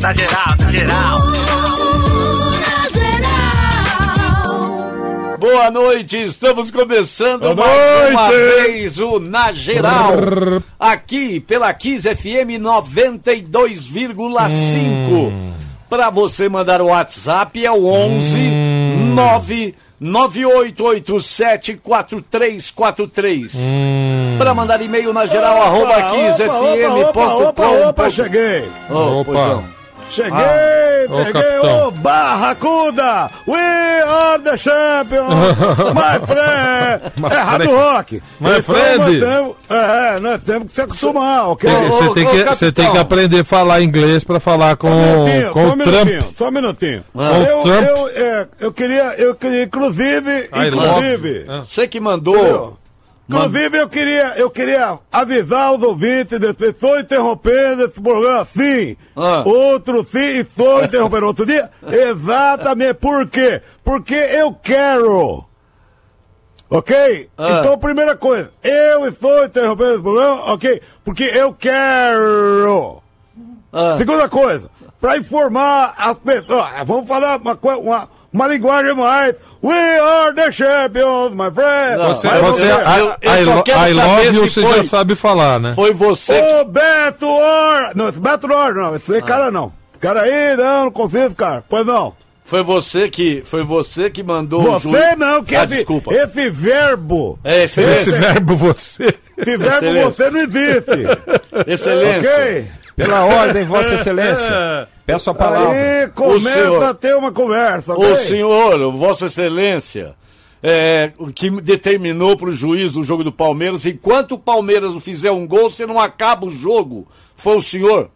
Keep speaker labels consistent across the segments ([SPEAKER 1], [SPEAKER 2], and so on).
[SPEAKER 1] Na Tá geral, na geral.
[SPEAKER 2] Boa noite, estamos começando
[SPEAKER 3] Boa
[SPEAKER 2] mais uma
[SPEAKER 3] noite.
[SPEAKER 2] vez o Na Geral, aqui pela 15 FM 92,5. Para você mandar o WhatsApp é o 11 998874343.
[SPEAKER 4] Hum.
[SPEAKER 3] Hum.
[SPEAKER 2] Para mandar e-mail na geral arroba 15fm.com.
[SPEAKER 4] opa, cheguei.
[SPEAKER 2] Oh,
[SPEAKER 3] Opa. Ah.
[SPEAKER 2] pois não.
[SPEAKER 4] Cheguei,
[SPEAKER 3] ô,
[SPEAKER 4] cheguei,
[SPEAKER 3] capitão.
[SPEAKER 4] ô Barracuda! We are the champions! My friend!
[SPEAKER 3] My
[SPEAKER 4] é Rádio
[SPEAKER 3] friend.
[SPEAKER 4] Rock!
[SPEAKER 3] My
[SPEAKER 4] Então,
[SPEAKER 3] friend.
[SPEAKER 4] nós temos- é, nós temos que se acostumar, ok?
[SPEAKER 3] Tem- Você
[SPEAKER 2] ô,
[SPEAKER 3] tem,
[SPEAKER 2] ô,
[SPEAKER 3] que, você
[SPEAKER 2] capitão.
[SPEAKER 3] tem que aprender a falar inglês pra falar com,
[SPEAKER 4] Minutinho,
[SPEAKER 3] com
[SPEAKER 4] só
[SPEAKER 3] o
[SPEAKER 4] um
[SPEAKER 3] Trump.
[SPEAKER 4] minutinho, só um minutinho.
[SPEAKER 3] Ah.
[SPEAKER 4] Eu,
[SPEAKER 3] O Trump.
[SPEAKER 4] eu, é, eu queria, eu queria, inclusive,
[SPEAKER 3] I love
[SPEAKER 4] inclusive,
[SPEAKER 3] you. Ah.
[SPEAKER 2] Você que mandou.
[SPEAKER 4] Entendeu? Inclusive, eu queria, eu queria avisar os ouvintes, de- estou interrompendo esse programa sim,
[SPEAKER 2] Ah.
[SPEAKER 4] outro sim, estou interrompendo outro dia. Exatamente, por quê? Porque eu quero. Ok?
[SPEAKER 2] Ah.
[SPEAKER 4] Então, primeira coisa, eu estou interrompendo esse programa, ok? Porque eu quero.
[SPEAKER 2] Ah.
[SPEAKER 4] Segunda coisa, para informar as pessoas, ah, vamos falar uma, coi- uma, uma linguagem mais. We are the champions, my friend.
[SPEAKER 2] Não,
[SPEAKER 3] Você, é
[SPEAKER 4] Aí
[SPEAKER 3] você,
[SPEAKER 2] eu-
[SPEAKER 3] I,
[SPEAKER 2] eu
[SPEAKER 3] I
[SPEAKER 2] só
[SPEAKER 3] lo-
[SPEAKER 2] quero
[SPEAKER 3] I
[SPEAKER 2] saber
[SPEAKER 3] love you,
[SPEAKER 2] se
[SPEAKER 3] você
[SPEAKER 2] foi-
[SPEAKER 3] já sabe falar, né?
[SPEAKER 2] Foi você que. Ah.
[SPEAKER 4] Ô, Beto Or... Não, esse Beto Or, não. Esse cara não. Esse cara aí, não, não confio nesse cara. Pois não.
[SPEAKER 2] Foi você que. Foi você que mandou o
[SPEAKER 4] Você
[SPEAKER 2] juiz-
[SPEAKER 4] não, que
[SPEAKER 2] Ah,
[SPEAKER 4] esse-
[SPEAKER 2] desculpa.
[SPEAKER 4] Esse verbo.
[SPEAKER 2] É,
[SPEAKER 3] Esse
[SPEAKER 2] excelência.
[SPEAKER 3] verbo você.
[SPEAKER 4] Esse verbo
[SPEAKER 2] Excelência.
[SPEAKER 4] você não existe.
[SPEAKER 2] excelência.
[SPEAKER 4] ok?
[SPEAKER 5] Pela ordem, Vossa Excelência. Peço a palavra.
[SPEAKER 4] Aí
[SPEAKER 2] senhor-
[SPEAKER 4] começa tá a ter uma conversa.
[SPEAKER 2] O
[SPEAKER 4] ok?
[SPEAKER 2] senhor, o Vossa Excelência, é, o que determinou para o juiz do jogo do Palmeiras, enquanto o Palmeiras não fizer um gol, você não acaba o jogo. Foi o senhor.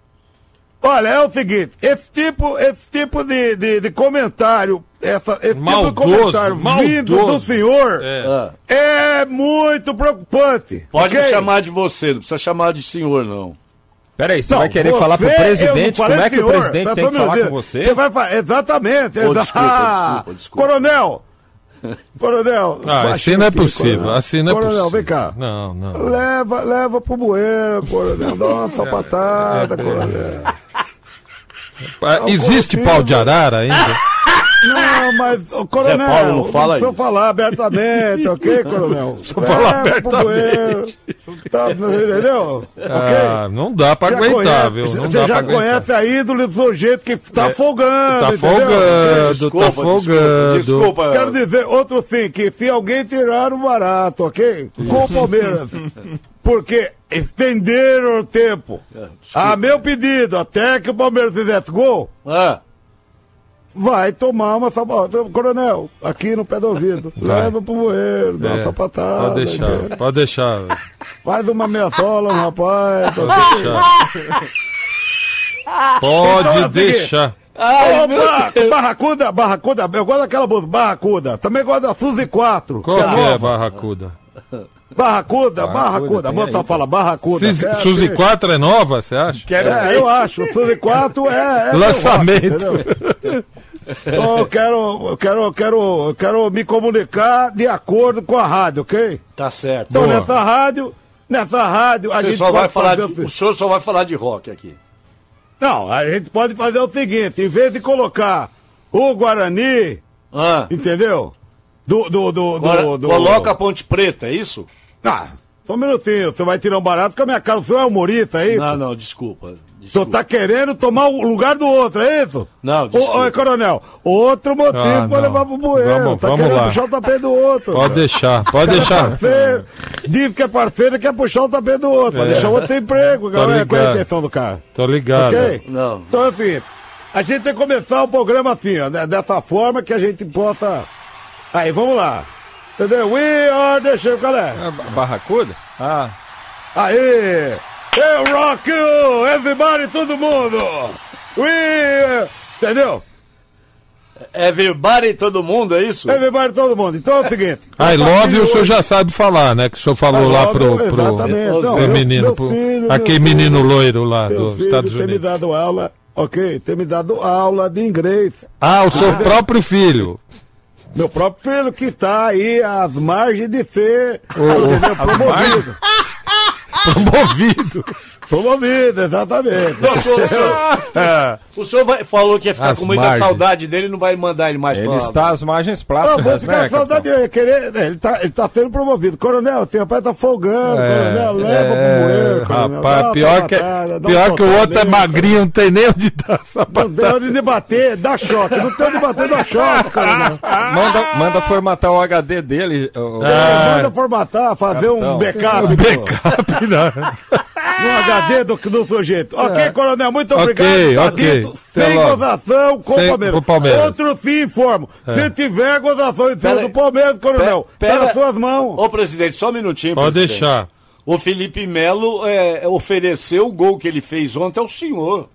[SPEAKER 4] Olha, é o seguinte, esse tipo, esse tipo de, de, de comentário, essa, esse
[SPEAKER 3] Maldoso,
[SPEAKER 4] tipo de comentário vindo do
[SPEAKER 3] maldoso.
[SPEAKER 4] senhor
[SPEAKER 3] É.
[SPEAKER 2] Ah,
[SPEAKER 4] é, muito preocupante.
[SPEAKER 2] pode me
[SPEAKER 4] ok?
[SPEAKER 2] chamar de você, não precisa chamar de senhor, não.
[SPEAKER 5] Peraí, você
[SPEAKER 4] Não,
[SPEAKER 5] vai querer falar pro
[SPEAKER 4] você, eu não
[SPEAKER 5] presidente como
[SPEAKER 4] falei
[SPEAKER 5] é que o
[SPEAKER 4] senhor,
[SPEAKER 5] presidente
[SPEAKER 4] tá
[SPEAKER 5] tem
[SPEAKER 4] só
[SPEAKER 5] que
[SPEAKER 4] me
[SPEAKER 5] falar
[SPEAKER 4] dizendo.
[SPEAKER 5] com você?
[SPEAKER 4] Você vai falar, exatamente.
[SPEAKER 2] Pô,
[SPEAKER 4] exa-
[SPEAKER 2] desculpa, desculpa, desculpa.
[SPEAKER 4] Coronel, coronel.
[SPEAKER 3] Ah,
[SPEAKER 4] baixinho
[SPEAKER 3] assim não é
[SPEAKER 4] aqui,
[SPEAKER 3] possível.
[SPEAKER 4] coronel.
[SPEAKER 3] Assim não é
[SPEAKER 4] Coronel,
[SPEAKER 3] possível.
[SPEAKER 4] vem cá.
[SPEAKER 3] Não, não. É,
[SPEAKER 4] Leva, leva pro bueiro, coronel. Dá uma sapatada, né? coronel.
[SPEAKER 3] Ah, Existe
[SPEAKER 4] coletivo.
[SPEAKER 3] pau de arara ainda?
[SPEAKER 2] Ah!
[SPEAKER 4] Não, mas, ô, coronel,
[SPEAKER 2] Paulo, não fala
[SPEAKER 4] precisa
[SPEAKER 2] isso.
[SPEAKER 4] falar abertamente, ok, coronel? Só
[SPEAKER 3] falar
[SPEAKER 4] abertamente. Tá, entendeu?
[SPEAKER 3] Ah, não dá pra aguentar, viu? Não
[SPEAKER 4] Você
[SPEAKER 3] dá pra
[SPEAKER 4] já
[SPEAKER 3] aguentar.
[SPEAKER 4] conhece a ídole do jeito que tá folgando,
[SPEAKER 3] Tá
[SPEAKER 4] entendeu?
[SPEAKER 3] folgando,
[SPEAKER 2] Desculpa,
[SPEAKER 3] tá folgando.
[SPEAKER 2] desculpa.
[SPEAKER 4] Quero
[SPEAKER 2] desculpa.
[SPEAKER 4] dizer outro sim, que se alguém tirar o barato, ok? Com o Palmeiras. Porque estenderam o tempo.
[SPEAKER 2] É,
[SPEAKER 4] A meu pedido, até que o Palmeiras fizesse gol,
[SPEAKER 2] Ah,
[SPEAKER 4] vai tomar uma sapatada. Coronel, aqui no pé do ouvido.
[SPEAKER 3] Vai.
[SPEAKER 4] Leva pro moeiro, dá uma
[SPEAKER 3] É,
[SPEAKER 4] sapatada.
[SPEAKER 3] Pode deixar, pode deixar.
[SPEAKER 4] Faz uma meia-sola, rapaz. tá
[SPEAKER 3] Pode deixar.
[SPEAKER 2] Ah,
[SPEAKER 3] Pode
[SPEAKER 4] Então é o seguinte.
[SPEAKER 3] deixar.
[SPEAKER 2] Ai, meu
[SPEAKER 4] Opa, barracuda, barracuda. Eu gosto daquela música, barracuda. Também gosto da Suzy 4.
[SPEAKER 3] Qual
[SPEAKER 4] que é
[SPEAKER 2] Tá
[SPEAKER 3] que é,
[SPEAKER 4] nova.
[SPEAKER 3] Barracuda?
[SPEAKER 4] Barracuda, barracuda.
[SPEAKER 5] Barracuda,
[SPEAKER 4] A
[SPEAKER 5] tem
[SPEAKER 4] moça
[SPEAKER 5] aí.
[SPEAKER 4] fala barracuda.
[SPEAKER 3] Suzy-
[SPEAKER 4] É,
[SPEAKER 3] Suzy
[SPEAKER 4] tem-
[SPEAKER 3] 4 é nova, você acha?
[SPEAKER 5] Quero
[SPEAKER 4] É, eu acho. Suzy 4 é. é
[SPEAKER 3] Lançamento.
[SPEAKER 4] meu rock, entendeu? Então, eu quero, eu quero, eu quero, eu quero me comunicar de acordo com a rádio, ok?
[SPEAKER 2] tá certo.
[SPEAKER 4] Então
[SPEAKER 3] Boa.
[SPEAKER 4] nessa rádio, nessa rádio a
[SPEAKER 2] Você
[SPEAKER 4] gente
[SPEAKER 2] só vai
[SPEAKER 4] pode
[SPEAKER 2] falar
[SPEAKER 4] fazer assim.
[SPEAKER 2] de-
[SPEAKER 4] o
[SPEAKER 2] o
[SPEAKER 4] se-
[SPEAKER 2] senhor só vai falar de rock aqui.
[SPEAKER 4] Não, a gente pode fazer o seguinte, em vez de colocar o Guarani,
[SPEAKER 2] Ah,
[SPEAKER 4] entendeu? Do, do, do, do,
[SPEAKER 2] agora
[SPEAKER 4] do-
[SPEAKER 2] coloca a ponte preta, é isso?
[SPEAKER 4] Ah, só um minutinho, você vai tirar um barato com a minha cara, você é humorista, é isso?
[SPEAKER 2] Não, não, desculpa.
[SPEAKER 4] Só
[SPEAKER 2] desculpa.
[SPEAKER 4] tá querendo tomar o lugar do outro, é isso?
[SPEAKER 2] Não, desculpa.
[SPEAKER 4] Ô, ô, coronel, outro motivo
[SPEAKER 3] Ah,
[SPEAKER 4] pra
[SPEAKER 3] não.
[SPEAKER 4] levar pro bueiro.
[SPEAKER 3] Vamos-
[SPEAKER 4] tá
[SPEAKER 3] vamos
[SPEAKER 4] querendo
[SPEAKER 3] lá.
[SPEAKER 4] puxar o tapete do outro.
[SPEAKER 3] Pode
[SPEAKER 4] cara.
[SPEAKER 3] deixar, pode
[SPEAKER 4] O cara é
[SPEAKER 3] deixar.
[SPEAKER 4] Parceiro, diz que é parceiro e quer puxar o tapete do outro. Vai
[SPEAKER 3] É.
[SPEAKER 4] deixar o outro sem emprego, galera. Qual é a
[SPEAKER 3] ligado.
[SPEAKER 4] intenção do cara?
[SPEAKER 3] Tô ligado.
[SPEAKER 4] Ok?
[SPEAKER 2] Não.
[SPEAKER 4] Então, assim, a gente tem que começar o programa assim, ó, né, dessa forma que a gente possa. Aí, vamos lá. Entendeu? We are the é? champions, galera.
[SPEAKER 5] Ah, ba- Barracuda? Ah,
[SPEAKER 4] Aí! Eu rock you, everybody, todo mundo! We... Entendeu?
[SPEAKER 2] É verbara e todo mundo, é isso?
[SPEAKER 4] Everybody, todo mundo. Então é o seguinte.
[SPEAKER 3] I love you, o senhor já sabe falar, né? Que o senhor falou lá pro, pro,
[SPEAKER 4] é, Exatamente.
[SPEAKER 2] pro
[SPEAKER 4] Não,
[SPEAKER 3] pro
[SPEAKER 4] meu-
[SPEAKER 3] menino,
[SPEAKER 4] meu
[SPEAKER 3] pro,
[SPEAKER 4] filho, meu
[SPEAKER 3] aquele
[SPEAKER 4] filho,
[SPEAKER 3] menino loiro lá
[SPEAKER 4] meu
[SPEAKER 3] dos
[SPEAKER 4] filho
[SPEAKER 3] Estados
[SPEAKER 4] tem me
[SPEAKER 3] Unidos.
[SPEAKER 4] dado aula, ok? Tem me dado aula de inglês.
[SPEAKER 3] Ah, o seu próprio filho.
[SPEAKER 4] Meu próprio filho que tá aí às margens de ser, entendeu? Promovido.
[SPEAKER 3] Promovido.
[SPEAKER 4] Promovido, exatamente. É.
[SPEAKER 2] Não, o senhor, o senhor,
[SPEAKER 3] É.
[SPEAKER 2] o senhor vai- falou que ia ficar
[SPEAKER 3] As
[SPEAKER 2] com muita
[SPEAKER 3] margens.
[SPEAKER 2] saudade dele e não vai mandar ele mais
[SPEAKER 5] Ele
[SPEAKER 2] pra
[SPEAKER 5] está às margens
[SPEAKER 4] Não, vou
[SPEAKER 5] plásticas,
[SPEAKER 4] ficar
[SPEAKER 5] né,
[SPEAKER 4] com saudade
[SPEAKER 5] capitão?
[SPEAKER 4] dele. Querer, ele, tá, ele tá sendo promovido. Coronel, seu pai tá folgando. coronel, leva pro moer. coronel. Dá
[SPEAKER 3] é, Rapaz,
[SPEAKER 4] uma
[SPEAKER 3] É. pior que, é-
[SPEAKER 4] sabatada, dá um
[SPEAKER 3] pior que o outro é
[SPEAKER 4] fortalecimento.
[SPEAKER 3] magrinho, não tem nem onde dar sapato.
[SPEAKER 4] Não tem onde debater, dá choque. Não tem onde debater, dá choque, coronel.
[SPEAKER 5] Manda, manda formatar o HD dele. ô-
[SPEAKER 3] Ah.
[SPEAKER 5] ô-
[SPEAKER 4] É, Manda formatar, fazer
[SPEAKER 5] Capitão.
[SPEAKER 4] um backup. pô. No HD do, do sujeito. Ok, coronel, muito
[SPEAKER 3] É. Ok,
[SPEAKER 4] obrigado. Tá
[SPEAKER 3] ok.
[SPEAKER 4] dito.
[SPEAKER 3] Até
[SPEAKER 4] Sem
[SPEAKER 3] logo.
[SPEAKER 4] gozação com
[SPEAKER 3] Sem-
[SPEAKER 4] o Palmeiras.
[SPEAKER 3] pro Palmeiras. É.
[SPEAKER 4] Outro fim, informo. Se tiver gozação em cima
[SPEAKER 2] Pera-
[SPEAKER 4] do Palmeiras, coronel,
[SPEAKER 2] pera-
[SPEAKER 4] tá nas suas mãos.
[SPEAKER 2] Ô, presidente, só um minutinho.
[SPEAKER 3] Pode
[SPEAKER 2] presidente.
[SPEAKER 3] deixar.
[SPEAKER 2] O Felipe Melo é, ofereceu o gol que ele fez ontem ao senhor.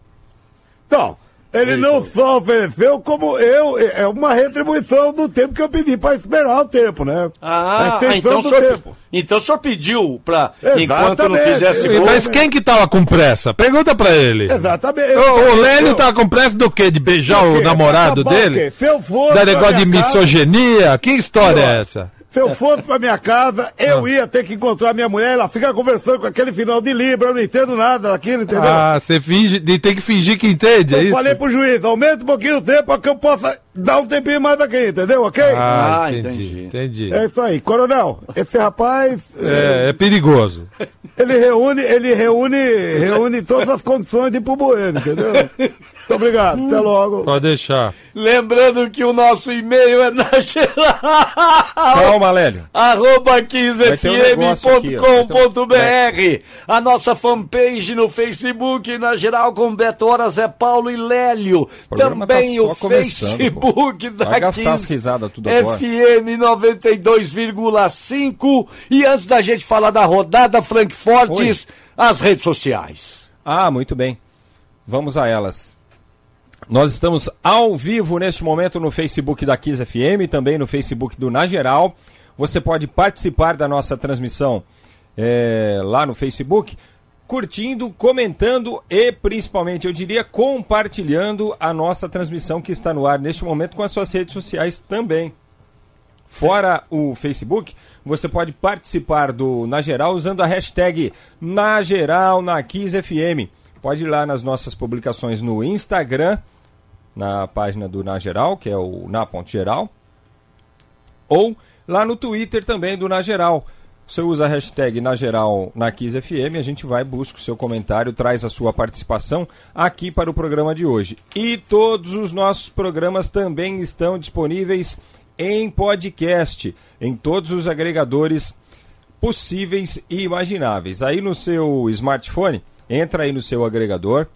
[SPEAKER 4] Então, ele não só ofereceu, como eu. É uma retribuição do tempo que eu pedi para esperar o tempo, né? A
[SPEAKER 2] Ah,
[SPEAKER 4] extensão
[SPEAKER 2] então o
[SPEAKER 4] do
[SPEAKER 2] senhor,
[SPEAKER 4] tempo.
[SPEAKER 2] então o senhor pediu pra,
[SPEAKER 4] Exatamente.
[SPEAKER 2] enquanto não fizesse
[SPEAKER 4] Sim,
[SPEAKER 2] gol...
[SPEAKER 3] Mas quem que tava com pressa? Pergunta pra ele.
[SPEAKER 4] Exatamente.
[SPEAKER 3] O, o Lélio tava com pressa do quê? De beijar o
[SPEAKER 4] quê?
[SPEAKER 3] namorado
[SPEAKER 4] Acabar o
[SPEAKER 3] dele?
[SPEAKER 4] quê? Se eu fosse
[SPEAKER 3] Da
[SPEAKER 4] pra
[SPEAKER 3] negócio de
[SPEAKER 4] minha casa-
[SPEAKER 3] misoginia? Que história é essa?
[SPEAKER 4] Se eu fosse pra minha casa, eu
[SPEAKER 3] Ah.
[SPEAKER 4] ia ter que encontrar minha mulher, ela fica conversando com aquele final de Libra, eu não entendo nada daquilo, entendeu?
[SPEAKER 3] Ah, você finge, de- tem que fingir que entende, é
[SPEAKER 4] eu
[SPEAKER 3] isso?
[SPEAKER 4] falei pro juiz, aumenta um pouquinho o tempo pra que eu possa dar um tempinho mais aqui, entendeu? Ok?
[SPEAKER 3] Ah,
[SPEAKER 2] Ah,
[SPEAKER 3] entendi, entendi.
[SPEAKER 4] É isso aí. Coronel, esse rapaz,
[SPEAKER 3] É, é perigoso.
[SPEAKER 4] ele reúne, ele reúne, reúne todas as condições de ir pro Bueno, entendeu? Muito obrigado, até logo.
[SPEAKER 3] Pode deixar.
[SPEAKER 2] Lembrando que o nosso e-mail é na
[SPEAKER 5] Calma, Lélio.
[SPEAKER 2] arroba
[SPEAKER 5] Vai ter um negócio aqui, ó. Vai ter um-
[SPEAKER 2] fm.com.br A nossa fanpage no Facebook, na geral, com Beto Horas é Paulo e Lélio.
[SPEAKER 5] programa
[SPEAKER 2] Também
[SPEAKER 5] tá só
[SPEAKER 2] o
[SPEAKER 5] começando,
[SPEAKER 2] Facebook da
[SPEAKER 5] Vai gastar
[SPEAKER 2] 15
[SPEAKER 5] as risadas tudo agora.
[SPEAKER 2] FM 92,5. E antes da gente falar da rodada, Frank Fortes, as redes sociais.
[SPEAKER 5] Ah, muito bem. Vamos a elas. Nós estamos ao vivo neste momento no Facebook da Kiss FM, também no Facebook do Na Geral. Você pode participar da nossa transmissão eh, lá no Facebook, curtindo, comentando e principalmente, eu diria, compartilhando a nossa transmissão que está no ar neste momento com as suas redes sociais também. Fora o Facebook, você pode participar do Na Geral usando a hashtag Na Geral na Kiss FM. Pode ir lá nas nossas publicações no Instagram, na página do Na Geral, que é o Na Ponte Geral, ou lá no Twitter também do Na Geral. Você usa a hashtag Na Geral na Kiss FM, a gente vai, busca o seu comentário, traz a sua participação aqui para o programa de hoje. E todos os nossos programas também estão disponíveis em podcast, em todos os agregadores possíveis e imagináveis. Aí no seu smartphone, entra aí no seu agregador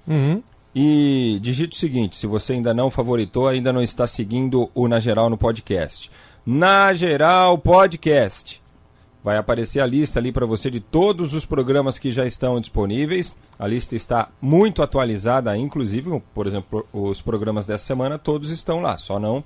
[SPEAKER 5] e digita o seguinte: se você ainda não favoritou, ainda não está seguindo o Na Geral no podcast. Na Geral Podcast. Vai aparecer a lista ali para você de todos os programas que já estão disponíveis. A lista está muito atualizada, inclusive, por exemplo, os programas dessa semana todos estão lá, só não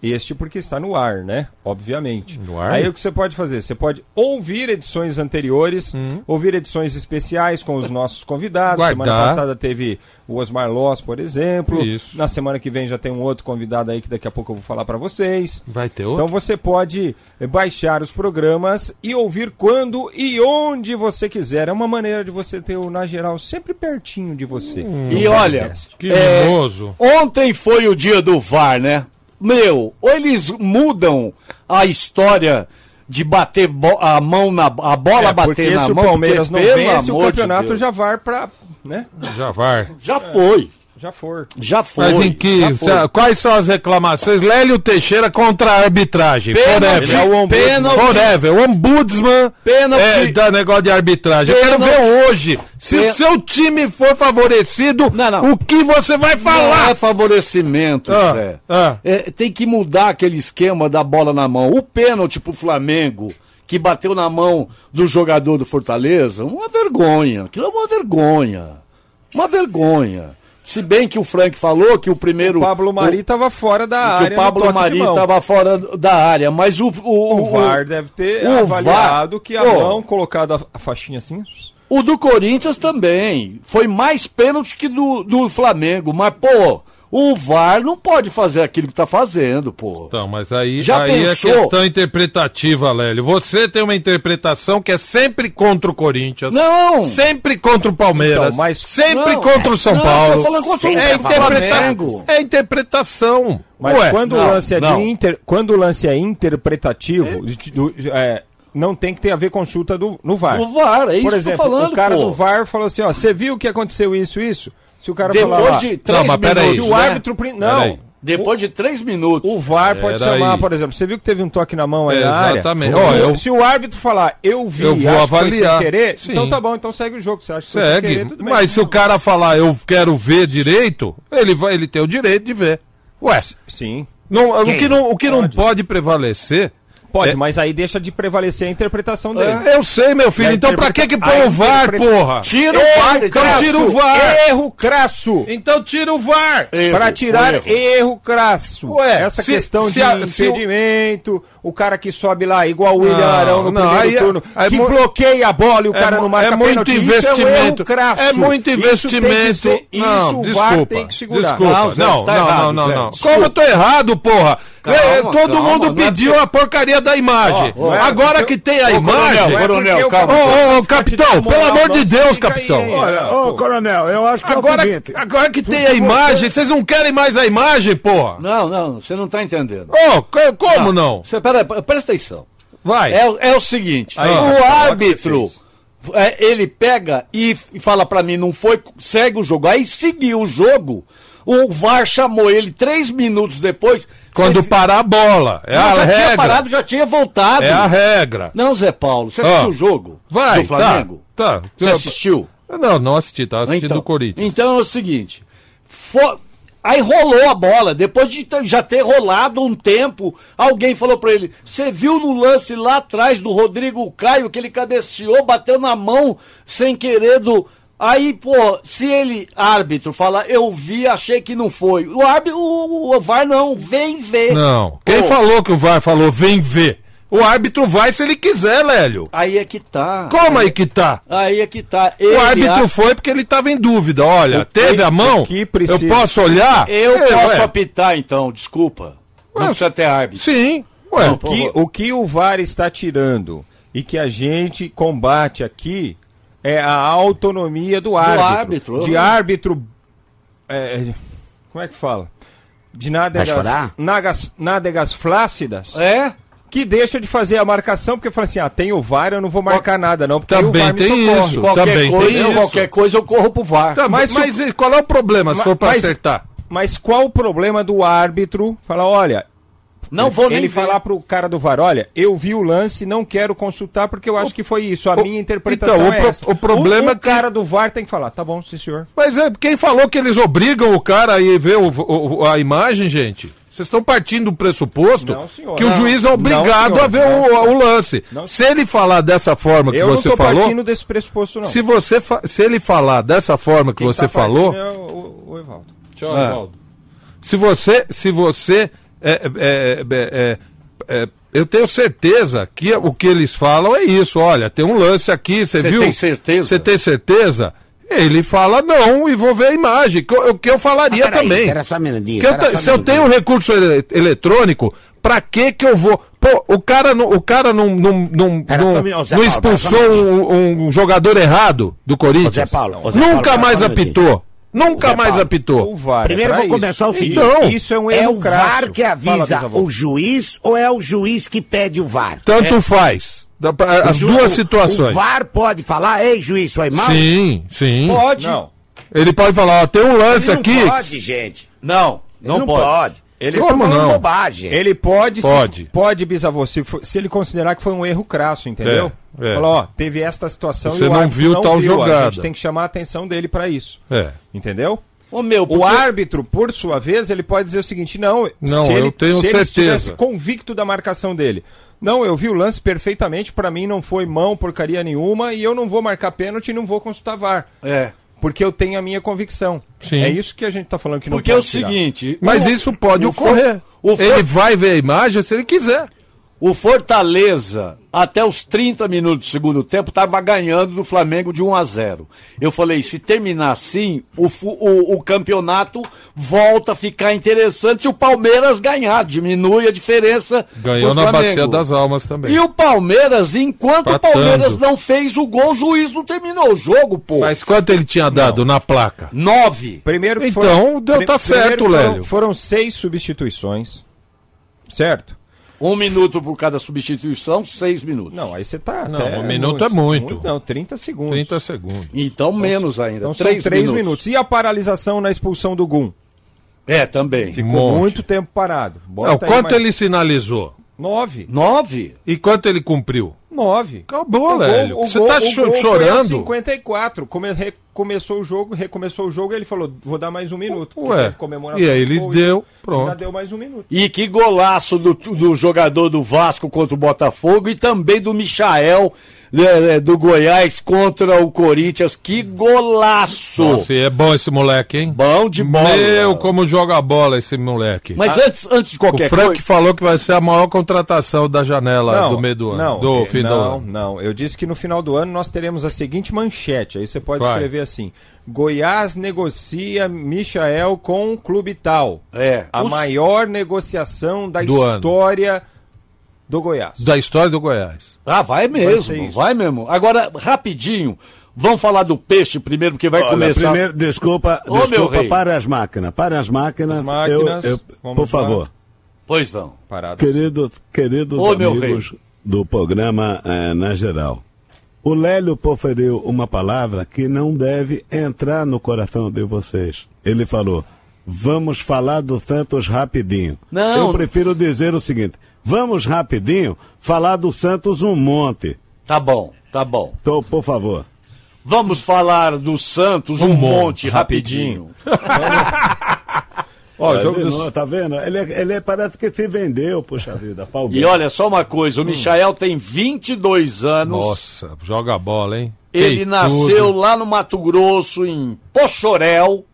[SPEAKER 5] este porque está no ar, né? Obviamente.
[SPEAKER 3] No ar?
[SPEAKER 5] Aí o que você pode fazer? Você pode ouvir edições anteriores,
[SPEAKER 3] Hum.
[SPEAKER 5] ouvir edições especiais com os nossos convidados. Semana
[SPEAKER 3] Guardar.
[SPEAKER 5] passada teve o Osmar Loss, por exemplo.
[SPEAKER 3] Isso.
[SPEAKER 5] Na semana que vem já tem um outro convidado aí que daqui a pouco eu vou falar para vocês.
[SPEAKER 3] Vai ter
[SPEAKER 5] Então
[SPEAKER 3] outro?
[SPEAKER 5] você pode eh, baixar os programas e ouvir quando e onde você quiser. É uma maneira de você ter o Na Geral sempre pertinho de você.
[SPEAKER 2] e olha,
[SPEAKER 3] Hum. que
[SPEAKER 2] é,
[SPEAKER 3] mimoso.
[SPEAKER 2] Ontem foi o dia do VAR, né? Meu, ou eles mudam a história de bater bo- a mão na a bola
[SPEAKER 5] É,
[SPEAKER 2] bater
[SPEAKER 5] porque
[SPEAKER 2] na
[SPEAKER 5] se o
[SPEAKER 2] mão.
[SPEAKER 5] Palmeiras não
[SPEAKER 2] porque, pelo
[SPEAKER 5] vence, o
[SPEAKER 2] amor de
[SPEAKER 5] campeonato
[SPEAKER 2] Deus.
[SPEAKER 5] já var para, né?
[SPEAKER 3] Já vai.
[SPEAKER 2] já foi,
[SPEAKER 5] Já for.
[SPEAKER 2] já foi.
[SPEAKER 3] Então, Mas em que?
[SPEAKER 2] já foi.
[SPEAKER 3] sa- Quais são as reclamações? Lélio Teixeira contra a arbitragem.
[SPEAKER 2] Pênalti,
[SPEAKER 3] forever.
[SPEAKER 2] pênalti.
[SPEAKER 3] Forever. O ombudsman
[SPEAKER 2] Pênalti.
[SPEAKER 3] é, dá negócio de arbitragem. Eu quero
[SPEAKER 2] Pênalti.
[SPEAKER 3] ver hoje. Se
[SPEAKER 2] Pê-
[SPEAKER 3] o seu time for favorecido,
[SPEAKER 2] Não, não.
[SPEAKER 3] o que você vai
[SPEAKER 2] Não
[SPEAKER 3] falar?
[SPEAKER 2] é favorecimento,
[SPEAKER 3] Ah,
[SPEAKER 2] Zé.
[SPEAKER 3] ah.
[SPEAKER 2] É, tem que mudar aquele esquema da bola na mão. O pênalti pro Flamengo, que bateu na mão do jogador do Fortaleza, uma vergonha. Aquilo é uma vergonha. Uma vergonha. Se bem que o Frank falou que o primeiro.
[SPEAKER 5] O Pablo Mari estava fora da
[SPEAKER 2] que
[SPEAKER 5] área.
[SPEAKER 2] o
[SPEAKER 5] no toque
[SPEAKER 2] Pablo
[SPEAKER 5] de
[SPEAKER 2] Mari
[SPEAKER 5] mão.
[SPEAKER 2] estava fora da área, mas o. O,
[SPEAKER 5] O VAR deve ter avaliado que a
[SPEAKER 2] Pô,
[SPEAKER 5] mão colocada a- a faixinha assim.
[SPEAKER 2] O do Corinthians também. Foi mais pênalti que do, do Flamengo. Mas, pô, O VAR não pode fazer aquilo que tá fazendo, pô.
[SPEAKER 3] Então, mas aí,
[SPEAKER 2] Já
[SPEAKER 3] aí é
[SPEAKER 2] pensou?
[SPEAKER 3] questão interpretativa, Lélio. Você tem uma interpretação que é sempre contra o Corinthians.
[SPEAKER 2] Não!
[SPEAKER 3] Sempre contra o Palmeiras.
[SPEAKER 5] Então, mas-
[SPEAKER 3] Sempre
[SPEAKER 2] Não.
[SPEAKER 3] contra o São
[SPEAKER 2] Não,
[SPEAKER 3] Paulo.
[SPEAKER 2] tô falando contra o
[SPEAKER 3] é, interpreta...
[SPEAKER 2] Flamengo.
[SPEAKER 3] é interpretação.
[SPEAKER 5] Mas
[SPEAKER 3] Ué,
[SPEAKER 5] quando,
[SPEAKER 2] não,
[SPEAKER 5] o lance é de
[SPEAKER 2] não.
[SPEAKER 5] inter- quando o lance é interpretativo, de- do- é, não tem que ter a ver consulta do, no VAR.
[SPEAKER 2] O VAR, é
[SPEAKER 5] Por
[SPEAKER 2] isso que eu tô
[SPEAKER 5] exemplo,
[SPEAKER 2] falando,
[SPEAKER 5] o cara
[SPEAKER 2] pô.
[SPEAKER 5] do VAR falou assim, ó, você viu que aconteceu isso, isso? Se o cara falar,
[SPEAKER 2] Depois
[SPEAKER 5] lá,
[SPEAKER 2] de
[SPEAKER 5] se
[SPEAKER 2] três
[SPEAKER 3] mas pera aí,
[SPEAKER 5] o
[SPEAKER 2] minutos. né?
[SPEAKER 5] árbitro... prin-
[SPEAKER 3] Peraí.
[SPEAKER 5] Não,
[SPEAKER 2] Depois de três minutos.
[SPEAKER 5] é o VAR pode
[SPEAKER 3] Peraí.
[SPEAKER 5] chamar, por exemplo, você viu que teve um toque na mão aí
[SPEAKER 3] É,
[SPEAKER 5] na área?
[SPEAKER 3] exatamente.
[SPEAKER 5] Se o-
[SPEAKER 3] Ó, eu-
[SPEAKER 5] Se o árbitro falar, eu vi,
[SPEAKER 3] Eu vou
[SPEAKER 5] acho que foi
[SPEAKER 3] avaliar.
[SPEAKER 5] sem querer,
[SPEAKER 3] Sim.
[SPEAKER 5] então tá bom, então segue o jogo, você acha que foi sem
[SPEAKER 3] Segue.
[SPEAKER 5] querer, tudo bem.
[SPEAKER 3] Mas se o cara falar eu quero ver direito, ele vai, ele tem o direito de ver. Ué,
[SPEAKER 5] Sim,
[SPEAKER 3] não, o que não, o que não pode prevalecer.
[SPEAKER 5] pode,
[SPEAKER 3] É-
[SPEAKER 5] mas aí deixa de prevalecer a interpretação dele.
[SPEAKER 3] Eu sei, meu filho.
[SPEAKER 5] É,
[SPEAKER 3] Então pra que
[SPEAKER 5] interpreta-
[SPEAKER 3] que põe
[SPEAKER 5] a
[SPEAKER 3] o VAR,
[SPEAKER 5] interpreta-
[SPEAKER 3] porra?
[SPEAKER 2] Tira o
[SPEAKER 5] Erro
[SPEAKER 2] VAR, então
[SPEAKER 5] crasso,
[SPEAKER 2] tira
[SPEAKER 3] o VAR.
[SPEAKER 5] Erro crasso.
[SPEAKER 3] Então tira o VAR.
[SPEAKER 2] Erro,
[SPEAKER 5] Pra tirar
[SPEAKER 2] erro.
[SPEAKER 5] erro, crasso.
[SPEAKER 3] Ué,
[SPEAKER 5] Essa
[SPEAKER 3] se-
[SPEAKER 5] questão
[SPEAKER 3] se
[SPEAKER 5] de
[SPEAKER 3] a- se o-
[SPEAKER 5] impedimento, o... cara que sobe lá, igual o William
[SPEAKER 3] Não,
[SPEAKER 5] Arão no
[SPEAKER 3] não,
[SPEAKER 5] primeiro
[SPEAKER 3] aí é-
[SPEAKER 5] turno,
[SPEAKER 3] é
[SPEAKER 5] que
[SPEAKER 3] mu-
[SPEAKER 5] bloqueia a bola e o
[SPEAKER 3] É
[SPEAKER 5] cara
[SPEAKER 3] mu-
[SPEAKER 5] não marca
[SPEAKER 3] é muito
[SPEAKER 5] pênalti, Isso é, um
[SPEAKER 3] investimento.
[SPEAKER 5] erro crasso.
[SPEAKER 3] É muito investimento.
[SPEAKER 5] Isso, tem que ser- isso
[SPEAKER 3] não,
[SPEAKER 5] o
[SPEAKER 3] desculpa.
[SPEAKER 5] VAR tem que segurar.
[SPEAKER 3] Desculpa.
[SPEAKER 2] Não,
[SPEAKER 3] Não,
[SPEAKER 2] Zé,
[SPEAKER 3] não,
[SPEAKER 2] você tá
[SPEAKER 3] não,
[SPEAKER 2] errado,
[SPEAKER 3] não,
[SPEAKER 2] Zé.
[SPEAKER 3] não.
[SPEAKER 2] Desculpa.
[SPEAKER 3] Como eu tô errado, porra?
[SPEAKER 2] Calma,
[SPEAKER 3] É, todo
[SPEAKER 2] calma,
[SPEAKER 3] mundo
[SPEAKER 2] não é
[SPEAKER 3] pediu a porcaria da imagem.
[SPEAKER 5] Ó, ó,
[SPEAKER 3] Agora
[SPEAKER 5] eu-
[SPEAKER 3] que tem a
[SPEAKER 5] Ô,
[SPEAKER 3] imagem.
[SPEAKER 5] Coronel,
[SPEAKER 2] Coronel,
[SPEAKER 5] é porque
[SPEAKER 2] calma.
[SPEAKER 5] o-
[SPEAKER 3] Ô, ô, ô,
[SPEAKER 5] Tá te
[SPEAKER 3] capitão,
[SPEAKER 5] dando
[SPEAKER 3] pelo
[SPEAKER 5] moral,
[SPEAKER 3] amor de
[SPEAKER 5] não,
[SPEAKER 3] Deus,
[SPEAKER 5] fica aí,
[SPEAKER 3] capitão.
[SPEAKER 5] hein?
[SPEAKER 4] Olha, ô, coronel, eu acho que é
[SPEAKER 3] Então, Agora,
[SPEAKER 4] o seguinte.
[SPEAKER 3] agora que tem a imagem, vocês não querem mais a imagem, porra?
[SPEAKER 2] Não, não, você não tá entendendo.
[SPEAKER 3] Ô, co- como não?
[SPEAKER 2] Você, pera, presta atenção.
[SPEAKER 3] Vai. Ah, tá,
[SPEAKER 2] É, o- é o seguinte,
[SPEAKER 3] Aí,
[SPEAKER 2] o
[SPEAKER 5] Rafa, logo
[SPEAKER 2] árbitro, é, ele pega e f- e fala pra mim, não foi, segue o jogo. Aí seguiu o jogo, o VAR chamou ele três minutos depois.
[SPEAKER 3] Quando
[SPEAKER 2] Cê-
[SPEAKER 3] parar a bola. É
[SPEAKER 2] Não,
[SPEAKER 3] a
[SPEAKER 2] já tinha
[SPEAKER 3] regra.
[SPEAKER 2] parado, já tinha voltado.
[SPEAKER 3] É a regra.
[SPEAKER 2] Não, Zé Paulo, você assistiu
[SPEAKER 3] Ah.
[SPEAKER 2] o jogo
[SPEAKER 3] Vai,
[SPEAKER 2] do Flamengo?
[SPEAKER 3] tá. tá.
[SPEAKER 2] Você assistiu?
[SPEAKER 3] Não, não assisti, tava assistindo o Corinthians.
[SPEAKER 2] Então é o seguinte. fo- Aí rolou a bola, depois de ter- já ter rolado um tempo, alguém falou pra ele: Você viu no lance lá atrás do Rodrigo Caio que ele cabeceou, bateu na mão sem querer do. Aí, pô, se ele, árbitro, fala, eu vi, achei que não foi. O árbitro, o, o VAR não, vem ver.
[SPEAKER 3] Não. Quem
[SPEAKER 2] Pô,
[SPEAKER 3] falou que o VAR falou, vem ver? O árbitro vai se ele quiser, Lélio.
[SPEAKER 2] Aí é que
[SPEAKER 5] Ah.
[SPEAKER 2] tá.
[SPEAKER 3] Como aí que tá?
[SPEAKER 2] Aí é que tá. Ele
[SPEAKER 3] O árbitro
[SPEAKER 2] a-
[SPEAKER 3] foi porque ele tava em dúvida. Olha, teve a mão?
[SPEAKER 5] o que precisa.
[SPEAKER 3] Eu posso olhar?
[SPEAKER 2] Eu
[SPEAKER 3] É,
[SPEAKER 2] posso
[SPEAKER 3] ué.
[SPEAKER 2] apitar, então, desculpa. Não
[SPEAKER 3] Ué,
[SPEAKER 2] precisa ter árbitro.
[SPEAKER 3] Sim. Ué,
[SPEAKER 5] O que, o que o VAR está tirando e que a gente combate aqui é a autonomia do árbitro.
[SPEAKER 2] árbitro,
[SPEAKER 5] De
[SPEAKER 2] eu-
[SPEAKER 5] árbitro. é, como é que fala? De nádegas,
[SPEAKER 1] chorar?
[SPEAKER 5] nagas- nádegas flácidas,
[SPEAKER 2] É?
[SPEAKER 5] que deixa de fazer a marcação, porque fala assim: ah, tem o VAR, eu não vou marcar nada, não, porque o
[SPEAKER 3] Também
[SPEAKER 5] VAR me
[SPEAKER 3] tem
[SPEAKER 5] socorre.
[SPEAKER 3] isso.
[SPEAKER 2] Qualquer
[SPEAKER 3] Também
[SPEAKER 2] coisa,
[SPEAKER 3] tem isso.
[SPEAKER 2] Qualquer coisa eu corro pro VAR.
[SPEAKER 3] Tá, mas,
[SPEAKER 5] Mas
[SPEAKER 3] mas qual é o problema se
[SPEAKER 5] Ma-
[SPEAKER 3] for pra
[SPEAKER 5] mas-
[SPEAKER 3] acertar?
[SPEAKER 5] Mas qual o problema do árbitro? Fala, olha,
[SPEAKER 2] Não vou nem
[SPEAKER 5] ele
[SPEAKER 2] ver.
[SPEAKER 5] falar pro cara do VAR, olha, eu vi o lance, não quero consultar porque eu acho que foi isso. A
[SPEAKER 3] o-
[SPEAKER 5] minha interpretação
[SPEAKER 3] então, o
[SPEAKER 5] é
[SPEAKER 3] pro-
[SPEAKER 5] essa.
[SPEAKER 3] o problema é
[SPEAKER 5] o,
[SPEAKER 3] que-
[SPEAKER 5] cara do VAR tem que falar, tá bom, sim senhor.
[SPEAKER 3] Mas é, quem falou que eles obrigam o cara a ir ver o- o- o- a imagem, gente? Vocês estão partindo do pressuposto
[SPEAKER 5] Não, senhor.
[SPEAKER 3] que o
[SPEAKER 5] Não.
[SPEAKER 3] juiz é obrigado
[SPEAKER 5] Não, senhor.
[SPEAKER 3] a ver
[SPEAKER 5] Não,
[SPEAKER 3] o-
[SPEAKER 5] senhor.
[SPEAKER 3] o, lance.
[SPEAKER 5] Não,
[SPEAKER 3] se ele falar dessa forma que
[SPEAKER 5] eu
[SPEAKER 3] você
[SPEAKER 5] não tô
[SPEAKER 3] falou,
[SPEAKER 5] partindo desse pressuposto, não.
[SPEAKER 3] se você fa- se ele falar dessa forma que
[SPEAKER 5] Quem
[SPEAKER 3] você
[SPEAKER 5] tá partindo
[SPEAKER 3] falou, Ah.
[SPEAKER 5] é o- o- o Evaldo.
[SPEAKER 3] Tchau, Se você. Se você é, é, é, é, é, eu tenho certeza que o que eles falam é isso. Olha, tem um lance aqui, você
[SPEAKER 2] Você
[SPEAKER 3] viu?
[SPEAKER 2] tem certeza?
[SPEAKER 3] Você tem certeza? Ele fala não e vou ver a imagem. Que eu, que eu falaria
[SPEAKER 1] Ah, peraí,
[SPEAKER 3] também.
[SPEAKER 1] pera só um minutinho,
[SPEAKER 3] Que eu
[SPEAKER 1] pera
[SPEAKER 3] te-
[SPEAKER 1] só um
[SPEAKER 3] se eu
[SPEAKER 1] minutinho.
[SPEAKER 3] tenho recurso ele- eletrônico, pra que que eu vou. Pô, o cara não, o cara não, não, não,
[SPEAKER 1] Pera
[SPEAKER 3] não-
[SPEAKER 1] só um minutinho, ô, Zé
[SPEAKER 3] não
[SPEAKER 1] Paulo, pera só um
[SPEAKER 3] expulsou um, um jogador errado do Corinthians.
[SPEAKER 1] Ô, Zé Paulo, ô, Zé Paulo,
[SPEAKER 3] Nunca
[SPEAKER 1] pera
[SPEAKER 3] mais
[SPEAKER 1] só um minutinho.
[SPEAKER 3] apitou. Nunca
[SPEAKER 1] Zé
[SPEAKER 3] mais
[SPEAKER 1] Paulo,
[SPEAKER 3] apitou.
[SPEAKER 5] O VAR.
[SPEAKER 1] Primeiro
[SPEAKER 5] é pra
[SPEAKER 1] vou começar o
[SPEAKER 5] isso.
[SPEAKER 1] seguinte.
[SPEAKER 3] Então,
[SPEAKER 5] isso é um
[SPEAKER 1] é
[SPEAKER 5] erro
[SPEAKER 1] o VAR
[SPEAKER 5] crasso.
[SPEAKER 1] que
[SPEAKER 5] Fala,
[SPEAKER 1] avisa
[SPEAKER 5] bisavô.
[SPEAKER 1] o juiz ou é o juiz que pede o VAR?
[SPEAKER 3] Tanto faz. Da- pa- As
[SPEAKER 1] Ju-
[SPEAKER 3] duas
[SPEAKER 1] o-
[SPEAKER 3] situações.
[SPEAKER 1] O VAR pode falar, ei, juiz, foi mal?
[SPEAKER 3] Sim, sim.
[SPEAKER 2] Pode.
[SPEAKER 5] Não.
[SPEAKER 3] Ele pode falar, ó, tem um
[SPEAKER 1] Ele
[SPEAKER 3] lance
[SPEAKER 1] não
[SPEAKER 3] aqui.
[SPEAKER 1] pode, gente.
[SPEAKER 2] Não,
[SPEAKER 1] Ele não,
[SPEAKER 2] não
[SPEAKER 1] pode.
[SPEAKER 2] pode.
[SPEAKER 5] Ele-
[SPEAKER 6] tá
[SPEAKER 1] Vocês tão
[SPEAKER 3] Como
[SPEAKER 1] falando
[SPEAKER 3] não?
[SPEAKER 1] bobagem.
[SPEAKER 5] Ele pode, se-
[SPEAKER 3] Pode.
[SPEAKER 5] pode bisavô, se, for- se ele considerar que foi um erro crasso, entendeu?
[SPEAKER 3] É, é.
[SPEAKER 5] Falou, ó, teve esta situação
[SPEAKER 3] Você
[SPEAKER 5] e o
[SPEAKER 3] não
[SPEAKER 5] árbitro
[SPEAKER 3] viu tal
[SPEAKER 5] ó, A
[SPEAKER 3] jogada.
[SPEAKER 5] gente tem que chamar a atenção dele pra isso.
[SPEAKER 3] É.
[SPEAKER 5] Entendeu?
[SPEAKER 2] Ô, meu,
[SPEAKER 5] O
[SPEAKER 2] porque-
[SPEAKER 5] árbitro, por sua vez, ele pode dizer o seguinte: não,
[SPEAKER 3] Não,
[SPEAKER 5] se
[SPEAKER 3] eu
[SPEAKER 5] ele,
[SPEAKER 3] tenho
[SPEAKER 5] se ele
[SPEAKER 3] certeza.
[SPEAKER 5] estivesse convicto da marcação dele. Não, eu vi o lance perfeitamente, pra mim não foi mão, porcaria nenhuma, e eu não vou marcar pênalti e não vou consultar VAR.
[SPEAKER 2] É.
[SPEAKER 5] Porque eu tenho a minha convicção.
[SPEAKER 3] Sim.
[SPEAKER 5] É isso que a gente tá falando que não
[SPEAKER 2] Porque é o
[SPEAKER 5] pode tirar.
[SPEAKER 2] seguinte.
[SPEAKER 3] Mas
[SPEAKER 2] o-
[SPEAKER 3] isso pode
[SPEAKER 2] o For-
[SPEAKER 3] ocorrer.
[SPEAKER 2] o, For-
[SPEAKER 3] Ele vai ver a imagem se ele quiser.
[SPEAKER 2] o Fortaleza até os 30 minutos do segundo tempo, estava ganhando do Flamengo de 1 a 0. Eu falei, se terminar assim, o, fu- o- o campeonato volta a ficar interessante se o Palmeiras ganhar, diminui a diferença. pro
[SPEAKER 3] Ganhou na
[SPEAKER 2] Flamengo.
[SPEAKER 3] Bacia das Almas também.
[SPEAKER 2] E o Palmeiras, enquanto o
[SPEAKER 3] Empatando.
[SPEAKER 2] Palmeiras não fez o gol, o juiz não terminou o jogo, pô.
[SPEAKER 3] Mas quanto ele tinha dado na placa?
[SPEAKER 2] Nove.
[SPEAKER 5] Primeiro que
[SPEAKER 3] Então, deu- tá certo,
[SPEAKER 5] foram,
[SPEAKER 3] Lélio.
[SPEAKER 5] Foram seis substituições. Certo?
[SPEAKER 2] Um minuto por cada substituição, seis minutos.
[SPEAKER 5] Não, aí você tá.
[SPEAKER 3] Não,
[SPEAKER 5] até
[SPEAKER 3] um minuto é muito.
[SPEAKER 5] Não, 30 segundos.
[SPEAKER 3] 30 segundos.
[SPEAKER 2] Então, menos ainda.
[SPEAKER 5] Então são três minutos. E a paralisação na expulsão do Gum?
[SPEAKER 2] É, também.
[SPEAKER 5] Ficou
[SPEAKER 3] Um monte.
[SPEAKER 5] muito tempo parado. Bota
[SPEAKER 3] Não,
[SPEAKER 5] aí
[SPEAKER 3] É, quanto
[SPEAKER 5] mais-
[SPEAKER 3] ele sinalizou?
[SPEAKER 5] Nove.
[SPEAKER 2] Nove?
[SPEAKER 3] E quanto ele cumpriu?
[SPEAKER 5] Nove.
[SPEAKER 3] Acabou,
[SPEAKER 5] O gol-
[SPEAKER 3] Lélio.
[SPEAKER 5] o
[SPEAKER 3] Você
[SPEAKER 5] gol-
[SPEAKER 3] tá
[SPEAKER 5] o
[SPEAKER 3] cho-
[SPEAKER 5] gol foi aos
[SPEAKER 3] chorando?
[SPEAKER 5] 54. Come, recomeçou o jogo, recomeçou o jogo, ele falou: vou dar mais um minuto. porque
[SPEAKER 3] Ué,
[SPEAKER 5] teve comemoração
[SPEAKER 3] e aí
[SPEAKER 5] do
[SPEAKER 3] ele
[SPEAKER 5] gol,
[SPEAKER 3] deu,
[SPEAKER 5] ainda
[SPEAKER 3] pronto.
[SPEAKER 5] deu mais um minuto.
[SPEAKER 2] E que golaço do, do jogador do Vasco contra o Botafogo e também do Michael é, é, do Goiás contra o Corinthians. Que golaço!
[SPEAKER 3] Nossa, e é bom esse moleque, hein?
[SPEAKER 2] Bom de bola.
[SPEAKER 3] Meu, como joga bola esse moleque.
[SPEAKER 2] Mas
[SPEAKER 5] Ah.
[SPEAKER 2] antes, antes de
[SPEAKER 3] o
[SPEAKER 2] qualquer
[SPEAKER 3] Frank
[SPEAKER 2] coisa.
[SPEAKER 3] falou que vai ser a maior contratação da janela do meio do ano.
[SPEAKER 5] Não,
[SPEAKER 3] do
[SPEAKER 5] eh,
[SPEAKER 3] fim do
[SPEAKER 5] não,
[SPEAKER 3] ano.
[SPEAKER 5] não. Eu disse que no final do ano nós teremos a seguinte manchete. Aí você pode
[SPEAKER 3] Vai.
[SPEAKER 5] escrever assim: Goiás negocia Michael com o clube tal.
[SPEAKER 2] É,
[SPEAKER 5] A
[SPEAKER 2] os-
[SPEAKER 5] maior negociação da
[SPEAKER 3] Do ano.
[SPEAKER 5] história do Goiás.
[SPEAKER 3] Da história do Goiás.
[SPEAKER 2] Ah, vai
[SPEAKER 5] ser
[SPEAKER 2] mesmo,
[SPEAKER 5] isso.
[SPEAKER 2] vai mesmo. Agora, rapidinho, vamos falar do peixe primeiro, porque vai
[SPEAKER 4] Olha,
[SPEAKER 2] começar.
[SPEAKER 4] primeiro, desculpa,
[SPEAKER 2] Ô, meu
[SPEAKER 4] desculpa,
[SPEAKER 2] rei.
[SPEAKER 4] para as máquinas. Para as máquinas.
[SPEAKER 5] As máquinas,
[SPEAKER 4] eu- eu-
[SPEAKER 5] vamos
[SPEAKER 4] por
[SPEAKER 5] lá.
[SPEAKER 4] favor.
[SPEAKER 2] Pois não.
[SPEAKER 5] Parada.
[SPEAKER 4] Querido, queridos
[SPEAKER 2] Ô, meu
[SPEAKER 4] amigos do programa eh, Na Geral, o Lélio proferiu uma palavra que não deve entrar no coração de vocês. Ele falou: vamos falar do Santos rapidinho.
[SPEAKER 2] Não.
[SPEAKER 4] Eu prefiro dizer o seguinte: vamos rapidinho falar do Santos um monte.
[SPEAKER 2] Tá bom, tá bom.
[SPEAKER 4] Então, por favor.
[SPEAKER 2] Vamos falar do Santos um, monte, rapidinho.
[SPEAKER 5] Ó, o
[SPEAKER 4] Tá
[SPEAKER 5] jogo
[SPEAKER 4] vendo?
[SPEAKER 5] dos.
[SPEAKER 4] Tá vendo? Ele, é- ele é- parece que se vendeu, poxa vida.
[SPEAKER 2] E olha só uma coisa, o Michael tem 22 anos.
[SPEAKER 3] Nossa, joga bola, hein?
[SPEAKER 2] Ele
[SPEAKER 3] Ei,
[SPEAKER 2] nasceu
[SPEAKER 3] tudo.
[SPEAKER 2] lá no Mato Grosso, em Pochorel.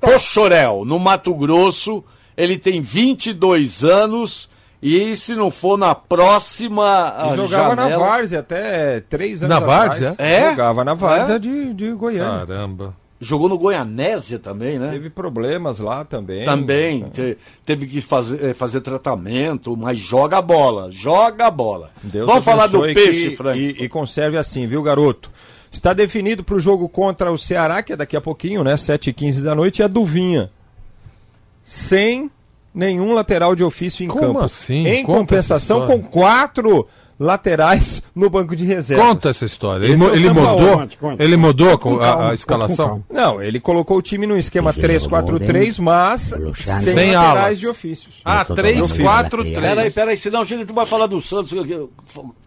[SPEAKER 2] Pochorel, no Mato Grosso. Ele tem 22 anos. E se não for na próxima. ah,
[SPEAKER 5] Ele jogava na
[SPEAKER 2] janela-
[SPEAKER 5] Várzea até três anos
[SPEAKER 3] Na
[SPEAKER 5] atrás.
[SPEAKER 3] Várzea?
[SPEAKER 2] É?
[SPEAKER 5] Jogava na Várzea
[SPEAKER 2] É?
[SPEAKER 5] de, de Goiânia.
[SPEAKER 3] Caramba.
[SPEAKER 2] Jogou no Goianésia também, né?
[SPEAKER 5] Teve problemas lá também. É.
[SPEAKER 2] Também. te- teve que fazer, eh, fazer tratamento, mas joga a bola. Joga a bola.
[SPEAKER 5] Deus
[SPEAKER 2] Vamos falar do
[SPEAKER 5] abençoe
[SPEAKER 2] peixe,
[SPEAKER 5] que-
[SPEAKER 2] Frank.
[SPEAKER 5] E, e conserve assim, viu, garoto? Está definido para o jogo contra o Ceará, que é daqui a pouquinho, né? 7h15 da noite, e a Duvinha. Sem nenhum lateral de ofício em
[SPEAKER 3] Como
[SPEAKER 5] campo.
[SPEAKER 3] assim?
[SPEAKER 5] Em
[SPEAKER 3] Conta
[SPEAKER 5] compensação,
[SPEAKER 3] essa
[SPEAKER 5] com
[SPEAKER 3] história.
[SPEAKER 5] quatro laterais no banco de reservas.
[SPEAKER 3] Conta essa história. Ele,
[SPEAKER 5] Esse
[SPEAKER 3] mo-
[SPEAKER 5] é o
[SPEAKER 3] ele
[SPEAKER 5] São Paulo.
[SPEAKER 3] mudou,
[SPEAKER 4] Conte, conte.
[SPEAKER 3] ele mudou com a- a,
[SPEAKER 7] calma,
[SPEAKER 3] escalação?
[SPEAKER 7] conte
[SPEAKER 5] Não, ele colocou o time num esquema 3-4-3, mas sem,
[SPEAKER 3] Sem
[SPEAKER 5] laterais
[SPEAKER 3] alas.
[SPEAKER 5] de ofícios.
[SPEAKER 3] Ah,
[SPEAKER 7] três, quatro,
[SPEAKER 2] Peraí, peraí, senão gente, tu vai falar do Santos. eu- eu-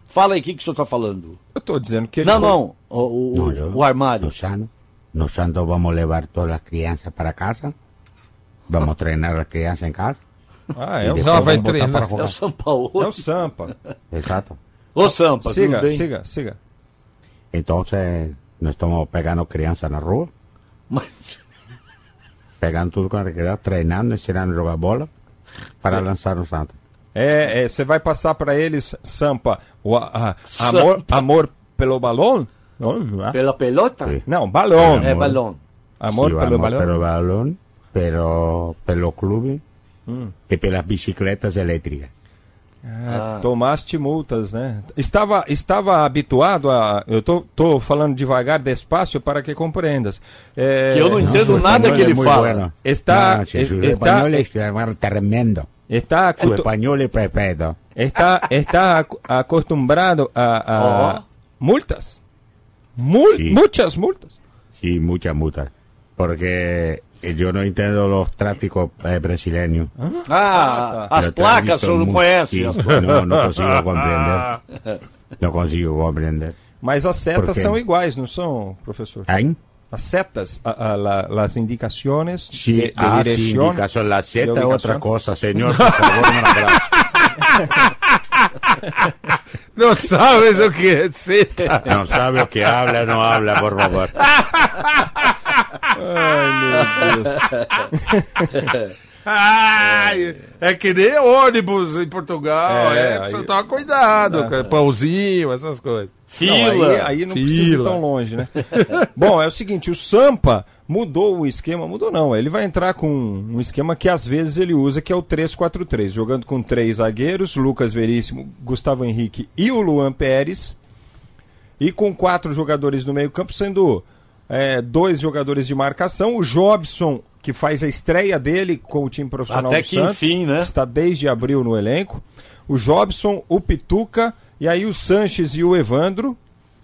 [SPEAKER 2] Fala aí o que, que o senhor tá falando.
[SPEAKER 5] Eu tô dizendo que ele
[SPEAKER 2] Não,
[SPEAKER 5] colocou-
[SPEAKER 2] não. O, o-
[SPEAKER 7] No, yo-
[SPEAKER 2] o armário.
[SPEAKER 7] Los Santos, los Santos vamos a llevar todas las crianzas para casa. Vamos a treinar a las crianzas en casa.
[SPEAKER 5] Ah, é o,
[SPEAKER 7] Ele
[SPEAKER 5] Sampa.
[SPEAKER 3] Ela vai
[SPEAKER 7] Vamos botar
[SPEAKER 3] treinar.
[SPEAKER 7] pra
[SPEAKER 2] É o
[SPEAKER 7] jogar.
[SPEAKER 2] São Paulo.
[SPEAKER 5] é o Sampa.
[SPEAKER 7] Exacto.
[SPEAKER 2] Ô Sampa, tudo
[SPEAKER 5] Siga,
[SPEAKER 2] bem?
[SPEAKER 5] siga, siga.
[SPEAKER 7] Entonces, no estamos pegando crianzas en la rua.
[SPEAKER 2] Mas-
[SPEAKER 7] Pegando todo con la crianza, treinando, ensinando a jugar bola para lanzar los Santos.
[SPEAKER 5] É, você vai passar pra eles, Sampa, o a- a-
[SPEAKER 2] Sampa.
[SPEAKER 5] Amor, amor pelo balão? Não, não é?
[SPEAKER 2] pela pelota?
[SPEAKER 7] Sim.
[SPEAKER 5] Não, balão.
[SPEAKER 2] É, balão.
[SPEAKER 5] Amor
[SPEAKER 7] Sí,
[SPEAKER 5] pelo
[SPEAKER 7] vamos,
[SPEAKER 5] balão.
[SPEAKER 7] Pero balón, pero, pero clubes y por las bicicletas eléctricas.
[SPEAKER 5] Ah, Tomaste multas, né? Estava, estava habituado a... Eu tô, tô falando devagar, despacio, para que compreendas. É,
[SPEAKER 2] Que eu não entendo
[SPEAKER 7] su
[SPEAKER 2] nada
[SPEAKER 7] español
[SPEAKER 2] que
[SPEAKER 7] es
[SPEAKER 2] ele
[SPEAKER 7] muy
[SPEAKER 2] fala.
[SPEAKER 7] bueno.
[SPEAKER 5] Está-
[SPEAKER 7] No, sí,
[SPEAKER 5] es-
[SPEAKER 7] su
[SPEAKER 5] está-
[SPEAKER 7] español es tremendo.
[SPEAKER 5] Está,
[SPEAKER 7] Su
[SPEAKER 5] acuto-
[SPEAKER 7] español es perfecto.
[SPEAKER 5] está, está ac- acostumbrado a, a
[SPEAKER 2] Ó.
[SPEAKER 5] multas. Mul-
[SPEAKER 7] Sim.
[SPEAKER 5] Muitas multas.
[SPEAKER 7] Sí, muchas multas. Porque eh, yo no entiendo los tráficos eh, brasileños.
[SPEAKER 2] Ah,
[SPEAKER 5] tá.
[SPEAKER 2] as
[SPEAKER 7] Yo te
[SPEAKER 2] placas o
[SPEAKER 7] admito
[SPEAKER 2] senhor não
[SPEAKER 7] mu-
[SPEAKER 2] conhece.
[SPEAKER 7] Sí, no, no consigo comprender. No consigo comprender.
[SPEAKER 5] Mas as setas
[SPEAKER 7] Por quê?
[SPEAKER 5] são iguais, não são, professor?
[SPEAKER 7] ¿Hay?
[SPEAKER 5] As setas, a, a, la, las indicaciones
[SPEAKER 7] Sí,
[SPEAKER 5] de, de
[SPEAKER 7] ah, sí,
[SPEAKER 5] eh, dirección.
[SPEAKER 7] indicación. La Z es
[SPEAKER 5] de
[SPEAKER 7] otra
[SPEAKER 5] ubicación.
[SPEAKER 7] cosa, señor. Por favor, un abrazo.
[SPEAKER 3] Não sabes o que é seta.
[SPEAKER 7] No sabe que habla, no habla, por favor.
[SPEAKER 5] Ai, meu Deus.
[SPEAKER 3] Ai, é que nem ônibus em Portugal.
[SPEAKER 5] É,
[SPEAKER 3] É, precisa
[SPEAKER 5] aí-
[SPEAKER 3] tomar cuidado.
[SPEAKER 7] é.
[SPEAKER 3] cara. Pãozinho, essas coisas.
[SPEAKER 5] Não, aí, aí não precisa ir tão longe, né? Bom, é o seguinte, o Sampa mudou o esquema, mudou não, ele vai entrar com um esquema que às vezes ele usa, que é o 3-4-3, jogando com três zagueiros, Lucas Veríssimo, Gustavo Henrique e o Luan Pérez, e com quatro jogadores no meio campo, sendo é, dois jogadores de marcação, o Jobson, que faz a estreia dele com o time profissional
[SPEAKER 2] Até
[SPEAKER 5] do
[SPEAKER 2] que
[SPEAKER 5] Santos,
[SPEAKER 2] enfim, né?
[SPEAKER 5] está desde abril no elenco, o Jobson, o Pituca, e aí o Sanches e o Evandro,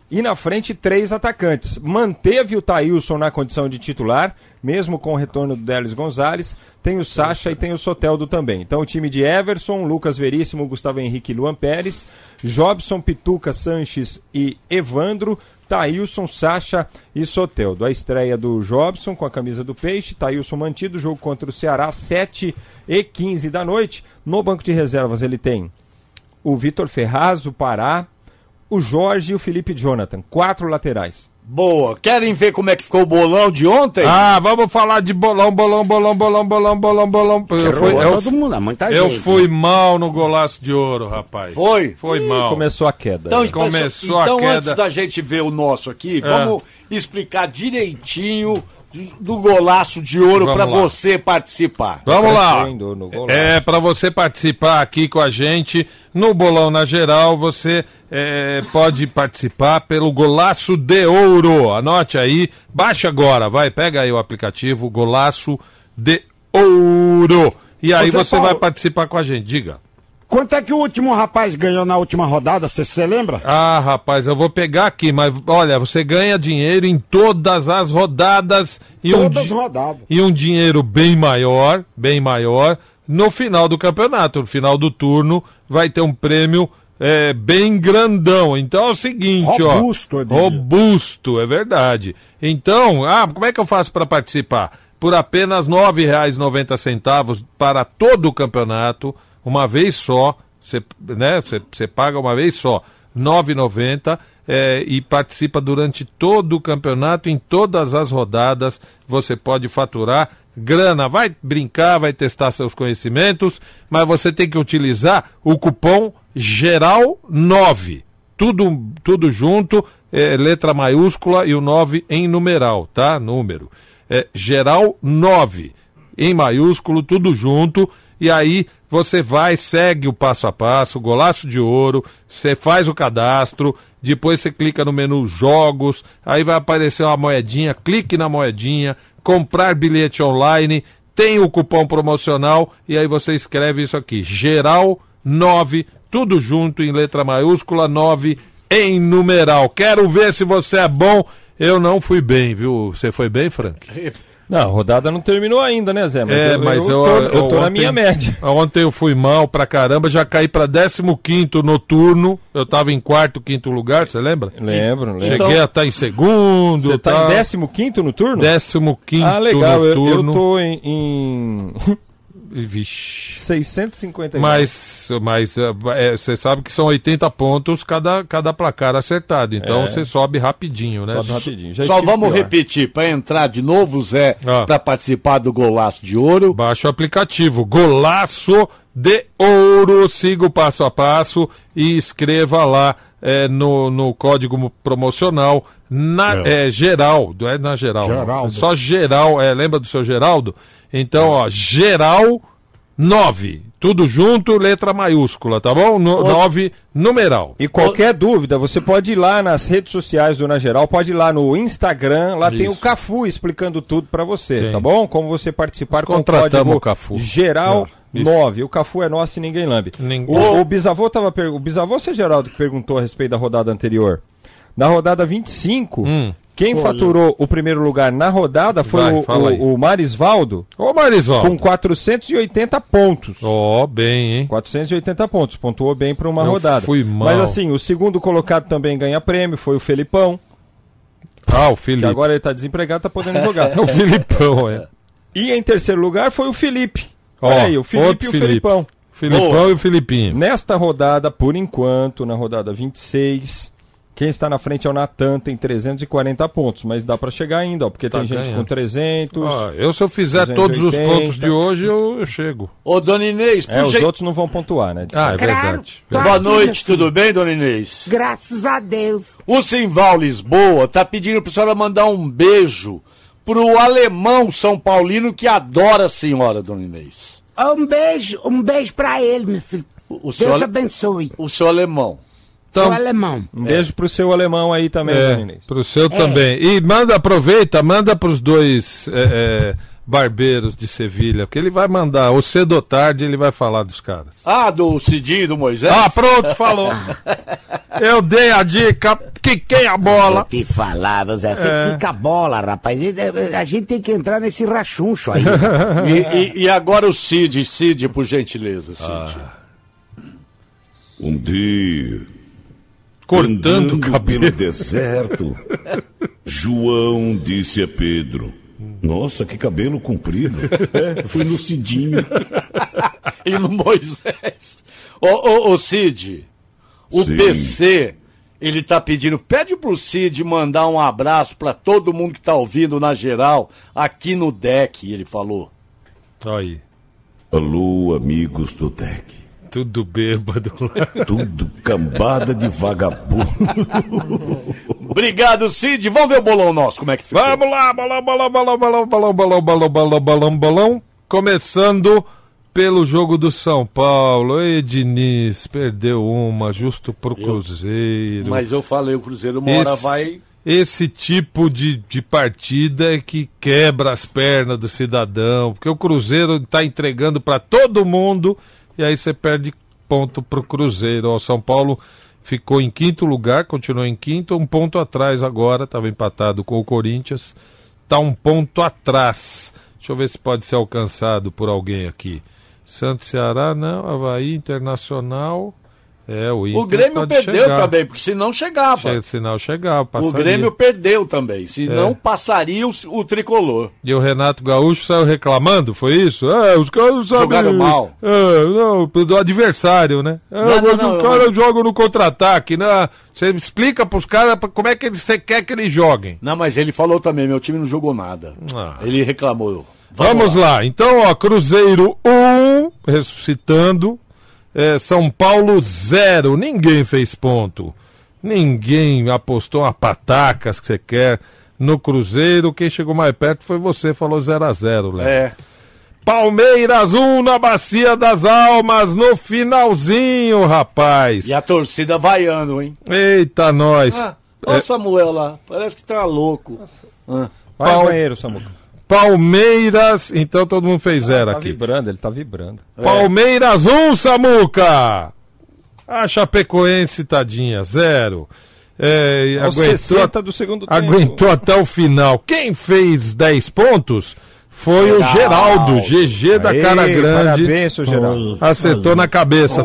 [SPEAKER 5] e na frente, três atacantes. Manteve o Thailson na condição de titular, mesmo com o retorno do Délis Gonzalez. Tem o Sacha e tem o Soteldo também. Então, o time de Everson, Lucas Veríssimo, Gustavo Henrique e Luan Pérez, Jobson, Pituca, Sanches e Evandro, Thailson, Sacha e Soteldo. A estreia do Jobson com a camisa do Peixe, Thailson mantido, jogo contra o Ceará, 7 e 15 da noite. No banco de reservas ele tem o Vitor Ferraz, o Pará, o Jorge e o Felipe Jonathan. Quatro laterais.
[SPEAKER 2] Boa. Querem ver como é que ficou o bolão de ontem?
[SPEAKER 3] Ah, vamos falar de bolão, um bolão, bolão, bolão, bolão, um bolão, bolão. Eu fui,
[SPEAKER 1] Errou
[SPEAKER 3] eu,
[SPEAKER 1] todo mundo, há muita
[SPEAKER 3] eu
[SPEAKER 1] gente.
[SPEAKER 3] fui mal no golaço de ouro, rapaz.
[SPEAKER 2] Foi?
[SPEAKER 3] Foi mal.
[SPEAKER 5] Começou a queda.
[SPEAKER 2] Então,
[SPEAKER 5] né?
[SPEAKER 2] expressão-
[SPEAKER 3] Começou a
[SPEAKER 2] então
[SPEAKER 3] queda. É.
[SPEAKER 2] antes da gente ver o nosso aqui, vamos explicar direitinho do golaço de ouro
[SPEAKER 3] Vamos
[SPEAKER 2] para
[SPEAKER 3] lá.
[SPEAKER 2] você participar.
[SPEAKER 3] Vamos lá.
[SPEAKER 5] Crescendo no golaço.
[SPEAKER 3] É, para você participar aqui com a gente no Bolão na Geral, você é, pode participar pelo Golaço de Ouro. Anote aí, baixa agora, vai, pega aí o aplicativo Golaço de Ouro. E aí
[SPEAKER 1] Ô, Zé
[SPEAKER 3] você
[SPEAKER 1] Paulo.
[SPEAKER 3] vai participar com a gente, diga.
[SPEAKER 1] Quanto é que o último rapaz ganhou na última rodada? Você se lembra?
[SPEAKER 3] Ah, rapaz, eu vou pegar aqui, mas olha, você ganha dinheiro em todas as rodadas e um
[SPEAKER 1] Todas
[SPEAKER 3] di-
[SPEAKER 1] rodadas.
[SPEAKER 3] e um dinheiro bem maior, bem maior, no final do campeonato, no final do turno, vai ter um prêmio é, bem grandão. Então é o seguinte,
[SPEAKER 1] Robusto,
[SPEAKER 3] ó.
[SPEAKER 1] eu diria.
[SPEAKER 3] Robusto, é verdade. Então, ah, como é que eu faço para participar? Por apenas R$ 9,90 para todo o campeonato, uma vez só, você né, você- você paga uma vez só, R$ 9,90 é, e participa durante todo o campeonato, em todas as rodadas, você pode faturar grana. Vai brincar, vai testar seus conhecimentos, mas você tem que utilizar o cupom GERAL9 tudo, tudo junto, é, letra maiúscula e o 9 em numeral, tá? Número. É, geral 9, em maiúsculo, tudo junto. E aí você vai, segue o passo a passo, golaço de ouro, você faz o cadastro, depois você clica no menu jogos, aí vai aparecer uma moedinha, clique na moedinha, comprar bilhete online, tem o cupom promocional e aí você escreve isso aqui, geral 9, tudo junto em letra maiúscula 9 em numeral. Quero ver se você é bom. Eu não fui bem, viu? Você foi bem, Frank?
[SPEAKER 5] Não, a rodada não terminou ainda, né, Zé?
[SPEAKER 3] é, mas eu,
[SPEAKER 5] tô, eu tô na
[SPEAKER 3] ontem-
[SPEAKER 5] minha média.
[SPEAKER 3] Ontem eu fui mal pra caramba, já caí pra 15 noturno. Eu tava em quarto, quinto lugar, você lembra?
[SPEAKER 5] Lembro, lembro.
[SPEAKER 3] Cheguei a estar em segundo.
[SPEAKER 5] Você tá
[SPEAKER 3] tal.
[SPEAKER 5] em 15 no turno?
[SPEAKER 3] Décimo quinto
[SPEAKER 5] Ah, legal. Eu, eu
[SPEAKER 3] noturno.
[SPEAKER 5] tô em, em
[SPEAKER 3] Vixe.
[SPEAKER 5] 650.
[SPEAKER 3] Mas mas é, você sabe que são 80 pontos cada, cada placar acertado. Então
[SPEAKER 5] É.
[SPEAKER 3] você sobe rapidinho, né?
[SPEAKER 5] Sobe rapidinho. Já
[SPEAKER 2] Só
[SPEAKER 5] estive
[SPEAKER 2] vamos
[SPEAKER 5] pior.
[SPEAKER 2] repetir para entrar de novo, Zé,
[SPEAKER 3] Ah.
[SPEAKER 2] para participar do golaço de ouro.
[SPEAKER 3] Baixa o aplicativo Golaço de Ouro. Siga o passo a passo e escreva lá eh, no, no código promocional na eh, Geraldo. É na Geraldo.
[SPEAKER 7] Geraldo.
[SPEAKER 3] Só Geral. É, lembra do seu Geraldo? Então, ó, Geral 9. Tudo junto, letra maiúscula, tá bom? 9, numeral.
[SPEAKER 5] E qualquer dúvida, você pode ir lá nas redes sociais do Na Geral, pode ir lá no Instagram, lá tem o
[SPEAKER 3] Isso.
[SPEAKER 5] Cafu explicando tudo pra você,
[SPEAKER 3] Tem.
[SPEAKER 5] tá bom? Como você participar
[SPEAKER 3] Nós
[SPEAKER 5] com o
[SPEAKER 3] contratamos
[SPEAKER 5] código
[SPEAKER 3] o Cafu.
[SPEAKER 5] Geral
[SPEAKER 3] É, isso.
[SPEAKER 5] 9. O Cafu é nosso e ninguém lambe.
[SPEAKER 3] Ninguém.
[SPEAKER 5] O, o bisavô tava per... o bisavô você Geraldo que perguntou a respeito da rodada anterior. Na rodada 25, quem faturou o primeiro lugar na rodada foi
[SPEAKER 3] Hum. Vai,
[SPEAKER 5] o-
[SPEAKER 3] fala aí.
[SPEAKER 5] o, o Marisvaldo
[SPEAKER 3] Ô, Marisval.
[SPEAKER 5] com 480 pontos.
[SPEAKER 3] Ó, bem, hein?
[SPEAKER 5] 480 pontos, pontuou bem para uma
[SPEAKER 3] Eu
[SPEAKER 5] rodada.
[SPEAKER 3] fui mal.
[SPEAKER 5] Mas assim, o segundo colocado também ganha prêmio, foi o Felipão,
[SPEAKER 3] Ah, o
[SPEAKER 5] que
[SPEAKER 3] Felipe.
[SPEAKER 5] agora ele tá desempregado, tá podendo jogar.
[SPEAKER 3] É o Filipão, é.
[SPEAKER 5] e em terceiro lugar foi o Felipe.
[SPEAKER 3] Ó,
[SPEAKER 5] Olha aí, o Felipe
[SPEAKER 3] outro
[SPEAKER 5] e o
[SPEAKER 3] Felipe.
[SPEAKER 5] Felipão.
[SPEAKER 3] Filipão e o Filipinho.
[SPEAKER 5] Nesta rodada, por enquanto, na rodada 26, Quem está na frente é o Natan, tem 340 pontos, mas dá para chegar ainda, ó, porque
[SPEAKER 3] Tá
[SPEAKER 5] tem gente
[SPEAKER 3] ganhando.
[SPEAKER 5] com 300.
[SPEAKER 3] Ó, eu, se eu fizer todos os
[SPEAKER 5] 280.
[SPEAKER 3] pontos de hoje, eu, eu chego.
[SPEAKER 2] Ô, dona Inês,
[SPEAKER 5] é, os
[SPEAKER 2] puxa aí.
[SPEAKER 5] outros não vão pontuar, né?
[SPEAKER 3] Ah,
[SPEAKER 1] Claro.
[SPEAKER 3] é verdade.
[SPEAKER 1] Tá
[SPEAKER 2] Boa
[SPEAKER 1] aqui,
[SPEAKER 2] noite,
[SPEAKER 1] meu
[SPEAKER 2] tudo bem, dona Inês?
[SPEAKER 1] Graças a Deus.
[SPEAKER 2] O Simval Lisboa tá pedindo pra senhora mandar um beijo pro alemão São Paulino que adora a senhora, dona Inês.
[SPEAKER 1] Um beijo, um beijo pra ele, meu filho.
[SPEAKER 2] O, o seu,
[SPEAKER 1] Deus
[SPEAKER 2] ale-
[SPEAKER 1] abençoe.
[SPEAKER 2] o seu alemão.
[SPEAKER 1] Sou
[SPEAKER 3] Então,
[SPEAKER 1] alemão.
[SPEAKER 5] Um beijo pro seu alemão aí também, dona
[SPEAKER 3] é,
[SPEAKER 5] Inês.
[SPEAKER 3] pro seu também. E manda, aproveita, manda pros dois é, é, barbeiros de Sevilha, porque ele vai mandar, ou cedo ou tarde, ele vai falar dos caras.
[SPEAKER 2] Ah, do Cidinho e do Moisés?
[SPEAKER 3] Ah, pronto, falou. Eu dei a dica, quiquei a
[SPEAKER 7] Vou
[SPEAKER 3] bola.
[SPEAKER 7] te falar, você é. quica a bola, rapaz.
[SPEAKER 1] eh,
[SPEAKER 7] A gente tem que entrar nesse rachuncho aí.
[SPEAKER 2] E, e- e agora o Cid, Cid, por gentileza, Cid.
[SPEAKER 6] Ah. Um dia,
[SPEAKER 3] Cortando o
[SPEAKER 6] andando
[SPEAKER 3] cabelo.
[SPEAKER 6] pelo deserto, João disse a Pedro: Nossa, que cabelo comprido. É, fui no Cidinho.
[SPEAKER 2] E no Moisés. Ô, ô, ô, Cid, o
[SPEAKER 6] Sim.
[SPEAKER 2] PC, ele tá pedindo, pede pro Cid mandar um abraço pra todo mundo que tá ouvindo na geral, aqui no deck, ele falou.
[SPEAKER 3] Olha Tá Aí,
[SPEAKER 6] Alô, amigos do deck.
[SPEAKER 3] tudo bêbado.
[SPEAKER 6] Tudo cambada de vagabundo.
[SPEAKER 2] Obrigado, Cid. Vamos ver o bolão nosso, como é que ficou.
[SPEAKER 3] Vamos lá, balão, balão, balão, balão, balão, balão, balão, balão, balão, balão. Começando pelo jogo do São Paulo. Ei, Diniz, perdeu uma, justo pro Cruzeiro.
[SPEAKER 2] Mas eu falei, o Cruzeiro uma hora
[SPEAKER 3] Esse,
[SPEAKER 2] vai...
[SPEAKER 3] esse tipo de, de partida é que quebra as pernas do cidadão, porque o Cruzeiro tá entregando para todo mundo e aí você perde ponto pro Cruzeiro. O São Paulo ficou em quinto lugar, continua em quinto, um ponto atrás agora, estava empatado com o Corinthians, tá um ponto atrás. Deixa eu ver se pode ser alcançado por alguém aqui. Santos Ceará, não, Havaí Internacional. É, o, Inter
[SPEAKER 2] O Grêmio
[SPEAKER 3] pode
[SPEAKER 2] perdeu
[SPEAKER 3] chegar.
[SPEAKER 2] também, porque se não chegava.
[SPEAKER 3] Chega de sinal chegar,
[SPEAKER 2] o
[SPEAKER 3] passaria. É.
[SPEAKER 2] Grêmio perdeu também, se não passaria o, o tricolor.
[SPEAKER 3] E o Renato Gaúcho saiu reclamando, foi isso? É, os caras não sabem.
[SPEAKER 2] Jogaram mal.
[SPEAKER 3] É, não, do adversário, né? É,
[SPEAKER 2] Não, não,
[SPEAKER 3] mas
[SPEAKER 2] não,
[SPEAKER 3] os
[SPEAKER 2] eu-
[SPEAKER 3] caras jogam no contra-ataque, né? Você explica pros caras pra- como é que eles- você quer que eles joguem.
[SPEAKER 2] Não, mas ele falou também, meu time não jogou nada.
[SPEAKER 3] Ah.
[SPEAKER 2] Ele reclamou.
[SPEAKER 3] Vamos lá. Então, ó, Cruzeiro 1, ressuscitando. É, São Paulo 0. Ninguém fez ponto. Ninguém apostou a patacas que você quer no Cruzeiro. Quem chegou mais perto foi você, falou 0 a 0 Léo.
[SPEAKER 2] É.
[SPEAKER 3] Palmeiras 1 na Bacia das Almas, no finalzinho, rapaz.
[SPEAKER 2] E a torcida vaiando, hein?
[SPEAKER 3] Eita, nós.
[SPEAKER 2] Ah,
[SPEAKER 3] é-
[SPEAKER 2] olha o Samuel lá, parece que tá louco. Ah.
[SPEAKER 5] Vai
[SPEAKER 3] Pau-
[SPEAKER 5] ao banheiro, Samuca.
[SPEAKER 3] Palmeiras. Então todo mundo fez zero
[SPEAKER 5] Tá
[SPEAKER 3] aqui.
[SPEAKER 5] vibrando, ele tá vibrando.
[SPEAKER 3] É. Palmeiras 1, Samuca! A Chapecoense, tadinha, zero. É, e
[SPEAKER 5] Aos
[SPEAKER 3] aguentou, Ah,
[SPEAKER 5] 60 do segundo tempo.
[SPEAKER 3] aguentou até o final. Quem fez 10 pontos foi o Geraldo, GG da
[SPEAKER 5] Aê,
[SPEAKER 3] Cara Grande.
[SPEAKER 5] Parabéns, seu Geraldo.
[SPEAKER 3] Acertou na cabeça.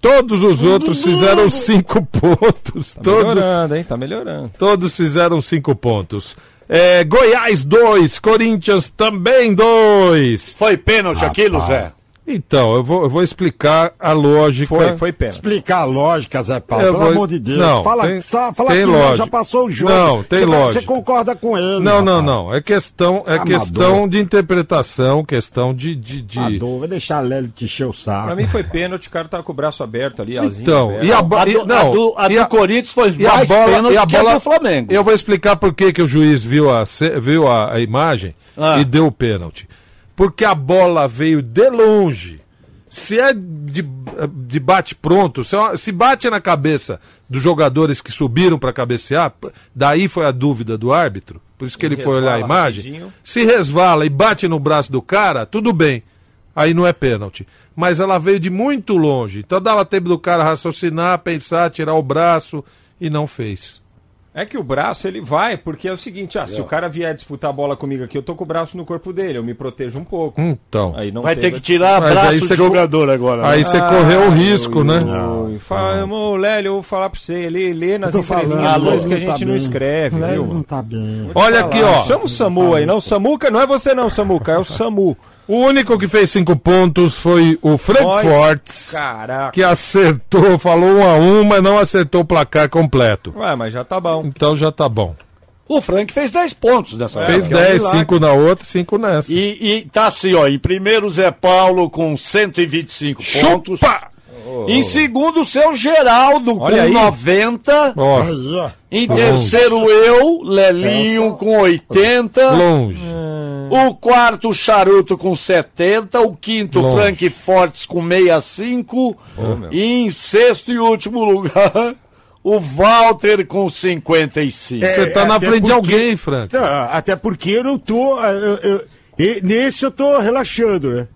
[SPEAKER 3] Todos os outros fizeram 5 pontos.
[SPEAKER 5] Tá
[SPEAKER 3] Todos,
[SPEAKER 5] melhorando, hein? Tá melhorando.
[SPEAKER 3] Todos fizeram cinco pontos. É, Goiás 2, Corinthians também 2.
[SPEAKER 2] Foi pênalti aquilo, Zé?
[SPEAKER 3] Então, eu vou, eu vou explicar a lógica.
[SPEAKER 5] Foi, foi pena.
[SPEAKER 1] Explicar a lógica, Zé Paulo,
[SPEAKER 3] Eu
[SPEAKER 1] pelo
[SPEAKER 3] vou-
[SPEAKER 1] amor de Deus.
[SPEAKER 3] Não,
[SPEAKER 1] fala
[SPEAKER 3] tem-
[SPEAKER 1] só, fala
[SPEAKER 3] tem
[SPEAKER 1] que não,
[SPEAKER 3] lógica.
[SPEAKER 1] já passou o jogo.
[SPEAKER 3] Não, tem
[SPEAKER 1] você, vai-
[SPEAKER 3] lógica.
[SPEAKER 1] Você concorda com ele.
[SPEAKER 3] Não, não,
[SPEAKER 1] rapaz.
[SPEAKER 3] não. É questão, é
[SPEAKER 1] Amador.
[SPEAKER 3] questão de interpretação, questão de. de, de-
[SPEAKER 1] Amador, vai deixar a Lely te encher o saco.
[SPEAKER 5] Pra mim foi pênalti, o cara tava com o braço aberto ali, asinha
[SPEAKER 3] Ah. Então,
[SPEAKER 5] aberta.
[SPEAKER 3] e a, bo-
[SPEAKER 2] A do,
[SPEAKER 3] e- não,
[SPEAKER 2] a do- a
[SPEAKER 3] e
[SPEAKER 2] do
[SPEAKER 3] a-
[SPEAKER 2] Corinthians foi
[SPEAKER 3] e a
[SPEAKER 2] mais
[SPEAKER 3] bola,
[SPEAKER 2] pênalti
[SPEAKER 3] e a
[SPEAKER 2] que a
[SPEAKER 3] bola
[SPEAKER 2] do Flamengo.
[SPEAKER 3] Eu vou explicar por que, que o juiz viu a, ce- viu a, a imagem
[SPEAKER 2] Ah.
[SPEAKER 3] e deu o pênalti. Porque a bola veio de longe. Se é de, de bate pronto, se, é uma- se bate na cabeça dos jogadores que subiram para cabecear, p- daí foi a dúvida do árbitro, por isso que ele foi olhar a
[SPEAKER 5] resvala
[SPEAKER 3] imagem.
[SPEAKER 5] rapidinho.
[SPEAKER 3] Se resvala e bate no braço do cara, tudo bem. Aí não é pênalti. Mas ela veio de muito longe. Então dava tempo do cara raciocinar, pensar, tirar o braço e não fez.
[SPEAKER 5] É que o braço ele vai, porque é o seguinte, ah, se o cara vier disputar a bola comigo aqui, eu tô com o braço no corpo dele, eu me protejo um pouco.
[SPEAKER 3] Então.
[SPEAKER 5] Aí não
[SPEAKER 2] Vai ter
[SPEAKER 5] teve- Ah,
[SPEAKER 2] que tirar
[SPEAKER 3] Mas aí
[SPEAKER 2] braço
[SPEAKER 3] você
[SPEAKER 2] do jogador agora. né?
[SPEAKER 3] Aí você correu o risco, né? Ah.
[SPEAKER 5] Ui, Fala, irmão, Lélio, eu vou falar pra você, lê, lê nas
[SPEAKER 1] Tô falando,
[SPEAKER 5] entrelinhas coisas que a
[SPEAKER 1] Lélio não tá
[SPEAKER 5] gente não
[SPEAKER 1] bem.
[SPEAKER 5] escreve,
[SPEAKER 1] Lely
[SPEAKER 5] viu?
[SPEAKER 1] não tá bem.
[SPEAKER 3] Olha aqui, ó.
[SPEAKER 5] Chama o Samu aí, não. Samuca não é você não, Samuca, é o Samu.
[SPEAKER 3] O único que fez cinco pontos foi o Frankfurt,
[SPEAKER 5] Mas, caraca.
[SPEAKER 3] que acertou, falou um a um, mas não acertou o placar completo.
[SPEAKER 5] Ué, mas já tá bom.
[SPEAKER 3] Então já tá bom.
[SPEAKER 2] O Frank fez 10 pontos dessa vez.
[SPEAKER 3] Fez
[SPEAKER 5] É,
[SPEAKER 3] 10, 5 na outra, 5 nessa.
[SPEAKER 2] E, e tá assim, ó. Em primeiro, Zé Paulo com 125 pontos. Em segundo, o seu Geraldo
[SPEAKER 5] Olha
[SPEAKER 2] com
[SPEAKER 5] aí.
[SPEAKER 2] 90.
[SPEAKER 3] Ó,
[SPEAKER 2] Em terceiro, eu, Lelinho, com 80.
[SPEAKER 3] longe.
[SPEAKER 2] O quarto, o Charuto, com 70. O quinto,
[SPEAKER 3] Longe.
[SPEAKER 2] Frank Fortes, com 65.
[SPEAKER 5] meu.
[SPEAKER 2] e em sexto e último lugar, o Walter, com 55.
[SPEAKER 3] Você tá
[SPEAKER 8] É,
[SPEAKER 3] na
[SPEAKER 8] até
[SPEAKER 3] frente de
[SPEAKER 8] porque-
[SPEAKER 3] alguém, Frank.
[SPEAKER 8] Tá, até porque eu não tô. ah, eu- eu- e- nesse eu tô relaxando, né?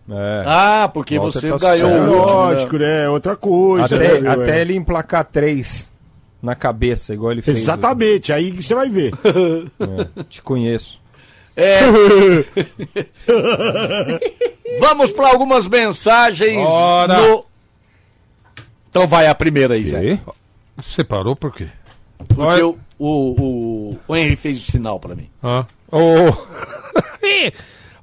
[SPEAKER 5] É.
[SPEAKER 2] Ah, porque
[SPEAKER 5] Walter
[SPEAKER 2] você
[SPEAKER 5] tá
[SPEAKER 2] ganhou
[SPEAKER 5] certo.
[SPEAKER 2] o último, né?
[SPEAKER 8] Lógico, né? Outra coisa. né,
[SPEAKER 5] Até,
[SPEAKER 8] meu?
[SPEAKER 5] até
[SPEAKER 8] É.
[SPEAKER 5] ele emplacar três na cabeça, igual ele fez.
[SPEAKER 8] Exatamente, aí que você vai ver.
[SPEAKER 5] Eu Te conheço.
[SPEAKER 2] É. Vamos para algumas mensagens
[SPEAKER 3] Bora.
[SPEAKER 2] no- Então vai a primeira aí, Zé.
[SPEAKER 5] E?
[SPEAKER 3] Você parou por quê?
[SPEAKER 2] Porque o, o, o, o Henry fez o sinal para mim.
[SPEAKER 3] Ah. Ô, ô.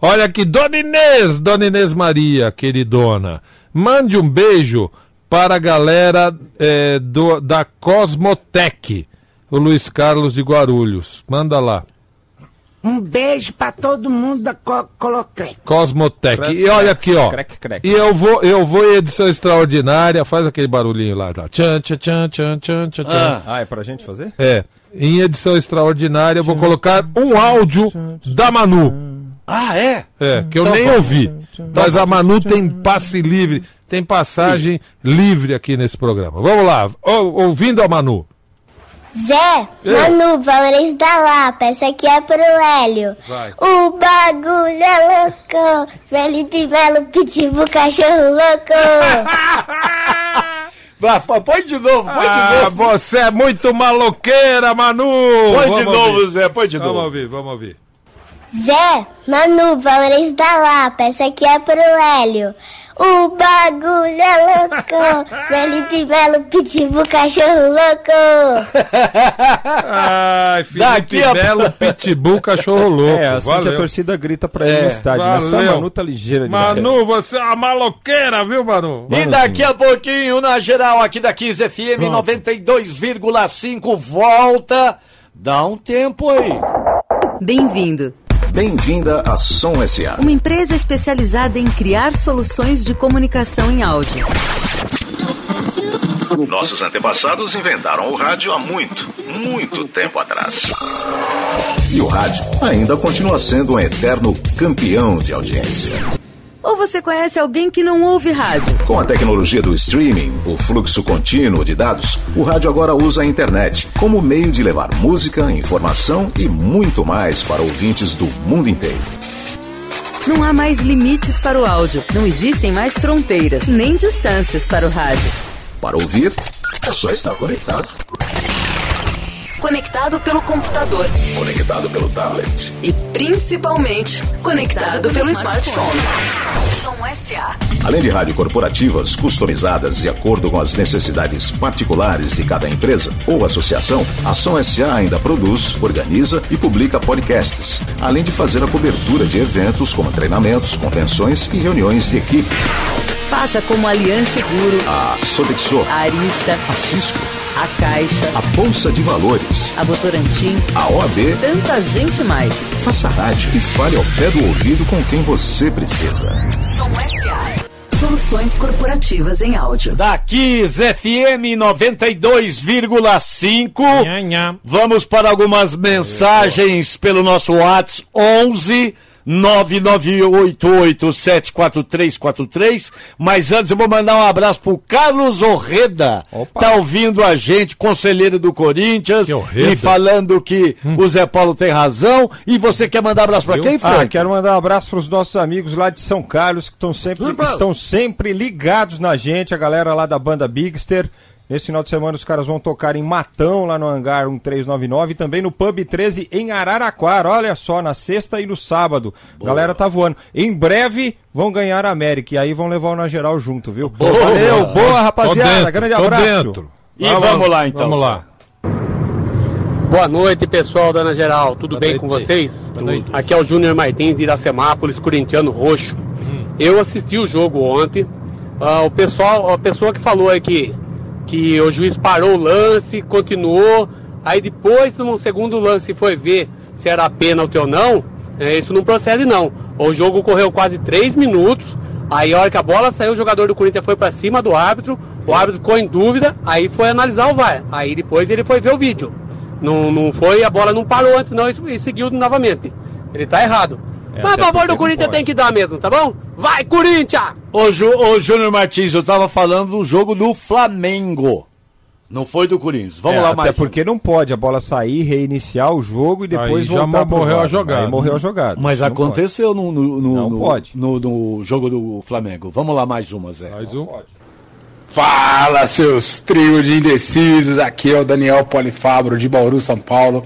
[SPEAKER 3] Olha aqui, Dona Inês, Dona Inês Maria, queridona. Mande um beijo para a galera eh, do, da Cosmotec, o Luiz Carlos de Guarulhos. Manda lá.
[SPEAKER 7] Um beijo pra todo mundo da Co Colocré.
[SPEAKER 3] Cosmotec.
[SPEAKER 5] Crack,
[SPEAKER 3] E olha
[SPEAKER 5] cracks,
[SPEAKER 3] aqui, ó.
[SPEAKER 5] crack, cracks.
[SPEAKER 3] E eu vou, eu vou em edição extraordinária, faz aquele barulhinho lá, tá? Tchan, tchan, tchan, tchan, tchan, tchan. tchan.
[SPEAKER 5] Ah, é pra gente fazer?
[SPEAKER 3] É. Em edição extraordinária, eu vou colocar um áudio da Manu.
[SPEAKER 2] Ah, é?
[SPEAKER 3] É,
[SPEAKER 5] Tá
[SPEAKER 3] que eu nem ouvi. Mas a Manu tem passe livre, tem passagem livre aqui nesse programa. Vamos lá, ou- ouvindo a Manu.
[SPEAKER 9] Zé, Manu, Palmeiras da Lapa, essa aqui é pro Hélio.
[SPEAKER 3] Vai.
[SPEAKER 9] O bagulho é louco, Felipe Melo, Pitbull, cachorro louco.
[SPEAKER 2] Vai, fa- põe de novo, põe de
[SPEAKER 3] Ah,
[SPEAKER 2] novo.
[SPEAKER 3] você é muito maloqueira, Manu!
[SPEAKER 2] Põe de
[SPEAKER 3] Vamos
[SPEAKER 2] novo,
[SPEAKER 3] ouvir.
[SPEAKER 2] Zé, põe de
[SPEAKER 3] Vamos
[SPEAKER 2] novo.
[SPEAKER 3] ouvir, vamos ouvir.
[SPEAKER 9] Zé, Manu, Palmeiras da Lapa, essa aqui é pro Hélio. O bagulho é louco, Felipe Melo, Pitbull, cachorro louco.
[SPEAKER 3] Ai, Felipe
[SPEAKER 2] Daqui a-
[SPEAKER 3] Belo, Pitbull, cachorro louco.
[SPEAKER 5] É, assim que a
[SPEAKER 3] Valeu.
[SPEAKER 5] torcida grita pra ele
[SPEAKER 2] É,
[SPEAKER 5] no estádio. Mas essa
[SPEAKER 3] valeu.
[SPEAKER 5] Manu tá ligeira demais.
[SPEAKER 3] Manu, você é uma maloqueira, viu, Manu?
[SPEAKER 2] E daqui a pouquinho, na geral, aqui da 15 FM 92,5, volta. Dá um tempo aí.
[SPEAKER 10] Bem-vindo.
[SPEAKER 11] Bem-vinda à Som SA.
[SPEAKER 10] Uma empresa especializada em criar soluções de comunicação em áudio.
[SPEAKER 11] Nossos antepassados inventaram o rádio há muito, muito tempo atrás. E o rádio ainda continua sendo um eterno campeão de audiência.
[SPEAKER 10] Ou você conhece alguém que não ouve rádio?
[SPEAKER 11] Com a tecnologia do streaming, o fluxo contínuo de dados, o rádio agora usa a internet como meio de levar música, informação e muito mais para ouvintes do mundo inteiro.
[SPEAKER 10] Não há mais limites para o áudio. Não existem mais fronteiras, nem distâncias para o rádio.
[SPEAKER 11] Para ouvir, é só estar conectado.
[SPEAKER 10] Conectado pelo computador
[SPEAKER 11] Conectado pelo tablet.
[SPEAKER 10] e principalmente conectado pelo smartphone. Som SA.
[SPEAKER 11] Além de rádio corporativas customizadas de acordo com as necessidades particulares de cada empresa ou associação, a Som SA ainda produz, organiza e publica podcasts, além de fazer a cobertura de eventos como treinamentos, convenções e reuniões de equipe.
[SPEAKER 10] Faça como Aliança Seguro,
[SPEAKER 11] A Sodexo,
[SPEAKER 10] a Arista,
[SPEAKER 11] a Cisco,
[SPEAKER 10] a Caixa,
[SPEAKER 11] a Bolsa de Valores,
[SPEAKER 10] a Votorantim,
[SPEAKER 11] a OAB,
[SPEAKER 10] tanta gente mais.
[SPEAKER 11] faça rádio e fale ao pé do ouvido com quem você precisa.
[SPEAKER 10] Som SA. Soluções corporativas em áudio.
[SPEAKER 2] Da Kiss FM 92,5. Vamos para algumas mensagens pelo nosso WhatsApp 11 998874343. Mas antes eu vou mandar um abraço pro Carlos Orreda.
[SPEAKER 5] Opa.
[SPEAKER 2] Tá ouvindo a gente, conselheiro do Corinthians,
[SPEAKER 3] Que Orreda. Hum.
[SPEAKER 2] e falando que o Zé Paulo tem razão. E você quer mandar um abraço pra quem,
[SPEAKER 5] Ah,
[SPEAKER 2] Frank?
[SPEAKER 5] quero mandar um abraço pros nossos amigos lá de São Carlos que estão sempre, estão sempre ligados na gente, a galera lá da banda Bigster. Nesse final de semana os caras vão tocar em Matão, lá no Hangar 1399, e também no Pub 13 em Araraquara. Olha só, na sexta e no sábado. A Galera tá voando. Em breve vão ganhar a América e aí vão levar o na geral junto, viu? Valeu, boa rapaziada,
[SPEAKER 3] Tô dentro,
[SPEAKER 5] grande
[SPEAKER 3] tô
[SPEAKER 5] abraço.
[SPEAKER 3] dentro.
[SPEAKER 2] E vamos lá, então.
[SPEAKER 3] Vamos lá.
[SPEAKER 12] Boa noite, pessoal da Ana Geral. Tudo
[SPEAKER 3] Boa
[SPEAKER 12] bem
[SPEAKER 3] noite.
[SPEAKER 12] com vocês?
[SPEAKER 3] Boa noite.
[SPEAKER 12] Aqui é o Júnior Martins de Iracemápolis, corintiano roxo.
[SPEAKER 3] Hum.
[SPEAKER 12] Eu assisti o jogo ontem. Ah, o pessoal, a pessoa que falou aí que, que o juiz parou o lance, continuou. Aí depois, no segundo lance, foi ver se era pênalti ou não. É, isso não procede, não. O jogo correu quase três minutos. Aí, a hora que a bola saiu, o jogador do Corinthians foi para cima do árbitro.
[SPEAKER 3] Hum.
[SPEAKER 12] O árbitro ficou em dúvida. Aí foi analisar o VAR. Aí depois ele foi ver o vídeo. Não, não foi, a bola não parou antes, não, e, e seguiu novamente. Ele tá errado.
[SPEAKER 2] É,
[SPEAKER 12] Mas a
[SPEAKER 2] até
[SPEAKER 12] favor
[SPEAKER 2] porque
[SPEAKER 12] do
[SPEAKER 2] não
[SPEAKER 12] Corinthians
[SPEAKER 2] pode.
[SPEAKER 12] tem que dar mesmo, tá bom? Vai, Corinthians!
[SPEAKER 2] Ô, Ju, ô Júnior Martins, eu tava falando do jogo do Flamengo. Não foi do Corinthians. Vamos
[SPEAKER 5] É,
[SPEAKER 2] lá,
[SPEAKER 5] até
[SPEAKER 2] mais.
[SPEAKER 5] porque não pode a bola sair, reiniciar o jogo e depois
[SPEAKER 2] Aí já
[SPEAKER 5] voltar pro
[SPEAKER 2] morreu a
[SPEAKER 5] VAR.
[SPEAKER 2] jogada. né?
[SPEAKER 5] Aí morreu a jogada.
[SPEAKER 2] Mas
[SPEAKER 5] Não
[SPEAKER 2] aconteceu no, no, no,
[SPEAKER 5] Não
[SPEAKER 2] no-
[SPEAKER 5] pode.
[SPEAKER 2] no- no jogo do Flamengo. Vamos lá, mais uma, Zé. Mais
[SPEAKER 3] um.
[SPEAKER 13] Fala, seus trio de indecisos. Aqui é o Daniel Polifabro de Bauru, São Paulo,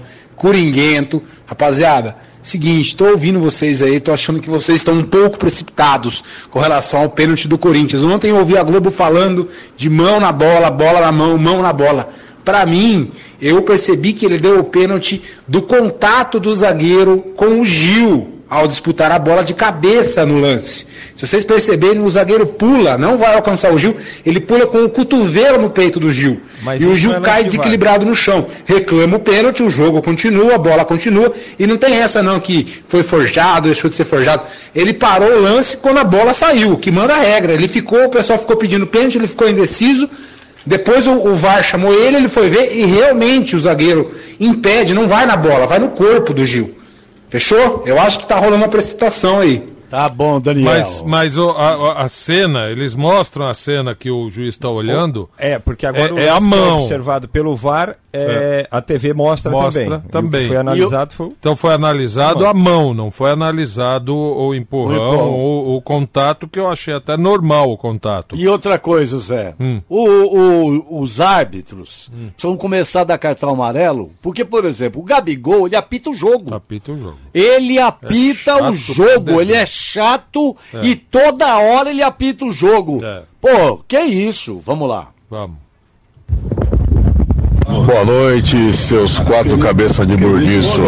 [SPEAKER 13] Curinguento. Rapaziada, seguinte, tô ouvindo vocês aí, tô achando que vocês estão um pouco precipitados com relação ao pênalti do Corinthians. Ontem eu ouvi a Globo falando de mão na bola, bola na mão, mão na bola. Pra mim, eu percebi que ele deu o pênalti do contato do zagueiro com o Gil ao disputar a bola de cabeça no lance. Se vocês perceberem, o zagueiro pula, não vai alcançar o Gil, ele pula com o cotovelo no peito do Gil.
[SPEAKER 5] Mas
[SPEAKER 13] e
[SPEAKER 5] isso não
[SPEAKER 13] o
[SPEAKER 5] é
[SPEAKER 13] Gil
[SPEAKER 5] lance
[SPEAKER 13] cai
[SPEAKER 5] de
[SPEAKER 13] desequilibrado equilibrado no chão. Reclama o pênalti, o jogo continua, a bola continua. E não tem essa não que foi forjado, deixou de ser forjado. Ele parou o lance quando a bola saiu, que manda a regra. Ele ficou, o pessoal ficou pedindo pênalti, ele ficou indeciso. Depois o, o VAR chamou ele, ele foi ver e realmente o zagueiro impede, não vai na bola, vai no corpo do Gil. Fechou? Eu acho que tá rolando uma precipitação aí.
[SPEAKER 2] Tá bom, Daniel.
[SPEAKER 3] Mas, mas o- a, a- a cena, eles mostram a cena que o juiz está olhando.
[SPEAKER 5] É, porque agora
[SPEAKER 3] é,
[SPEAKER 5] o
[SPEAKER 3] é a
[SPEAKER 5] lance que é
[SPEAKER 3] mão.
[SPEAKER 5] observado pelo VAR, é, a TV mostra,
[SPEAKER 3] Mostra
[SPEAKER 5] também. E o
[SPEAKER 3] também.
[SPEAKER 5] que foi analisado foi o-
[SPEAKER 3] Então foi analisado
[SPEAKER 5] a
[SPEAKER 3] a mão, não foi analisado o empurrão,
[SPEAKER 2] O empurrão.
[SPEAKER 3] O, o contato, que eu achei até normal o contato.
[SPEAKER 2] E outra coisa, Zé.
[SPEAKER 3] Hum.
[SPEAKER 2] O- o- os árbitros precisam começar a dar cartão amarelo, porque, por exemplo, o Gabigol, ele apita o jogo.
[SPEAKER 3] Apita o jogo. É
[SPEAKER 2] Ele apita
[SPEAKER 3] chato
[SPEAKER 2] o
[SPEAKER 3] pra
[SPEAKER 2] jogo,
[SPEAKER 3] dedéu.
[SPEAKER 2] ele é chato
[SPEAKER 3] É.
[SPEAKER 2] e toda hora ele apita o jogo. Pô, que isso? Vamos lá.
[SPEAKER 3] Vamos.
[SPEAKER 14] Boa noite, seus quatro cabeças de burdiço.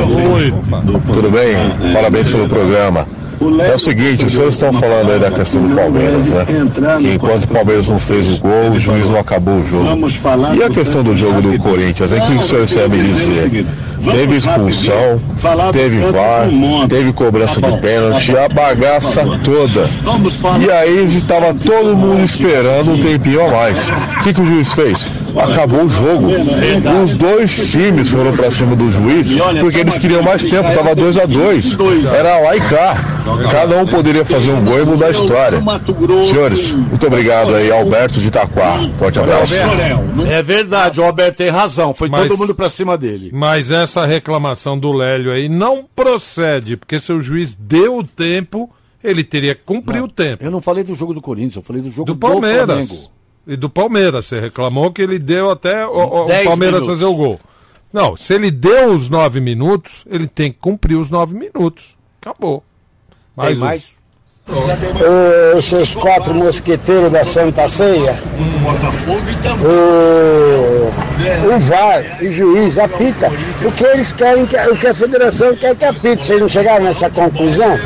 [SPEAKER 14] Tudo bem? Parabéns pelo programa. É o seguinte, os senhores estão falando aí da questão do Palmeiras, né? Que enquanto o Palmeiras não fez o gol, o juiz não acabou o jogo. E a questão do jogo do Corinthians, hein? O que os senhores sabem me dizer? Teve expulsão, teve VAR, teve cobrança de pênalti, a bagaça toda. E aí estava todo mundo esperando um tempinho a mais. O que, que o juiz fez? Acabou o jogo. Os dois times foram pra cima do juiz porque eles queriam mais tempo, tava 2 a 2 Era lá e cá. Cada um poderia fazer um gol e mudar a história. Senhores, muito obrigado aí, Alberto de Itaquá. Forte abraço.
[SPEAKER 2] É verdade, o Alberto tem razão. Foi
[SPEAKER 3] Mas-
[SPEAKER 2] todo mundo pra cima dele.
[SPEAKER 3] Mas essa reclamação do Lélio aí não procede, porque se o juiz deu o tempo, ele teria que cumprir o tempo.
[SPEAKER 2] Eu não falei do jogo do Corinthians, eu falei do jogo
[SPEAKER 3] do
[SPEAKER 2] do
[SPEAKER 3] Palmeiras.
[SPEAKER 2] Flamengo.
[SPEAKER 3] e do Palmeiras, você reclamou que ele deu até o, o- o
[SPEAKER 2] Dez
[SPEAKER 3] Palmeiras
[SPEAKER 2] minutos.
[SPEAKER 3] fazer o gol. Não, se ele deu os nove minutos, ele tem que cumprir os nove minutos. Acabou. Mais um.
[SPEAKER 15] Ô, seus quatro mosqueteiros da Santa Ceia. O, o VAR, o juiz apita. O que eles querem, que- o que a federação quer que apite. Vocês não chegaram nessa conclusão?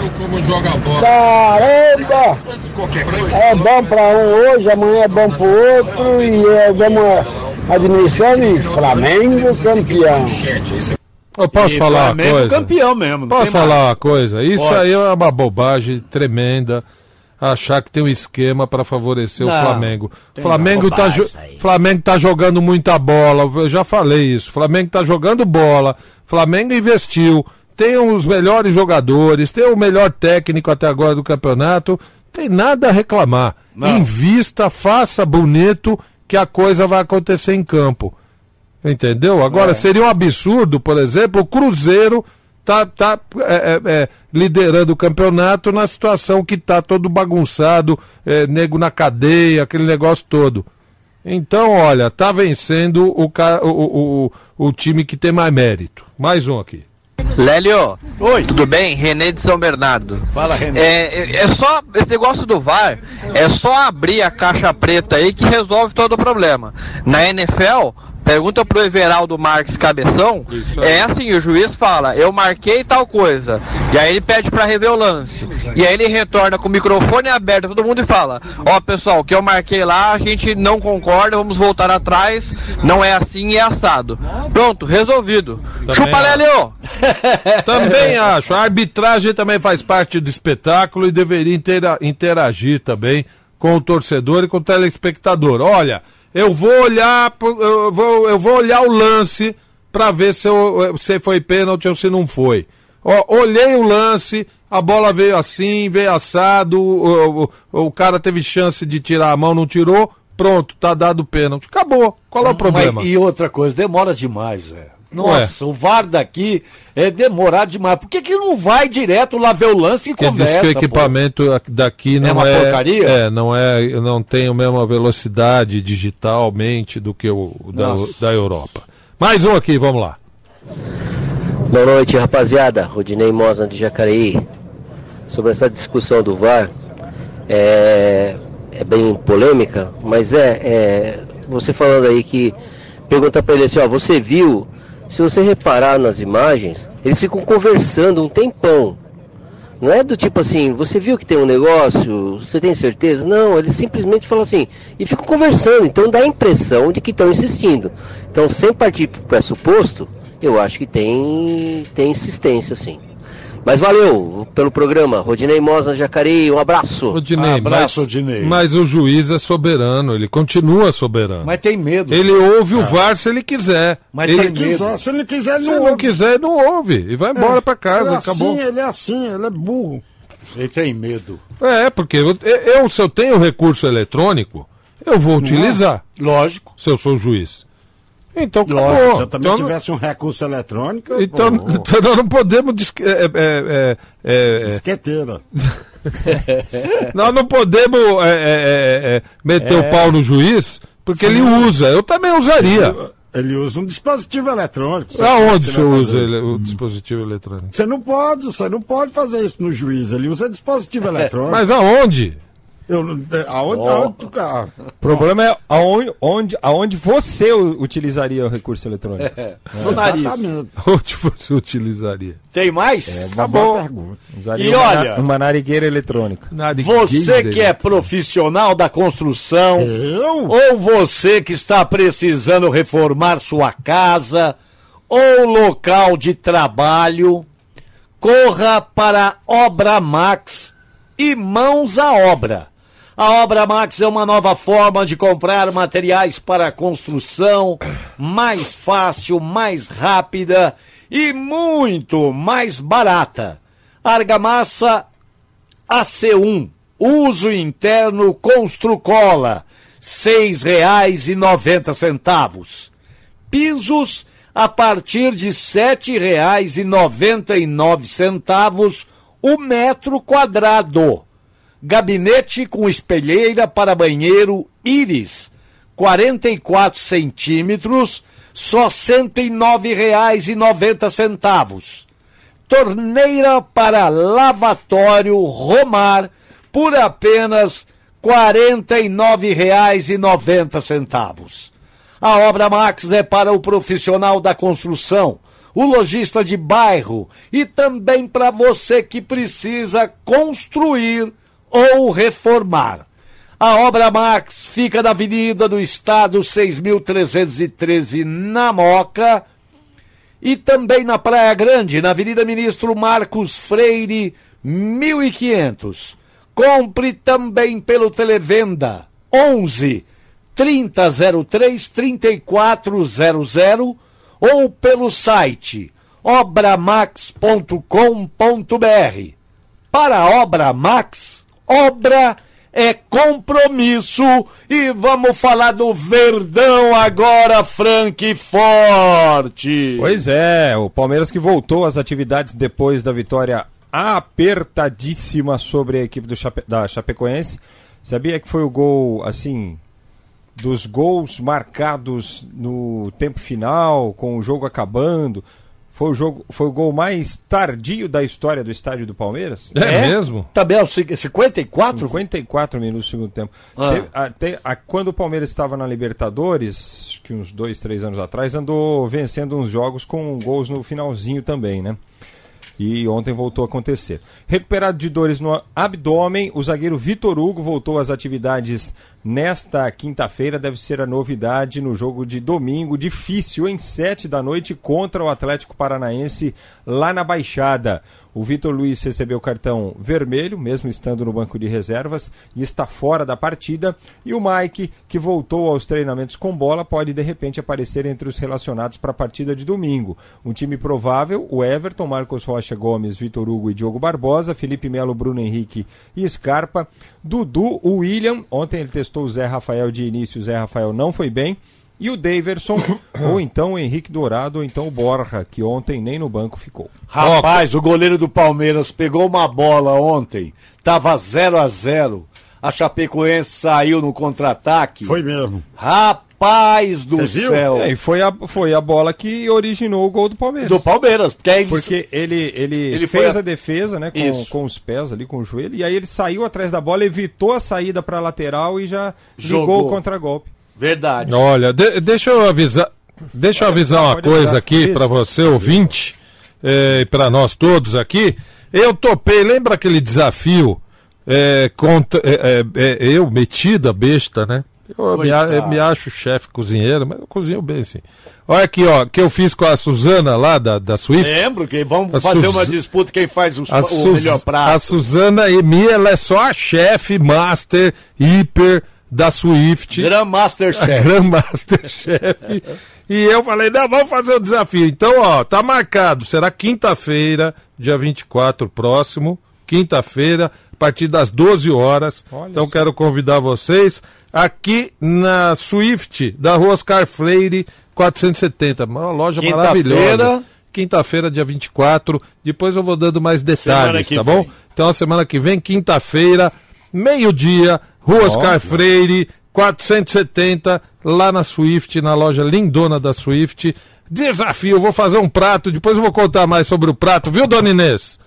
[SPEAKER 15] Caramba! É bom pra um hoje, amanhã é bom pro outro e é, vamos administrando e Flamengo campeão.
[SPEAKER 3] Eu posso
[SPEAKER 15] E
[SPEAKER 3] falar uma
[SPEAKER 15] Flamengo
[SPEAKER 3] coisa?
[SPEAKER 15] campeão mesmo, não
[SPEAKER 3] Posso
[SPEAKER 15] tem
[SPEAKER 3] falar
[SPEAKER 15] mais.
[SPEAKER 3] uma coisa? Isso
[SPEAKER 15] Pode.
[SPEAKER 3] aí é uma bobagem tremenda. Achar que tem um esquema para favorecer
[SPEAKER 15] Não,
[SPEAKER 3] o Flamengo.
[SPEAKER 15] tem
[SPEAKER 3] Flamengo
[SPEAKER 15] não,
[SPEAKER 3] tá,
[SPEAKER 15] bobagem
[SPEAKER 3] jo- Flamengo tá jogando muita bola. Eu já falei isso. Flamengo tá jogando bola. Flamengo investiu. Tem os melhores jogadores. Tem o melhor técnico até agora do campeonato. Tem nada a reclamar. Invista, faça bonito que a coisa vai acontecer em campo. Entendeu? Agora, seria um absurdo, por exemplo, o Cruzeiro tá, tá é, é, é, liderando o campeonato na situação que tá todo bagunçado, é, nego na cadeia, aquele negócio todo. Então, olha, tá vencendo o, ca- o- o, o, o time que tem mais mérito. Mais um aqui.
[SPEAKER 16] Lélio, Oi. tudo bem? Renê de São Bernardo. Fala, Renê. É, é só, esse negócio do VAR, é só abrir a caixa preta aí que resolve todo o problema. Na NFL, Pergunta pro Everaldo Marques Cabeção. É assim, o juiz fala, eu marquei tal coisa. E aí ele pede pra rever o lance. E aí ele retorna com o microfone aberto pra todo mundo e fala: Ó, pessoal, o que eu marquei lá, a gente não concorda, vamos voltar atrás. Não é assim, é assado. Pronto, resolvido. Chupa,
[SPEAKER 3] acho.
[SPEAKER 16] Lélio!
[SPEAKER 3] Também acho. A arbitragem também faz parte do espetáculo e deveria intera- interagir também com o torcedor e com o telespectador. Olha, eu vou olhar, pro- eu vou, eu vou olhar o lance para ver se, eu- se foi pênalti ou se não foi. Ó, olhei o lance, a bola veio assim, veio assado, o, o- o cara teve chance de tirar a mão, não tirou, pronto, tá dado o pênalti. Acabou. Qual é o problema?
[SPEAKER 2] Mas- e outra coisa, demora demais, é. Nossa,
[SPEAKER 3] Ué.
[SPEAKER 2] o VAR daqui é demorado demais. Por que, que não vai direto lá ver o lance e
[SPEAKER 3] Quer dizer
[SPEAKER 2] conversa?
[SPEAKER 3] que o
[SPEAKER 2] pô?
[SPEAKER 3] equipamento a- daqui não é.
[SPEAKER 2] uma porcaria?
[SPEAKER 3] É, não é. Não tem a mesma velocidade digitalmente do que o da,
[SPEAKER 17] Nossa.
[SPEAKER 3] da Europa. Mais um aqui, vamos lá.
[SPEAKER 17] Boa noite, rapaziada. Rodinei Mosa de Jacareí. Sobre essa discussão do VAR, é, é bem polêmica, mas é, é, você falando aí que pergunta pra ele assim, ó, você viu? Se você reparar nas imagens, eles ficam conversando um tempão. Não é do tipo assim, você viu que tem um negócio, você tem certeza? Não, eles simplesmente falam assim e ficam conversando, então dá a impressão de que estão insistindo. Então, sem partir para pressuposto, eu acho que tem, tem insistência sim. Mas valeu pelo programa, Rodinei Mosa Jacareí, um abraço.
[SPEAKER 3] Dinei, mas, mas o juiz é soberano, ele continua soberano.
[SPEAKER 2] Mas tem medo. Ah.
[SPEAKER 3] ele ouve o VAR se ele quiser.
[SPEAKER 2] Mas
[SPEAKER 3] ele
[SPEAKER 2] tem medo.
[SPEAKER 3] quiser.
[SPEAKER 1] Ah. Se ele quiser, ele
[SPEAKER 3] Se ele não quiser, ele não ouve. E vai embora pra casa,
[SPEAKER 1] ele é
[SPEAKER 3] acabou.
[SPEAKER 1] Assim, ele é assim, ele é burro.
[SPEAKER 2] Ele tem medo.
[SPEAKER 3] É, porque eu, eu, se eu tenho recurso eletrônico, eu vou utilizar.
[SPEAKER 2] é? Lógico.
[SPEAKER 3] Se eu sou juiz. Então,
[SPEAKER 1] se eu
[SPEAKER 3] acabou.
[SPEAKER 1] também
[SPEAKER 3] Então,
[SPEAKER 1] tivesse um recurso eletrônico, eu-
[SPEAKER 3] Então,
[SPEAKER 1] pô,
[SPEAKER 3] então nós não podemos. disque- é, é, é, é, é,
[SPEAKER 1] esqueteira.
[SPEAKER 3] nós não podemos é, é, é, é, meter
[SPEAKER 1] É.
[SPEAKER 3] o pau no juiz, porque
[SPEAKER 1] Sim.
[SPEAKER 3] ele usa. Eu também usaria.
[SPEAKER 1] Ele, ele usa um dispositivo eletrônico. Sabe o que
[SPEAKER 3] Aonde
[SPEAKER 1] você
[SPEAKER 3] você
[SPEAKER 1] vai
[SPEAKER 3] usa
[SPEAKER 1] fazer?
[SPEAKER 3] ele- o dispositivo eletrônico?
[SPEAKER 1] Você não pode, você não pode fazer isso no juiz. Ele usa dispositivo eletrônico.
[SPEAKER 3] É, Mas aonde?
[SPEAKER 1] Eu não- é, aonde,
[SPEAKER 5] Ó.
[SPEAKER 1] aonde tu- ah,
[SPEAKER 5] O problema é aonde, onde, aonde você u- utilizaria o recurso eletrônico.
[SPEAKER 2] É.
[SPEAKER 1] No nariz. Exatamente.
[SPEAKER 3] Onde você utilizaria?
[SPEAKER 2] Tem mais?
[SPEAKER 5] É uma
[SPEAKER 2] Acabou.
[SPEAKER 5] boa pergunta. Usaria
[SPEAKER 2] E
[SPEAKER 5] uma, na-
[SPEAKER 2] olha-
[SPEAKER 5] uma narigueira eletrônica.
[SPEAKER 2] Você que é profissional da construção, ou você que está precisando reformar sua casa ou local de trabalho, corra para a Obra Max e mãos à obra. A Obra Max é uma nova forma de comprar materiais para construção, mais fácil, mais rápida e muito mais barata. Argamassa AC1, uso interno Construcola, R$ 6,90. Pisos a partir de R$ 7,99 o metro quadrado. Gabinete com espelheira para banheiro íris, 44 centímetros, só R$ 109,90 torneira para lavatório Romar por apenas R$ 49,90. A obra Max é para o profissional da construção, o lojista de bairro e também para você que precisa construir ou reformar. A obra Max fica na Avenida do Estado 6313 na Moca e também na Praia Grande, na Avenida Ministro Marcos Freire, 1500. Compre também pelo Televenda 11 3003 3400 ou pelo site obramax.com.br. Para a Obra Max, obra é compromisso e vamos falar do Verdão agora, Frank Forte.
[SPEAKER 5] Pois é, o Palmeiras que voltou às atividades depois da vitória apertadíssima sobre a equipe do Chape- da Chapecoense. Sabia que foi o gol, assim, dos gols marcados no tempo final, com o jogo acabando. Foi o jogo, foi o gol mais tardio da história do estádio do Palmeiras?
[SPEAKER 2] É É? mesmo? Tabel, 54?
[SPEAKER 5] 54 minutos do segundo tempo.
[SPEAKER 2] Ah.
[SPEAKER 5] Teve- a- te- a- quando o Palmeiras estava na Libertadores, acho que uns dois, três anos atrás, andou vencendo uns jogos com gols no finalzinho também, né? E ontem voltou a acontecer. Recuperado de dores no abdômen, o zagueiro Vitor Hugo voltou às atividades nesta quinta-feira. Deve ser a novidade no jogo de domingo, difícil, em sete da noite, contra o Atlético Paranaense lá na Baixada. O Vitor Luiz recebeu cartão vermelho, mesmo estando no banco de reservas, e está fora da partida. E o Mike, que voltou aos treinamentos com bola, pode de repente aparecer entre os relacionados para a partida de domingo. Um time provável: o Everton, Marcos Rocha Gomes, Vitor Hugo e Diogo Barbosa, Felipe Melo, Bruno Henrique e Scarpa, Dudu, o William. Ontem ele testou o Zé Rafael de início, o Zé Rafael não foi bem. E o Daverson, ou então o Henrique Dourado, ou então o Borja, que ontem nem no banco ficou.
[SPEAKER 2] Rapaz, o goleiro do Palmeiras pegou uma bola ontem, tava 0 a 0 A Chapecoense saiu no contra-ataque. Foi
[SPEAKER 1] mesmo.
[SPEAKER 2] Rapaz do céu.
[SPEAKER 5] É, e foi a, foi a bola que originou o gol do Palmeiras.
[SPEAKER 2] Do Palmeiras, porque, aí
[SPEAKER 5] Porque ele, ele,
[SPEAKER 2] Ele foi
[SPEAKER 5] fez
[SPEAKER 2] a-
[SPEAKER 5] a... defesa, né? Com,
[SPEAKER 2] Isso.
[SPEAKER 5] com os pés ali, com o joelho. E aí ele saiu atrás da bola, evitou a saída para lateral e já jogou
[SPEAKER 2] Jogou.
[SPEAKER 5] o contra-golpe.
[SPEAKER 2] Verdade.
[SPEAKER 3] Olha, de- deixa eu avisar, deixa eu avisar uma
[SPEAKER 5] pode
[SPEAKER 3] coisa
[SPEAKER 5] avisar.
[SPEAKER 3] aqui
[SPEAKER 5] Isso.
[SPEAKER 3] para você ouvinte eh, e para nós todos aqui. Eu topei, lembra aquele desafio eh, contra- eh, eh, eh, eu metida besta, né? Eu me, a- eu me acho chefe cozinheiro, mas eu cozinho bem sim. Olha aqui, ó, que eu fiz com a Suzana lá da, da Swift.
[SPEAKER 2] Lembro que vamos
[SPEAKER 3] A
[SPEAKER 2] fazer
[SPEAKER 3] Suza-
[SPEAKER 2] uma disputa quem faz os-
[SPEAKER 3] A,
[SPEAKER 2] o
[SPEAKER 3] Sus-
[SPEAKER 2] melhor
[SPEAKER 3] a
[SPEAKER 2] prato.
[SPEAKER 3] Suzana Emi, ela é só a chefe, master, hiper da Swift.
[SPEAKER 2] Grandmaster
[SPEAKER 3] A
[SPEAKER 2] Chef.
[SPEAKER 3] Grandmaster Chef. E eu falei, não, vamos fazer o desafio. Então, ó, tá marcado. Será quinta-feira, dia 24 próximo. Quinta-feira, a partir das 12 horas. então, quero convidar vocês aqui na Swift, da rua Oscar Freire, 470. Uma loja
[SPEAKER 2] Quinta-feira.
[SPEAKER 3] maravilhosa. Quinta-feira, dia 24. Depois eu vou dando mais detalhes,
[SPEAKER 2] que
[SPEAKER 3] tá bom?
[SPEAKER 2] vem.
[SPEAKER 3] Então, semana que vem, quinta-feira, meio-dia, Rua Oscar Freire, 470, lá na Swift, na loja lindona da Swift. Desafio, vou fazer um prato, depois eu vou contar mais sobre o prato, viu, dona Inês?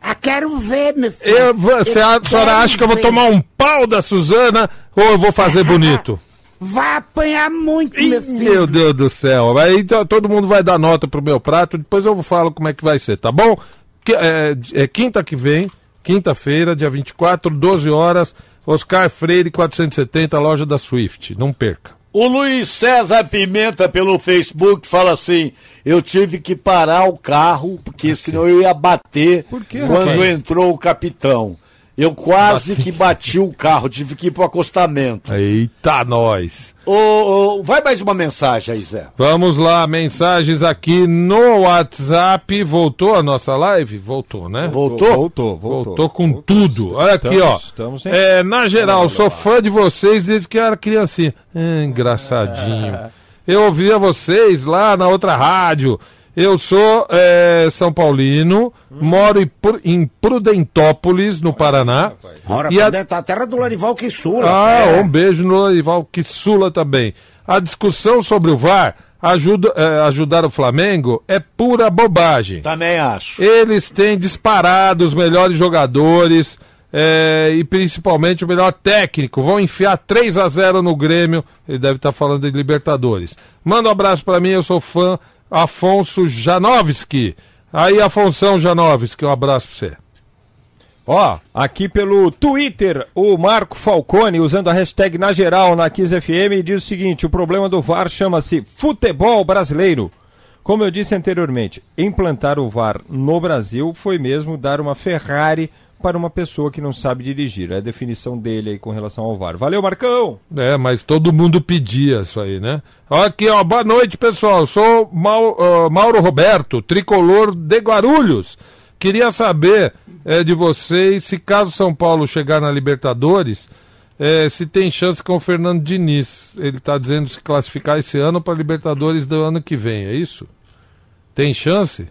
[SPEAKER 7] Ah, quero ver, meu filho.
[SPEAKER 3] Eu, você, a senhora acha que eu vou tomar um pau da Suzana ou eu vou fazer bonito?
[SPEAKER 7] Vai apanhar muito,
[SPEAKER 3] Ih,
[SPEAKER 7] meu filho.
[SPEAKER 3] Meu Deus do céu. Aí então, todo mundo vai dar nota pro meu prato, depois eu falo como é que vai ser, tá bom? Que- é, é quinta que vem, quinta-feira, dia 24, 12 horas, Oscar Freire 470, loja da Swift. Não perca.
[SPEAKER 2] O Luiz César Pimenta pelo Facebook fala assim: eu tive que parar o carro, porque senão eu ia bater quando
[SPEAKER 3] rapaz?
[SPEAKER 2] entrou o capitão. Eu quase que bati o carro, tive que ir pro acostamento.
[SPEAKER 3] Eita, nós!
[SPEAKER 2] Ô, ô, vai mais uma mensagem aí, Zé.
[SPEAKER 3] Vamos lá, mensagens aqui no WhatsApp. Voltou a nossa live? Voltou, né?
[SPEAKER 2] Voltou?
[SPEAKER 5] Voltou, voltou.
[SPEAKER 3] Voltou com tudo. Olha aqui, ó.
[SPEAKER 5] Estamos, estamos em-
[SPEAKER 3] é, na geral, sou fã de vocês desde que eu era criancinha. É, engraçadinho. Eu ouvia vocês lá na outra rádio. Eu sou é, São Paulino, moro em Pru- em Prudentópolis, no Paraná.
[SPEAKER 1] Ora,
[SPEAKER 3] E a-
[SPEAKER 1] a... tá a terra do Larival que sula.
[SPEAKER 3] ah,
[SPEAKER 1] É.
[SPEAKER 3] um beijo no Lorival que sula também. A discussão sobre o VAR ajuda, eh, ajudar o Flamengo é pura bobagem.
[SPEAKER 2] Também acho.
[SPEAKER 3] Eles têm disparado os melhores jogadores eh, e principalmente o melhor técnico. Vão enfiar 3 a 0 no Grêmio. Ele deve estar falando de Libertadores. Manda um abraço pra mim, eu sou fã Afonso Janovski. Aí, Afonso Janovski, um abraço pra você.
[SPEAKER 5] Ó, aqui pelo Twitter, o Marco Falcone, usando a hashtag na geral na Kiss FM, diz o seguinte: o problema do VAR chama-se futebol brasileiro. Como eu disse anteriormente, implantar o VAR no Brasil foi mesmo dar uma Ferrari para uma pessoa que não sabe dirigir. É a definição dele aí com relação ao VAR. Valeu, Marcão!
[SPEAKER 3] É, mas todo mundo pedia isso aí, né? Ó, Aqui, ó, boa noite, pessoal. Sou Mau- ah, Mauro Roberto, tricolor de Guarulhos. Queria saber eh, de vocês se caso São Paulo chegar na Libertadores, eh, se tem chance com o Fernando Diniz. Ele está dizendo se classificar esse ano para Libertadores do ano que vem, é isso? Tem chance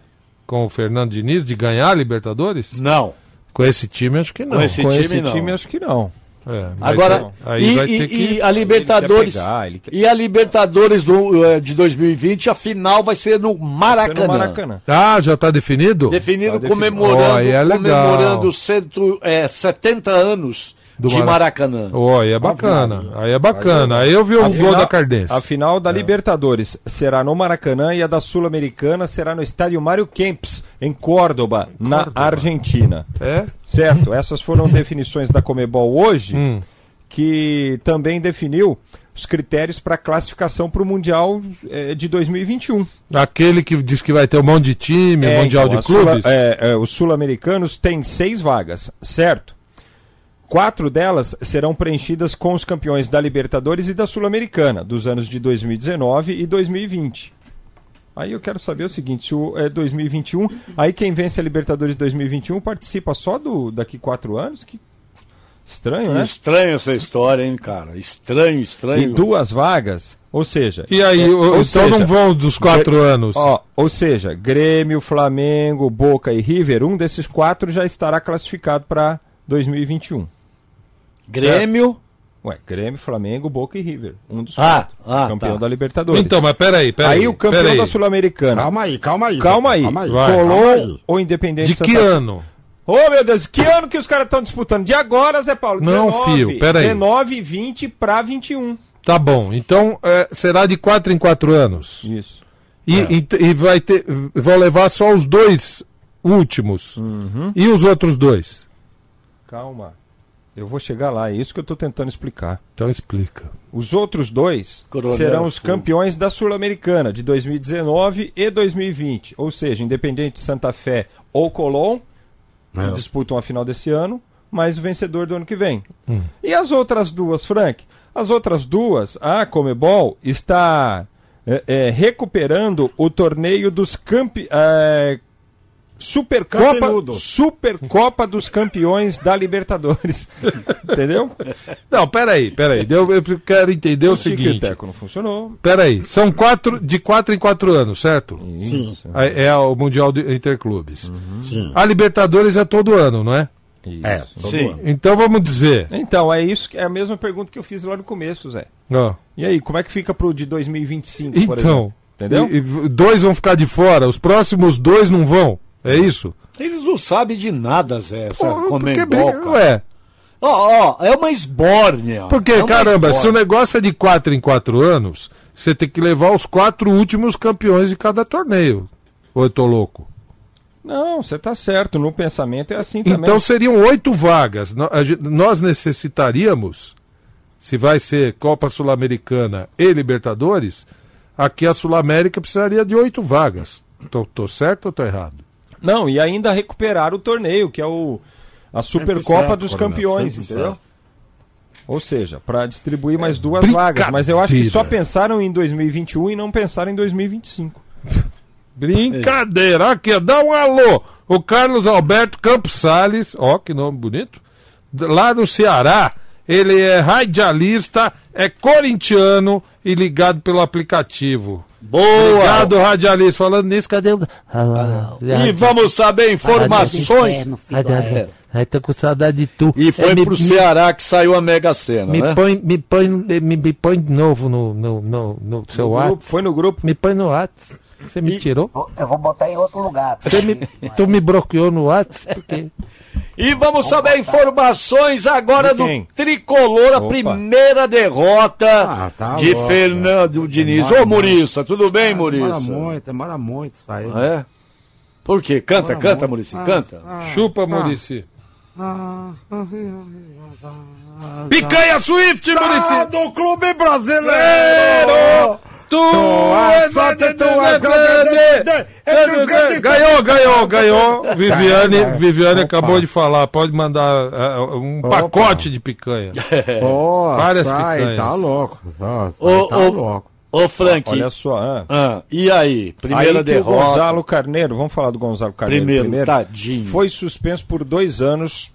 [SPEAKER 3] com o Fernando Diniz de ganhar a Libertadores?
[SPEAKER 2] Não.
[SPEAKER 3] Com esse time, acho que não.
[SPEAKER 2] Com esse time, não.
[SPEAKER 5] acho que não.
[SPEAKER 3] vai
[SPEAKER 2] Agora,
[SPEAKER 3] ter- aí
[SPEAKER 2] e,
[SPEAKER 3] vai
[SPEAKER 2] e-
[SPEAKER 3] ter que-
[SPEAKER 2] e a Libertadores.
[SPEAKER 5] Ele quer pegar, ele
[SPEAKER 2] E a Libertadores do, eh, de 2020, a final vai ser no Maracanã.
[SPEAKER 3] é Ah, já tá definido?
[SPEAKER 2] Definido
[SPEAKER 3] Tá
[SPEAKER 2] comemorando,
[SPEAKER 3] Ó, aí é legal.
[SPEAKER 2] comemorando cento, eh, 70 anos
[SPEAKER 3] Do
[SPEAKER 2] de
[SPEAKER 3] Mara-
[SPEAKER 2] Maracanã.
[SPEAKER 3] Ó, aí é
[SPEAKER 5] né?
[SPEAKER 3] bacana. Aí é bacana. Aí eu vi um gol da Cardense. É.
[SPEAKER 5] A final da Libertadores será no Maracanã e a da Sul-Americana será no estádio Mário Kempes, em Córdoba, na Argentina.
[SPEAKER 3] É?
[SPEAKER 5] Certo, essas foram definições da Comebol hoje,
[SPEAKER 3] Hum.
[SPEAKER 5] que também definiu os critérios para classificação para o Mundial eh, de 2021.
[SPEAKER 3] Aquele que diz que vai ter um monte de time,
[SPEAKER 5] É,
[SPEAKER 3] um mundial
[SPEAKER 5] então,
[SPEAKER 3] de
[SPEAKER 5] a Sula-
[SPEAKER 3] clubes.
[SPEAKER 5] é, é, os sul-americanos têm seis vagas, certo? Quatro delas serão preenchidas com os campeões da Libertadores e da Sul-Americana, dos anos de 2019 e 2020. Aí eu quero saber o seguinte, se o, é 2021, aí quem vence a Libertadores de 2021 participa só do daqui quatro anos? Que estranho,
[SPEAKER 2] Que
[SPEAKER 5] né?
[SPEAKER 2] Estranho essa história, hein, cara? Estranho,
[SPEAKER 5] E
[SPEAKER 2] estranho.
[SPEAKER 5] duas vagas, ou seja...
[SPEAKER 3] E aí,
[SPEAKER 5] é,
[SPEAKER 3] o- então não vão dos quatro
[SPEAKER 5] Gre-
[SPEAKER 3] anos.
[SPEAKER 5] Ó, ou seja, Grêmio, Flamengo, Boca e River, um desses quatro já estará classificado para 2021.
[SPEAKER 2] Grêmio?
[SPEAKER 5] É. Ué, Grêmio, Flamengo, Boca e River. Um dos
[SPEAKER 2] Ah,
[SPEAKER 5] quatro.
[SPEAKER 2] ah,
[SPEAKER 5] campeão
[SPEAKER 2] tá.
[SPEAKER 5] da Libertadores.
[SPEAKER 3] Então, mas peraí, peraí.
[SPEAKER 5] Aí o campeão
[SPEAKER 3] peraí.
[SPEAKER 5] da Sul-Americana.
[SPEAKER 7] Calma aí, calma aí.
[SPEAKER 5] Calma aí.
[SPEAKER 7] Calma aí.
[SPEAKER 5] Vai,
[SPEAKER 7] Colou
[SPEAKER 5] Colón ou Independente
[SPEAKER 3] De que
[SPEAKER 5] Santa Fe?
[SPEAKER 3] ano?
[SPEAKER 5] Ô meu Deus, que ano que os caras estão disputando? De agora, Zé Paulo?
[SPEAKER 3] Não,
[SPEAKER 5] 19,
[SPEAKER 3] fio, peraí.
[SPEAKER 5] 19 e um. 20 para 21.
[SPEAKER 3] Tá bom. Então é, será de quatro em quatro anos.
[SPEAKER 5] Isso. É.
[SPEAKER 3] E, e, e vai ter. Vão levar só os dois últimos.
[SPEAKER 5] Uhum.
[SPEAKER 3] E os outros dois?
[SPEAKER 5] Calma. Eu vou chegar lá, é isso que eu tô tentando explicar.
[SPEAKER 3] Então explica.
[SPEAKER 5] Os outros dois
[SPEAKER 2] Coronel
[SPEAKER 5] serão os
[SPEAKER 2] Sul.
[SPEAKER 5] campeões da Sul-Americana de 2019 e 2020. Ou seja, Independente Santa Fé ou Colón, que
[SPEAKER 2] É.
[SPEAKER 5] disputam a final desse ano, mas o vencedor do ano que vem.
[SPEAKER 3] Hum.
[SPEAKER 5] E as outras duas, Frank? As outras duas, a Comebol está é, é, recuperando o torneio dos campe... é, Supercopa,
[SPEAKER 3] Campeludo.
[SPEAKER 5] Supercopa dos Campeões da Libertadores. Entendeu?
[SPEAKER 3] Não, peraí, peraí. Eu, eu quero entender o, seguinte.
[SPEAKER 5] Tic-teco não funcionou.
[SPEAKER 3] Peraí, são quatro, de quatro em quatro anos, certo?
[SPEAKER 5] Sim. Uhum.
[SPEAKER 3] É, é o Mundial de Interclubes.
[SPEAKER 5] Sim.
[SPEAKER 3] A Libertadores é todo ano, não é?
[SPEAKER 5] É, todo Sim. ano.
[SPEAKER 3] Então vamos dizer.
[SPEAKER 5] Então, é isso, que- é a mesma pergunta que eu fiz lá no começo, Zé.
[SPEAKER 3] ó,
[SPEAKER 5] E aí, como é que fica pro de 2025, por
[SPEAKER 3] então,
[SPEAKER 5] exemplo? Entendeu?
[SPEAKER 3] e- e v- dois vão ficar de fora, os próximos dois não vão. É isso?
[SPEAKER 2] Eles não sabem de nada, Zé, essa
[SPEAKER 3] Pô, porque
[SPEAKER 2] Comembol,
[SPEAKER 3] briga-
[SPEAKER 2] cara.
[SPEAKER 3] ué.
[SPEAKER 2] Ó, ó, é uma esbórnia.
[SPEAKER 3] Porque,
[SPEAKER 2] É uma
[SPEAKER 3] caramba, se o
[SPEAKER 2] esbórnia.
[SPEAKER 3] negócio é de quatro em quatro anos, você tem que levar os quatro últimos campeões de cada torneio. Ou eu tô louco?
[SPEAKER 5] Não, você tá certo. No pensamento é assim também.
[SPEAKER 3] Então seriam oito vagas. No- a gen- Nós necessitaríamos, se vai ser Copa Sul-Americana e Libertadores, aqui a Sul-América precisaria de oito vagas. Tô, tô certo ou tô errado?
[SPEAKER 5] Não, e ainda recuperar o torneio, que é o a Supercopa
[SPEAKER 3] certo,
[SPEAKER 5] dos
[SPEAKER 3] Coronel,
[SPEAKER 5] Campeões,
[SPEAKER 3] sempre
[SPEAKER 5] entendeu?
[SPEAKER 3] certo.
[SPEAKER 5] Ou seja, para distribuir
[SPEAKER 3] É.
[SPEAKER 5] mais duas vagas. Mas eu acho que só pensaram em 2021 e não pensaram em 2025.
[SPEAKER 3] Ah, Brincadeira. Aqui, ó, dá um alô. O Carlos Alberto Campos Salles, ó, que nome bonito, d- lá do Ceará. Ele é radialista, é corintiano e ligado pelo aplicativo.
[SPEAKER 2] Boa!
[SPEAKER 3] Obrigado, radialista. Falando nisso, cadê o. Ah,
[SPEAKER 2] E vamos saber informações.
[SPEAKER 18] Aí tô com saudade de tu.
[SPEAKER 2] E foi
[SPEAKER 18] É, me-
[SPEAKER 2] pro Ceará que saiu a Mega Sena,
[SPEAKER 18] Me
[SPEAKER 3] é?
[SPEAKER 2] né?
[SPEAKER 18] põe, me, põe, me, me põe de novo no, no, no, no seu
[SPEAKER 2] No grupo,
[SPEAKER 18] WhatsApp.
[SPEAKER 2] foi no grupo.
[SPEAKER 18] Me põe no WhatsApp. Você me tirou?
[SPEAKER 19] Eu vou botar em outro lugar.
[SPEAKER 18] Você me, tu me bloqueou no WhatsApp? Porque...
[SPEAKER 2] E vamos saber informações agora do
[SPEAKER 18] quem?
[SPEAKER 2] Tricolor, a
[SPEAKER 18] Opa.
[SPEAKER 2] primeira derrota
[SPEAKER 18] tá
[SPEAKER 2] de
[SPEAKER 18] louco.
[SPEAKER 2] Fernando Diniz.
[SPEAKER 18] Demora
[SPEAKER 2] Ô, Muriça, tudo bem,
[SPEAKER 18] Demora
[SPEAKER 2] Muriça?
[SPEAKER 18] muito, demora muito isso aí.
[SPEAKER 2] É? Por quê? Canta,
[SPEAKER 18] Demora
[SPEAKER 2] canta,
[SPEAKER 18] muito.
[SPEAKER 2] Murici,
[SPEAKER 18] Ah,
[SPEAKER 2] canta.
[SPEAKER 18] ah,
[SPEAKER 3] Chupa,
[SPEAKER 18] ah.
[SPEAKER 3] Murici.
[SPEAKER 2] Picanha Swift,
[SPEAKER 3] Murici!
[SPEAKER 8] Tá Do Clube Brasileiro!
[SPEAKER 3] Tu
[SPEAKER 8] é sorte, tu é grande! Entre os grandes-
[SPEAKER 3] Ganhou, ganhou,
[SPEAKER 19] tá
[SPEAKER 3] ganhou. Viviane, Viviane acabou de falar. Pode mandar ah, um pacote de picanha.
[SPEAKER 7] Pô,
[SPEAKER 3] Várias
[SPEAKER 7] sai,
[SPEAKER 3] picanhas.
[SPEAKER 7] tá louco. Ó,
[SPEAKER 2] Ô,
[SPEAKER 7] tá
[SPEAKER 2] ô,
[SPEAKER 7] louco.
[SPEAKER 2] ô, Frank.
[SPEAKER 5] Olha só,
[SPEAKER 3] é.
[SPEAKER 5] ah.
[SPEAKER 2] Ah, e aí? Primeira
[SPEAKER 5] Aí que
[SPEAKER 2] derrota.
[SPEAKER 5] O Gonzalo Carneiro, vamos falar do Gonzalo Carneiro
[SPEAKER 2] Primeiro,
[SPEAKER 5] primeiro.
[SPEAKER 2] tadinho.
[SPEAKER 5] Foi suspenso por dois anos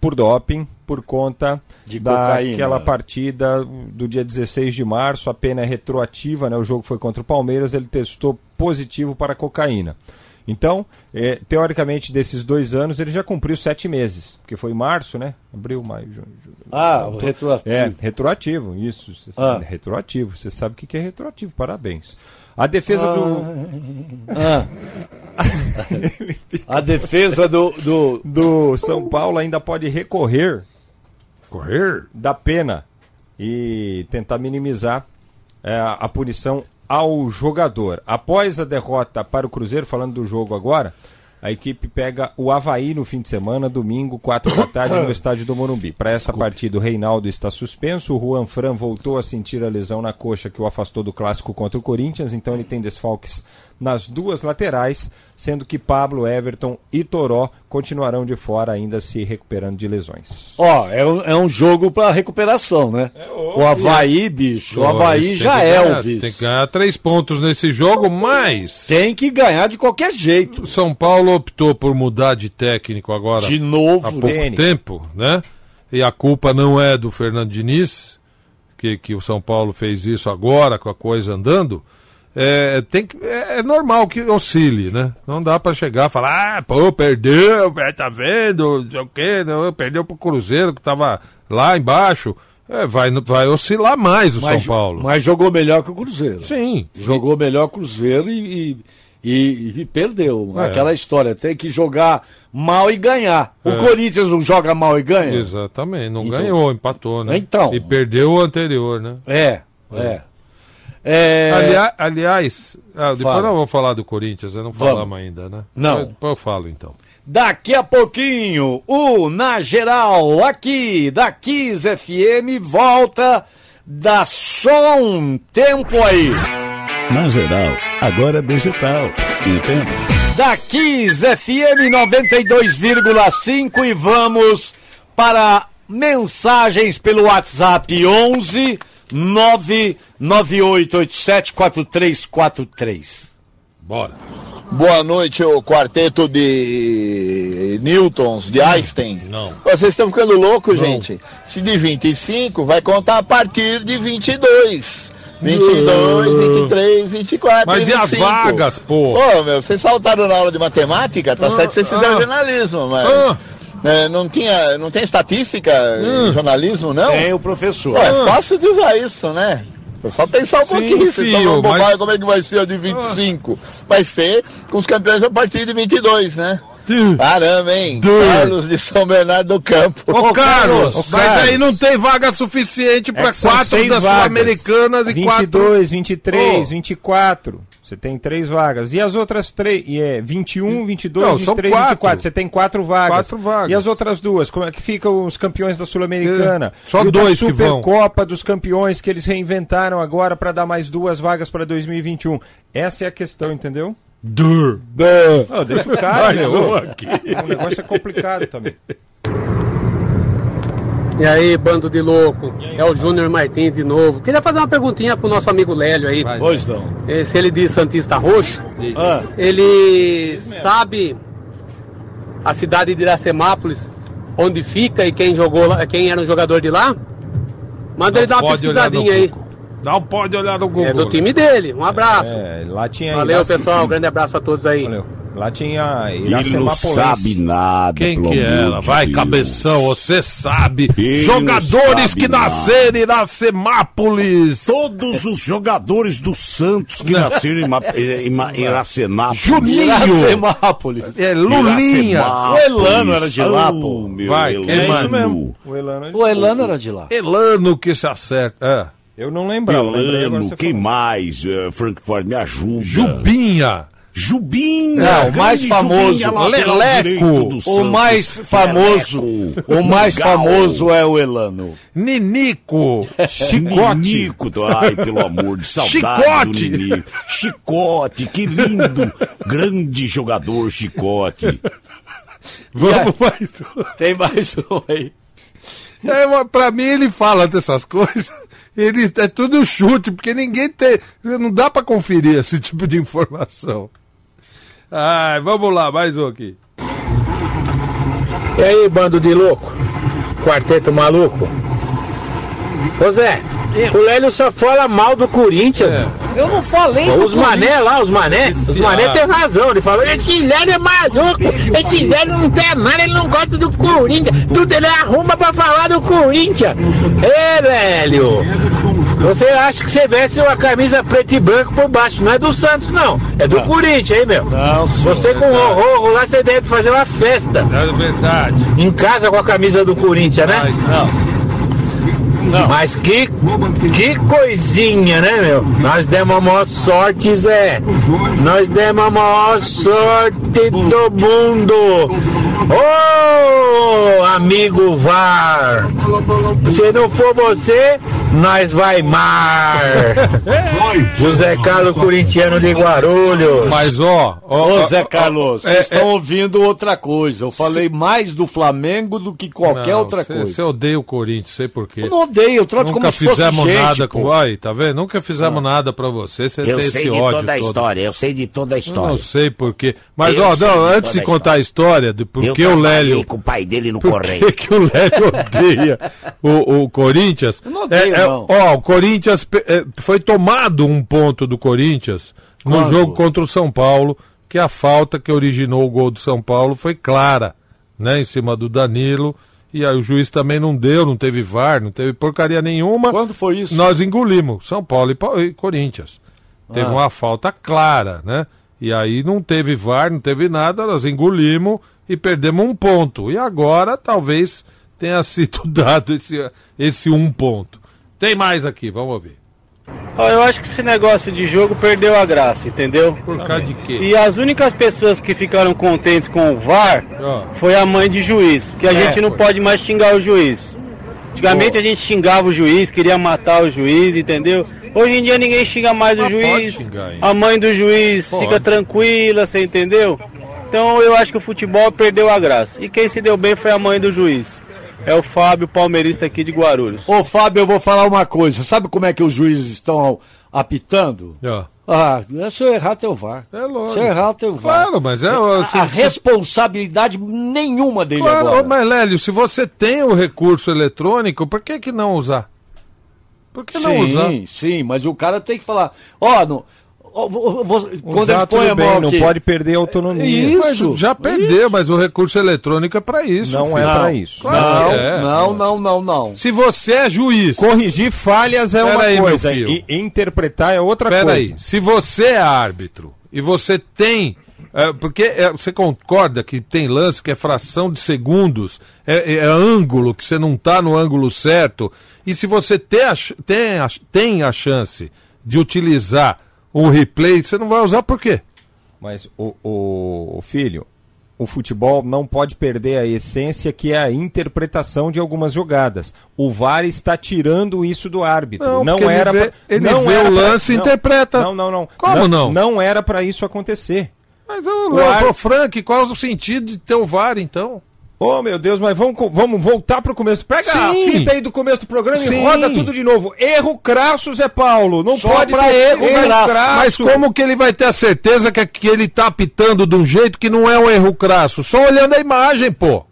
[SPEAKER 5] por doping, por conta
[SPEAKER 2] De cocaína.
[SPEAKER 5] daquela partida do dia 16 de março. A pena é retroativa, né? O jogo foi contra o Palmeiras, ele testou positivo para cocaína. Então, eh, teoricamente, desses dois anos, ele já cumpriu sete meses. Porque foi em março, né? Abril, maio, junho. julho.
[SPEAKER 2] Ah, o retroativo.
[SPEAKER 5] É, retroativo, isso. Você sabe,
[SPEAKER 2] Ah.
[SPEAKER 5] Retroativo. Você sabe o que que é retroativo, parabéns. A defesa do.
[SPEAKER 2] Ah. A defesa do, do.
[SPEAKER 5] São Paulo ainda pode recorrer. Correr? Da pena. E tentar minimizar eh, a punição ao jogador. Após a derrota para o Cruzeiro, falando do jogo agora, a equipe pega o Havaí no fim de semana, domingo, 4 da tarde, no estádio do Morumbi. Para essa partida, o Reinaldo está suspenso. O Juan Fran voltou a sentir a lesão na coxa que o afastou do clássico contra o Corinthians, então ele tem desfalques nas duas laterais, sendo que Pablo, Everton e Toró continuarão de fora, ainda se recuperando de lesões.
[SPEAKER 2] Ó, é um, é um jogo pra recuperação, né?
[SPEAKER 3] É
[SPEAKER 2] o Havaí, bicho, o Havaí
[SPEAKER 3] Eles têm
[SPEAKER 2] já
[SPEAKER 3] que
[SPEAKER 2] é
[SPEAKER 3] ganhar,
[SPEAKER 2] o vice.
[SPEAKER 3] Tem que ganhar três pontos nesse jogo, mas. Tem que ganhar de qualquer jeito. São Paulo optou por mudar de técnico agora.
[SPEAKER 2] De novo,
[SPEAKER 3] Há pouco
[SPEAKER 2] Dene.
[SPEAKER 3] tempo, né? E a culpa não é do Fernando Diniz, que, que o São Paulo fez isso agora com a coisa andando. É, tem que, é, é normal que oscile, né? Não dá pra chegar e falar, ah, pô, perdeu, é, tá vendo, não sei o quê, não, perdeu pro Cruzeiro que tava lá embaixo. É, vai, vai oscilar mais o
[SPEAKER 2] Mas
[SPEAKER 3] São
[SPEAKER 2] jo-
[SPEAKER 3] Paulo.
[SPEAKER 2] Mas jogou melhor que o Cruzeiro.
[SPEAKER 3] Sim.
[SPEAKER 2] Jogou melhor que o Cruzeiro e, e, e- e perdeu.
[SPEAKER 3] É.
[SPEAKER 2] Aquela história, tem que jogar mal e ganhar. O
[SPEAKER 3] É.
[SPEAKER 2] Corinthians não joga mal e ganha?
[SPEAKER 3] Exatamente, não
[SPEAKER 2] Então-
[SPEAKER 3] ganhou, empatou, né?
[SPEAKER 2] Então.
[SPEAKER 3] E perdeu o anterior, né?
[SPEAKER 2] É, é.
[SPEAKER 3] Aliá- É. aliás, ah, depois
[SPEAKER 2] Fala.
[SPEAKER 3] nós vamos falar do Corinthians, né? não
[SPEAKER 2] Vamos.
[SPEAKER 3] falamos ainda, né?
[SPEAKER 2] Não.
[SPEAKER 3] Depois eu falo então.
[SPEAKER 2] Daqui a pouquinho, o Na Geral, aqui da Kiss FM, volta da só um tempo aí.
[SPEAKER 4] Na geral, agora é digital. Entende?
[SPEAKER 2] Da Kiss FM 92,5 e vamos para mensagens pelo WhatsApp 11 998874343.
[SPEAKER 3] Bora.
[SPEAKER 20] Boa noite, o quarteto de Newtons, de Einstein.
[SPEAKER 3] Não.
[SPEAKER 20] Vocês estão ficando loucos, gente. Se de 25, vai contar a partir de 22. 22, 23, 24,
[SPEAKER 3] Mas e as
[SPEAKER 20] 25.
[SPEAKER 3] vagas, pô?
[SPEAKER 20] Pô, meu, vocês saltaram na aula de matemática, tá certo que vocês fizeram
[SPEAKER 3] ah.
[SPEAKER 20] jornalismo, mas...
[SPEAKER 3] Ah.
[SPEAKER 20] é, não, tinha, não tem estatística em jornalismo, não?
[SPEAKER 2] Tem o professor.
[SPEAKER 20] Pô,
[SPEAKER 2] Ah.
[SPEAKER 20] é fácil dizer isso, né? É só pensar um
[SPEAKER 2] Sim,
[SPEAKER 20] pouquinho. Vocês estão
[SPEAKER 2] filho,
[SPEAKER 20] falando bobagem,
[SPEAKER 2] mas-
[SPEAKER 20] como é que vai ser a de 25? Vai ser com os campeões a partir de 22, né? Caramba, hein? Carlos de São Bernardo do Campo.
[SPEAKER 3] Ô, Carlos, mas aí não tem vaga suficiente para
[SPEAKER 5] É
[SPEAKER 2] É,
[SPEAKER 5] que são
[SPEAKER 3] quatro
[SPEAKER 5] seis
[SPEAKER 3] das
[SPEAKER 5] vagas.
[SPEAKER 3] Sul-Americanas e
[SPEAKER 5] 22,
[SPEAKER 3] quatro.
[SPEAKER 5] 23,
[SPEAKER 3] Oh.
[SPEAKER 5] 24. Você tem três vagas. E as outras três? E é 21, 22,
[SPEAKER 3] Não, são
[SPEAKER 5] 23,
[SPEAKER 3] quatro.
[SPEAKER 5] 24. Você tem quatro vagas.
[SPEAKER 3] Quatro vagas.
[SPEAKER 5] E as outras duas? Como é que ficam os campeões da Sul-Americana?
[SPEAKER 3] É, só
[SPEAKER 5] e o
[SPEAKER 3] dois
[SPEAKER 5] da
[SPEAKER 3] que vão.
[SPEAKER 5] Supercopa dos Campeões que eles reinventaram agora para dar mais duas vagas para 2021. Essa é a questão, entendeu?
[SPEAKER 3] Dur.
[SPEAKER 5] Não, deixa o cara,
[SPEAKER 3] Mais
[SPEAKER 5] meu.
[SPEAKER 3] um aqui.
[SPEAKER 5] O negócio é complicado também.
[SPEAKER 12] E aí, bando de louco, é o Júnior Martins de novo. Queria fazer uma perguntinha pro nosso amigo Lélio aí.
[SPEAKER 2] Pois não.
[SPEAKER 12] Eh, Se ele diz Santista Roxo,
[SPEAKER 3] Ah.
[SPEAKER 2] Ah,
[SPEAKER 12] ele sabe a cidade de Iracemápolis, onde fica e quem jogou lá, quem era o jogador de lá? Manda ele dar uma
[SPEAKER 3] pode olhar no
[SPEAKER 12] pesquisadinha aí.
[SPEAKER 3] Não pode olhar no Google. né?
[SPEAKER 12] É do time dele. Um abraço.
[SPEAKER 5] É, lá tinha
[SPEAKER 12] Valeu,
[SPEAKER 5] Irace-
[SPEAKER 12] pessoal. Um grande abraço a todos aí. Valeu.
[SPEAKER 5] Lá tinha
[SPEAKER 6] Ele não
[SPEAKER 5] Iracemapolense.
[SPEAKER 6] sabe nada,
[SPEAKER 3] Quem
[SPEAKER 6] pelo
[SPEAKER 3] que
[SPEAKER 6] amor
[SPEAKER 3] era?
[SPEAKER 6] de
[SPEAKER 3] Vai,
[SPEAKER 6] Deus.
[SPEAKER 3] cabeção, você sabe.
[SPEAKER 6] Ele não
[SPEAKER 3] Jogadores
[SPEAKER 6] sabe
[SPEAKER 3] que
[SPEAKER 6] nada.
[SPEAKER 3] nascerem na Semápolis.
[SPEAKER 6] Todos os jogadores do Santos que nasceram em Ma- em, Ma- em Iracenápolis.
[SPEAKER 3] Juninho.
[SPEAKER 2] Iracemápolis.
[SPEAKER 3] É Lulinha.
[SPEAKER 6] Iracemápolis.
[SPEAKER 2] O Elano era de lá, pô.
[SPEAKER 6] Oh, meu
[SPEAKER 3] Vai,
[SPEAKER 6] Elano.
[SPEAKER 3] quem mais?
[SPEAKER 5] O Elano é
[SPEAKER 2] O Elano era de lá.
[SPEAKER 3] É Elano que se acerta. É.
[SPEAKER 5] Eu não lembrava. lembrei agora
[SPEAKER 6] Elano,
[SPEAKER 5] você
[SPEAKER 6] quem mais? eh, Frank Ford, me ajuda.
[SPEAKER 3] Jubinha.
[SPEAKER 6] Jubinha.
[SPEAKER 2] Não, o mais
[SPEAKER 6] grande
[SPEAKER 2] famoso,
[SPEAKER 6] Jubinha, lateral direito do
[SPEAKER 2] Leleco. O
[SPEAKER 6] Santos.
[SPEAKER 2] mais famoso,
[SPEAKER 6] Leleco.
[SPEAKER 2] o mais
[SPEAKER 6] Gal.
[SPEAKER 2] famoso é o Elano.
[SPEAKER 3] Ninico.
[SPEAKER 6] Chicote. Ninico, ai, pelo amor de saudade
[SPEAKER 3] Chicote.
[SPEAKER 6] do Ninico. Chicote, que lindo, grande jogador Chicote.
[SPEAKER 3] Vamos mais um.
[SPEAKER 2] Tem mais um aí.
[SPEAKER 3] É, mas pra mim ele fala dessas coisas. Ele é tudo chute, porque ninguém tem. Não dá pra conferir esse tipo de informação. Ai, vamos lá, mais um aqui.
[SPEAKER 21] E aí, bando de louco? Quarteto maluco? Ô Zé, o Lélio só fala mal do Corinthians.
[SPEAKER 2] É. Eu não falei
[SPEAKER 21] Pô, Os mané lá, os mané, os mané tem razão. Ele falou, esse Guilherme é maluco, esse Guilherme não tem nada, ele não gosta do Corinthians. Tudo ele arruma pra falar do Corinthians. Ê, velho, você acha que você veste uma camisa preta e branca por baixo? Não é do Santos, não. É do Corinthians, hein, meu? Não, senhor, Você com o horror lá, você deve fazer uma festa. É verdade. Em casa com a camisa do Corinthians, né? Não. Mas que, que coisinha, né, meu? Nós demos a maior sorte, Zé. Nós demos a maior sorte do mundo. Ô, amigo VAR. Se não for você, nós vai mar. José Carlos Corintiano de Guarulhos.
[SPEAKER 2] Mas ó, ó, Ô, ó, Zé ó, Carlos, é, vocês é. estão ouvindo outra coisa. Eu falei mais do Flamengo do que qualquer
[SPEAKER 3] Não,
[SPEAKER 2] outra
[SPEAKER 3] cê-
[SPEAKER 2] coisa.
[SPEAKER 3] Você odeia o Corinthians, sei por quê.
[SPEAKER 2] Eu não odeio, eu trato
[SPEAKER 3] Nunca
[SPEAKER 2] como se fosse
[SPEAKER 3] fizemos
[SPEAKER 2] gente,
[SPEAKER 3] nada
[SPEAKER 2] pô. Ah.
[SPEAKER 3] com. Aí, tá vendo? Nunca fizemos nada pra você. Você
[SPEAKER 7] Eu
[SPEAKER 3] tem
[SPEAKER 7] sei
[SPEAKER 3] esse
[SPEAKER 7] de
[SPEAKER 3] ódio.
[SPEAKER 7] toda a
[SPEAKER 3] todo.
[SPEAKER 7] história, eu sei de toda a
[SPEAKER 3] Eu
[SPEAKER 7] história.
[SPEAKER 3] não sei por quê. Mas,
[SPEAKER 7] Eu
[SPEAKER 3] ó,
[SPEAKER 7] sei
[SPEAKER 3] não,
[SPEAKER 7] de
[SPEAKER 3] antes de
[SPEAKER 7] toda a
[SPEAKER 3] contar a história de por
[SPEAKER 7] Eu
[SPEAKER 3] que o
[SPEAKER 7] trabalhei
[SPEAKER 3] Lélio.
[SPEAKER 7] com o pai dele no
[SPEAKER 3] Por
[SPEAKER 7] correio.
[SPEAKER 3] que, que o Lélio odeia o, o Corinthians?
[SPEAKER 2] Eu não odeio,
[SPEAKER 3] É, é,
[SPEAKER 2] não.
[SPEAKER 3] Ó, o Corinthians pe- é, foi tomado um ponto do Corinthians no
[SPEAKER 2] Quando?
[SPEAKER 3] jogo contra o São Paulo, que a falta que originou o gol do São Paulo foi clara, né? Em cima do Danilo. E aí o juiz também não deu, não teve VAR, não teve porcaria nenhuma. Quando
[SPEAKER 2] foi isso?
[SPEAKER 3] Nós engolimos São Paulo e, Pa- e Corinthians. Teve
[SPEAKER 2] Ah.
[SPEAKER 3] uma falta clara, né? E aí não teve VAR, não teve nada, nós engolimos e perdemos um ponto. E agora talvez tenha sido dado esse, esse um ponto. Tem mais aqui, vamos ouvir.
[SPEAKER 9] Ó, Eu acho que esse negócio de jogo perdeu a graça, entendeu? Por
[SPEAKER 2] Tá
[SPEAKER 3] causa de quê?
[SPEAKER 9] E as únicas pessoas que ficaram contentes com o VAR foi a mãe de juiz, porque a
[SPEAKER 22] É,
[SPEAKER 9] gente não
[SPEAKER 22] foi.
[SPEAKER 9] pode mais xingar o juiz. Antigamente a gente xingava o juiz, queria matar o juiz, entendeu? Hoje em dia ninguém xinga mais o
[SPEAKER 22] Mas pode
[SPEAKER 9] juiz,
[SPEAKER 22] xingar ainda.
[SPEAKER 9] a mãe do juiz
[SPEAKER 22] Pode.
[SPEAKER 9] fica tranquila, você entendeu? Então eu acho que o futebol perdeu a graça. E quem se deu bem foi a mãe do juiz. É o Fábio, palmeirista aqui de Guarulhos.
[SPEAKER 2] Ô, Fábio, eu vou falar uma coisa. Sabe como é que os juízes estão apitando? Ah, se eu errar, teu VAR. É
[SPEAKER 3] lógico.
[SPEAKER 2] Se eu errar, teu VAR.
[SPEAKER 3] Claro, mas é,
[SPEAKER 2] A,
[SPEAKER 3] se-
[SPEAKER 2] a
[SPEAKER 3] se-
[SPEAKER 2] responsabilidade nenhuma dele
[SPEAKER 3] Claro,
[SPEAKER 2] agora.
[SPEAKER 3] mas Lélio, se você tem o recurso eletrônico, por que, que não usar? Por que não
[SPEAKER 2] sim,
[SPEAKER 3] usar?
[SPEAKER 2] Sim, mas o cara tem que falar. Ó, não. ó, vo- vo- quando eles
[SPEAKER 3] Usar,
[SPEAKER 2] põem
[SPEAKER 3] tudo
[SPEAKER 2] a
[SPEAKER 3] bem,
[SPEAKER 2] mão
[SPEAKER 3] não
[SPEAKER 2] aqui,
[SPEAKER 3] pode
[SPEAKER 5] perder a autonomia.
[SPEAKER 2] Isso.
[SPEAKER 3] Mas já perdeu, mas o recurso eletrônico é para isso.
[SPEAKER 5] Não é pra isso.
[SPEAKER 3] Claro
[SPEAKER 5] Não,
[SPEAKER 3] que é.
[SPEAKER 2] Não, não, não, não.
[SPEAKER 3] Se você é juiz.
[SPEAKER 5] Corrigir falhas é uma
[SPEAKER 3] Pera aí, meu
[SPEAKER 5] coisa,
[SPEAKER 3] filho.
[SPEAKER 5] e interpretar é outra
[SPEAKER 3] Pera
[SPEAKER 5] coisa.
[SPEAKER 3] aí, se você é árbitro e você tem. é, porque é, você concorda que tem lance que é fração de segundos, é, é ângulo, que você não está no ângulo certo. E se você tem a, ch- tem, a, tem a chance de utilizar um replay, você não vai usar por quê?
[SPEAKER 5] Mas o, o- o filho, o futebol não pode perder a essência que é a interpretação de algumas jogadas. O VAR está tirando isso do árbitro.
[SPEAKER 3] Não,
[SPEAKER 5] Não,
[SPEAKER 3] porque ele
[SPEAKER 5] era
[SPEAKER 3] vê-
[SPEAKER 5] pra-
[SPEAKER 3] ele
[SPEAKER 5] não
[SPEAKER 3] vê
[SPEAKER 5] era
[SPEAKER 3] o
[SPEAKER 5] pra-
[SPEAKER 3] lance e
[SPEAKER 5] não,
[SPEAKER 3] interpreta.
[SPEAKER 5] Não, não, não.
[SPEAKER 3] Como não?
[SPEAKER 5] Não era para isso acontecer.
[SPEAKER 3] Mas eu,
[SPEAKER 5] O ar-
[SPEAKER 3] Ô, Frank, qual é o sentido de ter o VAR então?
[SPEAKER 5] Oh, meu Deus, mas vamos, co- vamos voltar pro começo. Pega a
[SPEAKER 3] Sim.
[SPEAKER 5] fita aí do começo do programa
[SPEAKER 3] Sim.
[SPEAKER 5] e roda tudo de novo. Erro crasso, Zé Paulo. Não
[SPEAKER 3] Só
[SPEAKER 5] pode
[SPEAKER 3] pra
[SPEAKER 5] ter
[SPEAKER 3] erro, crasso. Mas como que ele vai ter a certeza que, que ele tá apitando de um jeito que não é um erro crasso? Só olhando a imagem, pô.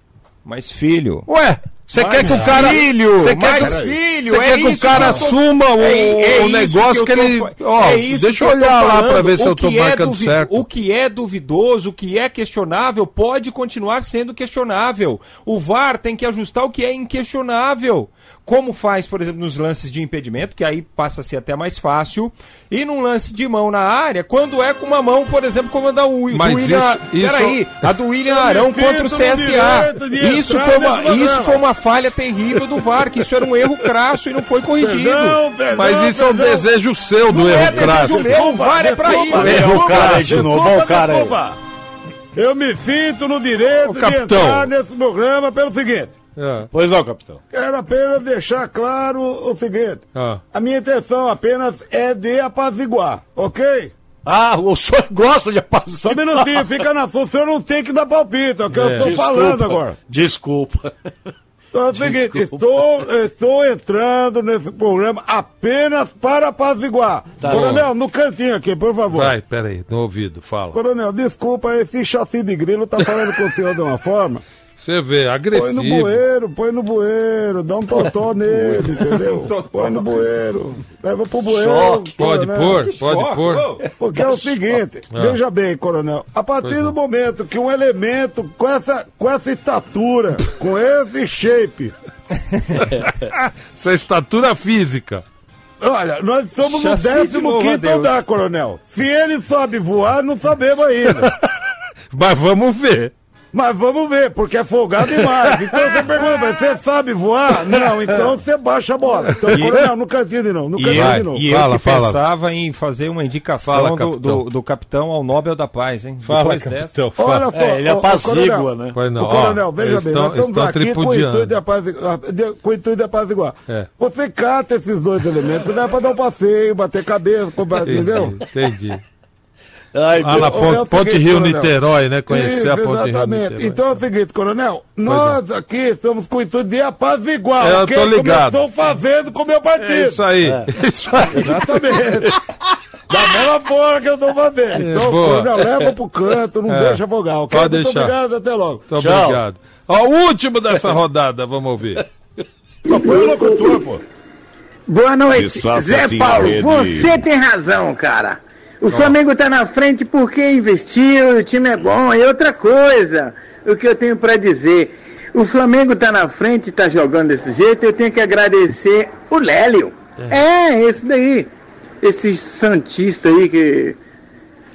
[SPEAKER 5] Mas filho.
[SPEAKER 3] Ué, você
[SPEAKER 5] Mas
[SPEAKER 3] quer que o cara.
[SPEAKER 5] filho,
[SPEAKER 3] você quer
[SPEAKER 5] mas
[SPEAKER 3] que,
[SPEAKER 5] filho,
[SPEAKER 3] você
[SPEAKER 5] é
[SPEAKER 3] quer que o
[SPEAKER 5] isso que
[SPEAKER 3] cara
[SPEAKER 5] eu tô-
[SPEAKER 3] assuma o,
[SPEAKER 5] É- é
[SPEAKER 3] o
[SPEAKER 5] isso
[SPEAKER 3] negócio que,
[SPEAKER 5] eu tô
[SPEAKER 3] ele.
[SPEAKER 5] fa-
[SPEAKER 3] Ó,
[SPEAKER 5] é isso
[SPEAKER 3] deixa
[SPEAKER 5] que
[SPEAKER 3] eu
[SPEAKER 5] tô
[SPEAKER 3] olhar lá
[SPEAKER 5] falando.
[SPEAKER 3] pra ver se
[SPEAKER 5] O
[SPEAKER 3] eu tô
[SPEAKER 5] que é
[SPEAKER 3] marcando
[SPEAKER 5] duvi-
[SPEAKER 3] certo.
[SPEAKER 5] O que é duvidoso, o que é questionável, pode continuar sendo questionável. O VAR tem que ajustar o que é inquestionável. Como faz, por exemplo, nos lances de impedimento, que aí passa a ser até mais fácil. E num lance de mão na área, quando é com uma mão, por exemplo, como a da Wi- do
[SPEAKER 3] Mas
[SPEAKER 5] William.
[SPEAKER 3] isso-
[SPEAKER 5] Peraí,
[SPEAKER 3] isso-
[SPEAKER 5] a do William
[SPEAKER 3] Eu me
[SPEAKER 5] Arão contra o
[SPEAKER 3] sinto no
[SPEAKER 5] CSA.
[SPEAKER 3] direito de
[SPEAKER 5] Isso
[SPEAKER 3] entrar
[SPEAKER 5] foi,
[SPEAKER 3] nesse
[SPEAKER 5] uma, isso
[SPEAKER 3] programa.
[SPEAKER 5] foi uma falha terrível do VAR, que isso era um erro crasso e não foi corrigido.
[SPEAKER 3] Perdão, perdão, Mas isso é um perdão. desejo seu do
[SPEAKER 5] não
[SPEAKER 3] erro
[SPEAKER 5] é desejo
[SPEAKER 3] crasso.
[SPEAKER 5] Meu, o VAR é pra
[SPEAKER 3] Desculpa,
[SPEAKER 5] isso.
[SPEAKER 3] desculpa, Erro crasso de
[SPEAKER 8] desculpa,
[SPEAKER 3] novo, olha o cara aí.
[SPEAKER 8] desculpa. Eu me sinto no direito
[SPEAKER 3] Ô,
[SPEAKER 8] de
[SPEAKER 3] capitão.
[SPEAKER 8] entrar nesse programa pelo seguinte.
[SPEAKER 2] Pois não, capitão.
[SPEAKER 8] Quero apenas deixar claro o seguinte. A minha intenção apenas é de apaziguar, ok?
[SPEAKER 2] Ah, o senhor gosta de apaziguar.
[SPEAKER 8] Um minutinho, fica na sua, o senhor não tem que dar palpite, é o que eu estou falando agora.
[SPEAKER 2] Desculpa.
[SPEAKER 8] Então é o seguinte, estou, estou entrando nesse programa apenas para apaziguar.
[SPEAKER 3] Tá
[SPEAKER 8] Coronel, no cantinho aqui, por favor.
[SPEAKER 3] Vai, peraí, no ouvido, fala.
[SPEAKER 8] Coronel, desculpa, esse chassi de grilo tá falando com o senhor de uma forma
[SPEAKER 3] Você vê,
[SPEAKER 4] Põe
[SPEAKER 3] agressivo.
[SPEAKER 4] no bueiro, põe no bueiro, dá um totó nele, entendeu? Põe no bueiro, leva pro bueiro.
[SPEAKER 3] Choque. Pode
[SPEAKER 4] coronel.
[SPEAKER 3] pôr, Que pode choque, pôr. pô.
[SPEAKER 4] Porque é o seguinte,
[SPEAKER 3] Ah.
[SPEAKER 4] veja bem, coronel, a partir
[SPEAKER 3] Pois é.
[SPEAKER 4] do momento que um elemento com essa, com essa estatura, com esse shape,
[SPEAKER 3] Essa estatura física.
[SPEAKER 4] olha, nós somos
[SPEAKER 3] Chassi de
[SPEAKER 4] no 15
[SPEAKER 3] louva-a-Deus.
[SPEAKER 4] andar, coronel. Se ele sabe voar, não sabemos ainda.
[SPEAKER 3] Mas vamos ver.
[SPEAKER 4] Mas vamos ver, porque é folgado demais. Então você pergunta, mas você sabe voar? Não, então você baixa a bola. Então,
[SPEAKER 5] E-
[SPEAKER 4] coronel, não cantina não, não
[SPEAKER 5] E eu,
[SPEAKER 4] cantina não.
[SPEAKER 5] e eu que pensava em fazer uma indicação
[SPEAKER 3] Fala,
[SPEAKER 5] do- do,
[SPEAKER 3] capitão.
[SPEAKER 5] do capitão ao Nobel da Paz, hein?
[SPEAKER 3] Fala,
[SPEAKER 5] Depois
[SPEAKER 3] capitão,
[SPEAKER 5] dessa-
[SPEAKER 3] fala. Olha só, É, ele
[SPEAKER 5] ó,
[SPEAKER 3] apazigua,
[SPEAKER 5] ó, coronel,
[SPEAKER 3] né? Pois não,
[SPEAKER 4] Ô, coronel,
[SPEAKER 3] ó,
[SPEAKER 4] veja
[SPEAKER 3] eles
[SPEAKER 4] bem,
[SPEAKER 3] estão-
[SPEAKER 4] nós estamos
[SPEAKER 3] estão
[SPEAKER 4] aqui com o
[SPEAKER 3] tripudiando.
[SPEAKER 4] intuito de apaziguar. de- Com o intuito de apaziguar.
[SPEAKER 3] É.
[SPEAKER 4] Você cata esses dois elementos, não é pra dar um passeio, bater cabeça, comprar, entendeu?
[SPEAKER 3] Entendi.
[SPEAKER 4] Ai,
[SPEAKER 3] Ah, na
[SPEAKER 4] meu- é o
[SPEAKER 3] Ponte, Ponte
[SPEAKER 4] seguinte,
[SPEAKER 3] Rio
[SPEAKER 4] coronel.
[SPEAKER 3] Niterói, né? Conhecer a
[SPEAKER 4] Isso,
[SPEAKER 3] Ponte Rio
[SPEAKER 4] exatamente.
[SPEAKER 3] Niterói. é.
[SPEAKER 4] Então é o seguinte, coronel, nós aqui estamos com o intuito de apaziguar.
[SPEAKER 3] Eu
[SPEAKER 4] o que
[SPEAKER 3] tô ligado.
[SPEAKER 4] Estou fazendo com o meu partido.
[SPEAKER 3] É isso aí.
[SPEAKER 4] É.
[SPEAKER 3] Isso aí.
[SPEAKER 4] Exatamente. Da mesma forma que eu tô fazendo.
[SPEAKER 3] É,
[SPEAKER 4] Então,
[SPEAKER 3] boa.
[SPEAKER 4] coronel, leva pro canto, não
[SPEAKER 3] É.
[SPEAKER 4] deixa vogal. ok?
[SPEAKER 3] Pode
[SPEAKER 4] Muito
[SPEAKER 3] deixar.
[SPEAKER 4] obrigado, até logo.
[SPEAKER 3] Muito obrigado. Ó, o último dessa rodada, vamos ouvir.
[SPEAKER 21] Boa noite,
[SPEAKER 3] Disfarça
[SPEAKER 21] Zé
[SPEAKER 3] assim
[SPEAKER 21] Paulo.
[SPEAKER 3] a rede.
[SPEAKER 21] Você tem razão, cara. O Flamengo tá na frente porque investiu, o time é bom. E outra coisa, o que eu tenho pra dizer. O Flamengo tá na frente, tá jogando desse jeito. Eu tenho que agradecer o Lélio. É, esse daí. Esse Santista aí que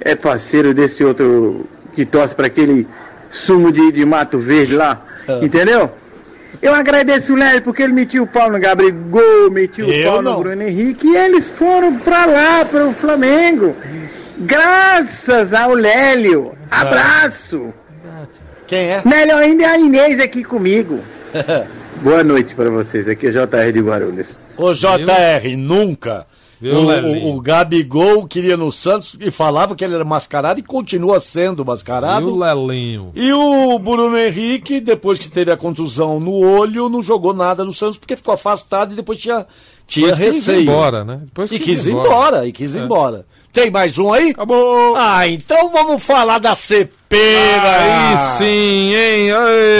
[SPEAKER 21] é parceiro desse outro que torce pra aquele sumo de, de Mato Verde lá.
[SPEAKER 3] É.
[SPEAKER 21] Entendeu? Eu agradeço o Lélio porque ele metiu o pau no Gabriel, metiu o
[SPEAKER 9] Eu
[SPEAKER 21] pau
[SPEAKER 9] não.
[SPEAKER 21] no Bruno Henrique e eles foram pra lá, pro Flamengo. Graças ao Lélio. Abraço.
[SPEAKER 9] Quem é?
[SPEAKER 21] Melhor ainda é a Inês aqui comigo. Boa noite pra vocês. Aqui é JR de Guarulhos.
[SPEAKER 2] Ô JR, nunca.
[SPEAKER 21] Viu,
[SPEAKER 2] o,
[SPEAKER 21] Lelinho?
[SPEAKER 2] o, o Gabigol queria no Santos e falava que ele era mascarado e continua sendo mascarado.
[SPEAKER 3] E o Lelinho?
[SPEAKER 2] E o Bruno Henrique, depois que teve a contusão no olho, não jogou nada no Santos porque ficou afastado e depois tinha, tinha
[SPEAKER 3] Depois quis ir
[SPEAKER 2] receio.
[SPEAKER 3] embora, né? Depois
[SPEAKER 2] e
[SPEAKER 3] quis
[SPEAKER 2] quis
[SPEAKER 3] ir
[SPEAKER 2] ir embora.
[SPEAKER 3] embora,
[SPEAKER 2] e quis ir
[SPEAKER 3] É.
[SPEAKER 2] embora. Tem mais um aí?
[SPEAKER 3] Acabou. Ah,
[SPEAKER 2] Ah, então vamos falar da né?
[SPEAKER 3] Aí
[SPEAKER 2] Cepera.
[SPEAKER 3] sim, hein?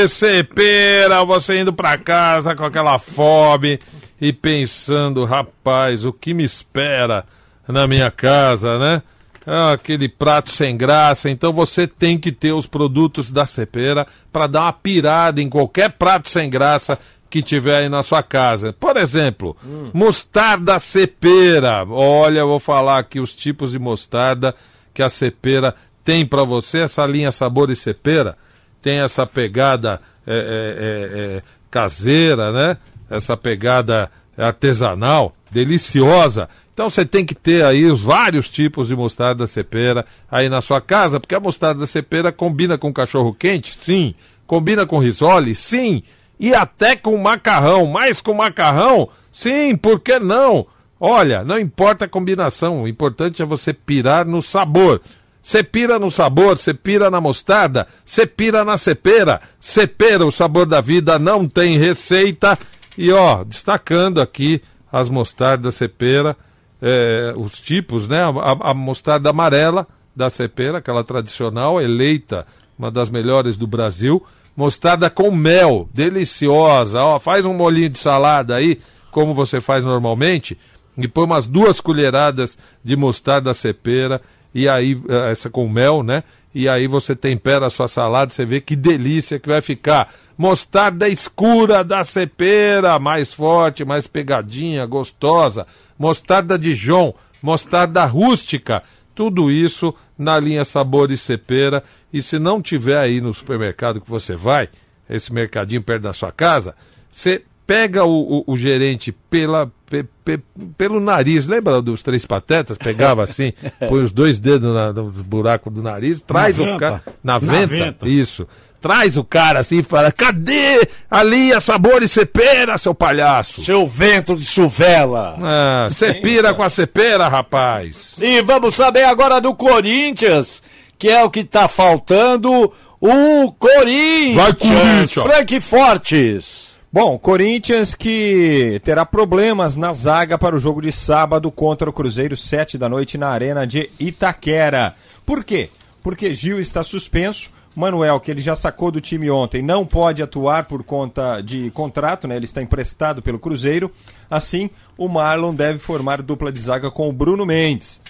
[SPEAKER 3] Ê, Cepera, você indo pra casa com aquela fome e pensando, rapaz, o que me espera na minha casa, né? Ah, aquele prato sem graça. Então você tem que ter os produtos da Cepera pra dar uma pirada em qualquer prato sem graça que tiver aí na sua casa. Por exemplo, mostarda cepera. Olha, eu vou falar aqui os tipos de mostarda que a cepera tem pra você. Essa linha sabor e cepera tem essa pegada é, é, é, é, caseira, né? Essa pegada artesanal, deliciosa. Então você tem que ter aí os vários tipos de mostarda cepera aí na sua casa, porque a mostarda cepera combina com cachorro quente, sim. Combina com risole, sim. E até com macarrão, mais com macarrão, sim, por que não? Olha, não importa a combinação, o importante é você pirar no sabor. Você pira no sabor, você pira na mostarda, você pira na cepera. Cepera, o sabor da vida não tem receita. E ó, destacando aqui as mostardas cepera, eh, os tipos, né? A, a mostarda amarela da cepera, aquela tradicional, eleita uma das melhores do Brasil. Mostarda com mel, deliciosa. Ó, faz um molinho de salada aí, como você faz normalmente, e põe umas duas colheradas de mostarda cepera e aí eh, essa com mel, né? E aí você tempera a sua salada, você vê que delícia que vai ficar. Mostarda escura da cepera, mais forte, mais pegadinha, gostosa. Mostarda Dijon, mostarda rústica. Tudo isso na linha Sabor e Cepera. E se não tiver aí no supermercado que você vai, esse mercadinho perto da sua casa, você pega o, o- o gerente pela, pe- pe- pelo nariz. Lembra dos três patetas? Pegava assim, põe os dois dedos na- no buraco do nariz, traz
[SPEAKER 23] Na
[SPEAKER 3] o
[SPEAKER 23] venta.
[SPEAKER 3] cara. Na
[SPEAKER 23] Na
[SPEAKER 3] venta,
[SPEAKER 23] venta.
[SPEAKER 3] Isso. Traz o cara assim e fala: cadê a linha Sabor e Cepera, né, seu palhaço?
[SPEAKER 2] Seu vento de chuvela.
[SPEAKER 3] Ah, cepira com a cepera, rapaz.
[SPEAKER 2] E vamos saber agora do Corinthians, que é o que tá faltando. O Corinthians.
[SPEAKER 5] Vai, Corinthians.
[SPEAKER 2] Frank Fortes.
[SPEAKER 5] Bom, Corinthians que terá problemas na zaga para o jogo de sábado contra o Cruzeiro, 7 da noite, na Arena de Itaquera. Por quê? Porque Gil está suspenso, Manuel, que ele já sacou do time ontem, não pode atuar por conta de contrato, né? Ele está emprestado pelo Cruzeiro. Assim, o Marlon deve formar dupla de zaga com o Bruno Mendes.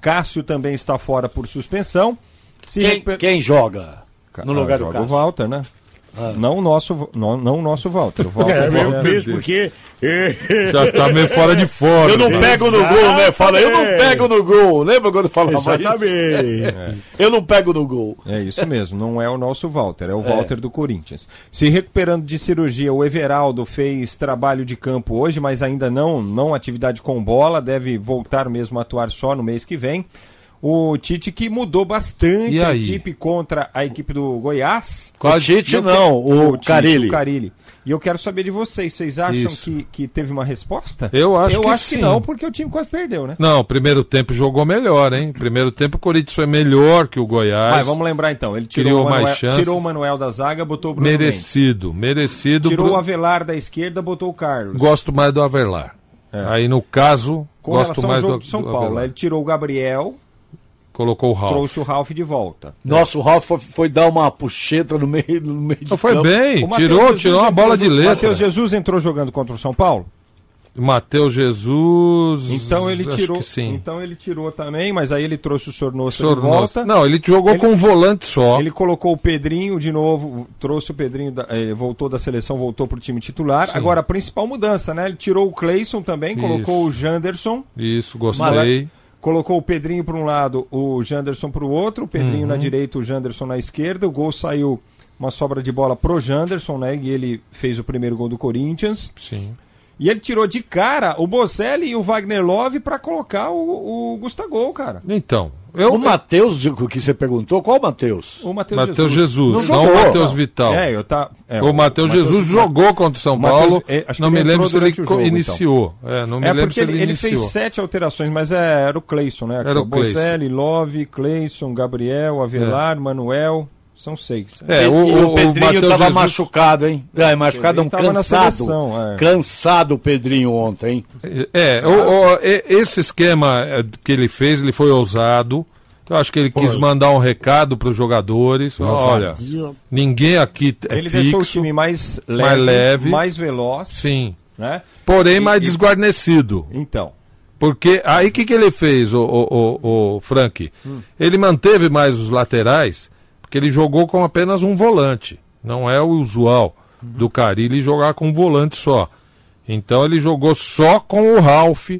[SPEAKER 5] Cássio também está fora por suspensão. Se
[SPEAKER 2] Quem-
[SPEAKER 5] recuper-
[SPEAKER 2] quem joga no
[SPEAKER 3] ah,
[SPEAKER 2] lugar do
[SPEAKER 5] joga
[SPEAKER 2] Cássio? Ah.
[SPEAKER 5] O Walter, né? Não o nosso, não, não o nosso Walter. O Walter
[SPEAKER 8] É, eu
[SPEAKER 5] Walter-
[SPEAKER 8] penso porque.
[SPEAKER 5] Já tá meio fora de forma,
[SPEAKER 2] Eu não
[SPEAKER 5] né?
[SPEAKER 2] pego no gol, né? Fala, eu não
[SPEAKER 5] Exatamente.
[SPEAKER 2] pego no gol. Lembra quando falava isso?
[SPEAKER 5] Exatamente.
[SPEAKER 2] Eu não pego no gol.
[SPEAKER 5] É isso mesmo, não é o nosso Walter, é o Walter do Corinthians. Se recuperando de cirurgia, o Everaldo fez trabalho de campo hoje, mas ainda não, não atividade com bola, deve voltar mesmo a atuar só no mês que vem. O Tite que mudou bastante
[SPEAKER 2] E
[SPEAKER 5] a
[SPEAKER 2] aí?
[SPEAKER 5] equipe contra a equipe do Goiás.
[SPEAKER 2] Com a Tite,
[SPEAKER 5] E eu que-
[SPEAKER 2] não, o
[SPEAKER 5] Tite,
[SPEAKER 2] Carille.
[SPEAKER 5] o Carille. E eu quero saber de vocês, vocês acham
[SPEAKER 3] Isso.
[SPEAKER 5] que, que teve uma resposta?
[SPEAKER 3] Eu acho que sim.
[SPEAKER 5] não, porque o time quase perdeu, né?
[SPEAKER 3] Não, primeiro tempo jogou melhor, hein? Primeiro tempo o Corinthians foi melhor que o Goiás.
[SPEAKER 5] Mas vamos lembrar então, ele tirou,
[SPEAKER 3] Criou
[SPEAKER 5] o Manuel,
[SPEAKER 3] mais chances.
[SPEAKER 5] tirou o Manuel da zaga, botou o Bruno Mendes.
[SPEAKER 3] merecido, merecido.
[SPEAKER 5] Tirou
[SPEAKER 3] Bruno-
[SPEAKER 5] o Avelar da esquerda, botou o Carlos.
[SPEAKER 3] Gosto mais do Avelar. Aí no caso,
[SPEAKER 5] É. Com
[SPEAKER 3] gosto
[SPEAKER 5] relação ao
[SPEAKER 3] mais
[SPEAKER 5] jogo
[SPEAKER 3] do,
[SPEAKER 5] de São
[SPEAKER 3] do
[SPEAKER 5] Paulo,
[SPEAKER 3] Avelar.
[SPEAKER 5] ele tirou o Gabriel,
[SPEAKER 3] Colocou o Ralf.
[SPEAKER 5] trouxe o Ralf de volta.
[SPEAKER 2] Nosso Ralf foi, foi dar uma puxeta no meio, no meio de
[SPEAKER 5] Foi
[SPEAKER 2] campo.
[SPEAKER 5] bem,
[SPEAKER 2] O Matheus
[SPEAKER 3] tirou,
[SPEAKER 2] Jesus
[SPEAKER 3] tirou uma
[SPEAKER 2] entrou
[SPEAKER 3] bola de
[SPEAKER 2] junto.
[SPEAKER 3] letra.
[SPEAKER 5] Matheus Jesus entrou jogando contra o São Paulo?
[SPEAKER 3] Matheus Jesus.
[SPEAKER 5] Então ele
[SPEAKER 3] acho
[SPEAKER 5] tirou,
[SPEAKER 3] que sim.
[SPEAKER 5] então ele tirou também, mas aí ele trouxe o Sornosa de
[SPEAKER 3] Sornosa.
[SPEAKER 5] volta.
[SPEAKER 3] Não, ele jogou com um volante só.
[SPEAKER 5] Ele colocou o Pedrinho de novo, trouxe o Pedrinho, da- eh, voltou da seleção, voltou pro time titular.
[SPEAKER 3] Sim.
[SPEAKER 5] Agora a principal mudança, né? Ele tirou o Cleison também, colocou
[SPEAKER 3] Isso.
[SPEAKER 5] o Janderson.
[SPEAKER 3] Isso, gostei.
[SPEAKER 5] Mala- Colocou o Pedrinho para um lado, o Janderson para o outro, o Pedrinho
[SPEAKER 3] Uhum.
[SPEAKER 5] na direita, o Janderson na esquerda. O gol saiu uma sobra de bola pro Janderson, né? E ele fez o primeiro gol do Corinthians.
[SPEAKER 3] Sim.
[SPEAKER 5] E ele tirou de cara o Bocelli e o Wagner Love para colocar o, o Gustavo, cara.
[SPEAKER 3] Então,
[SPEAKER 2] o Matheus, Zico, que você perguntou, qual o Matheus?
[SPEAKER 5] O
[SPEAKER 3] Matheus Jesus, não, o Matheus Vital.
[SPEAKER 5] É, eu tá- é,
[SPEAKER 3] o Matheus Jesus jogou contra o São
[SPEAKER 5] Matheus-
[SPEAKER 3] Paulo.
[SPEAKER 5] é, acho que
[SPEAKER 3] não me
[SPEAKER 5] entrou
[SPEAKER 3] lembro se ele
[SPEAKER 5] durante o jogo, então.
[SPEAKER 3] iniciou. É, não me
[SPEAKER 5] É,
[SPEAKER 3] lembro
[SPEAKER 5] porque
[SPEAKER 3] se ele,
[SPEAKER 5] ele, ele fez
[SPEAKER 3] iniciou.
[SPEAKER 5] sete alterações, mas é, era o Cleison, né?
[SPEAKER 3] Era o
[SPEAKER 5] Bocelli, Love, Cleison, Gabriel,
[SPEAKER 3] É.
[SPEAKER 5] Avelar, Manuel. São seis.
[SPEAKER 2] É, o, o, Pedrinho
[SPEAKER 5] Matheus
[SPEAKER 2] tava
[SPEAKER 5] Jesus-
[SPEAKER 2] machucado, hein? É, machucado, não,
[SPEAKER 5] Ele tava na
[SPEAKER 2] cansado.
[SPEAKER 5] seleção, é.
[SPEAKER 2] Cansado o Pedrinho ontem.
[SPEAKER 3] É, o- o- e- esse esquema é, que ele fez, ele foi ousado. Eu acho que ele quis mandar um recado para os jogadores.
[SPEAKER 5] Nossa,
[SPEAKER 3] Olha,
[SPEAKER 5] dia.
[SPEAKER 3] ninguém aqui t- é
[SPEAKER 5] Ele
[SPEAKER 3] fixo,
[SPEAKER 5] deixou o time mais leve, mais,
[SPEAKER 3] leve.
[SPEAKER 5] veloz.
[SPEAKER 3] Sim.
[SPEAKER 5] Né?
[SPEAKER 3] Porém,
[SPEAKER 5] E-
[SPEAKER 3] mais
[SPEAKER 5] e-
[SPEAKER 3] desguarnecido.
[SPEAKER 5] Então.
[SPEAKER 3] Porque aí o que, que ele fez, o, o, o- o Frank?
[SPEAKER 5] Hum.
[SPEAKER 3] Ele manteve mais os laterais, porque ele jogou com apenas um volante. Não é o usual
[SPEAKER 5] Uhum.
[SPEAKER 3] do Carilli jogar com um volante só. Então ele jogou só com o Ralph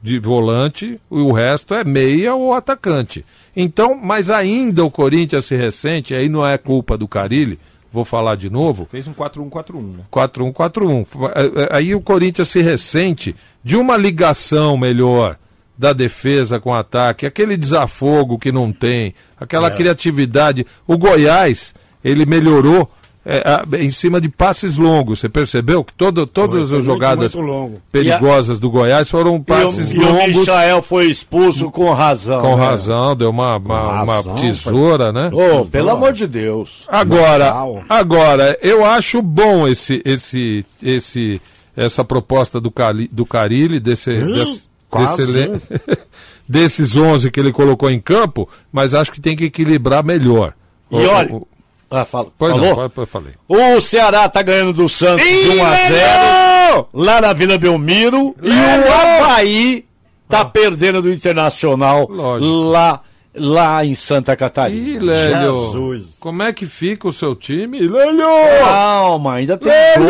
[SPEAKER 3] de volante, e o resto é meia ou atacante. Então, mas ainda o Corinthians se ressente, aí não é culpa do Carilli, vou falar de novo,
[SPEAKER 5] Fez um 4-1-4-1, né?
[SPEAKER 3] 4-1-4-1. Eh, eh, Aí o Corinthians se ressente de uma ligação melhor da defesa com o ataque, aquele desafogo que não tem, aquela
[SPEAKER 2] É.
[SPEAKER 3] criatividade. O Goiás, ele melhorou eh, ah, em cima de passes longos. Você percebeu que todo, todas
[SPEAKER 2] foi
[SPEAKER 3] as
[SPEAKER 2] muito,
[SPEAKER 3] jogadas
[SPEAKER 2] muito longo.
[SPEAKER 3] perigosas do Goiás foram passes
[SPEAKER 2] e o, e o
[SPEAKER 3] longos.
[SPEAKER 2] Michael foi expulso com razão.
[SPEAKER 3] Com
[SPEAKER 2] né?
[SPEAKER 3] razão, deu uma, uma, uma
[SPEAKER 2] razão,
[SPEAKER 3] tesoura, né?
[SPEAKER 2] Ô, pelo amor de Deus.
[SPEAKER 3] Agora, agora eu acho bom esse, esse, esse, essa proposta do, Cali, do Carilli, desse,
[SPEAKER 2] Ih,
[SPEAKER 3] desse,
[SPEAKER 2] quase.
[SPEAKER 3] desse ele- desses 11 que ele colocou em campo, mas acho que tem que equilibrar melhor.
[SPEAKER 2] E olha- Ah, fala,
[SPEAKER 3] pois
[SPEAKER 2] falou?
[SPEAKER 3] não, fa- fa- falei.
[SPEAKER 2] O Ceará tá ganhando do Santos de 1 a 0 lá na Vila Belmiro e o Havaí tá perdendo do Internacional lá lá em Santa Catarina.
[SPEAKER 3] Ih, Lélio, como é que fica o seu time? Lélio!
[SPEAKER 2] Calma, ainda tem
[SPEAKER 3] Lélio!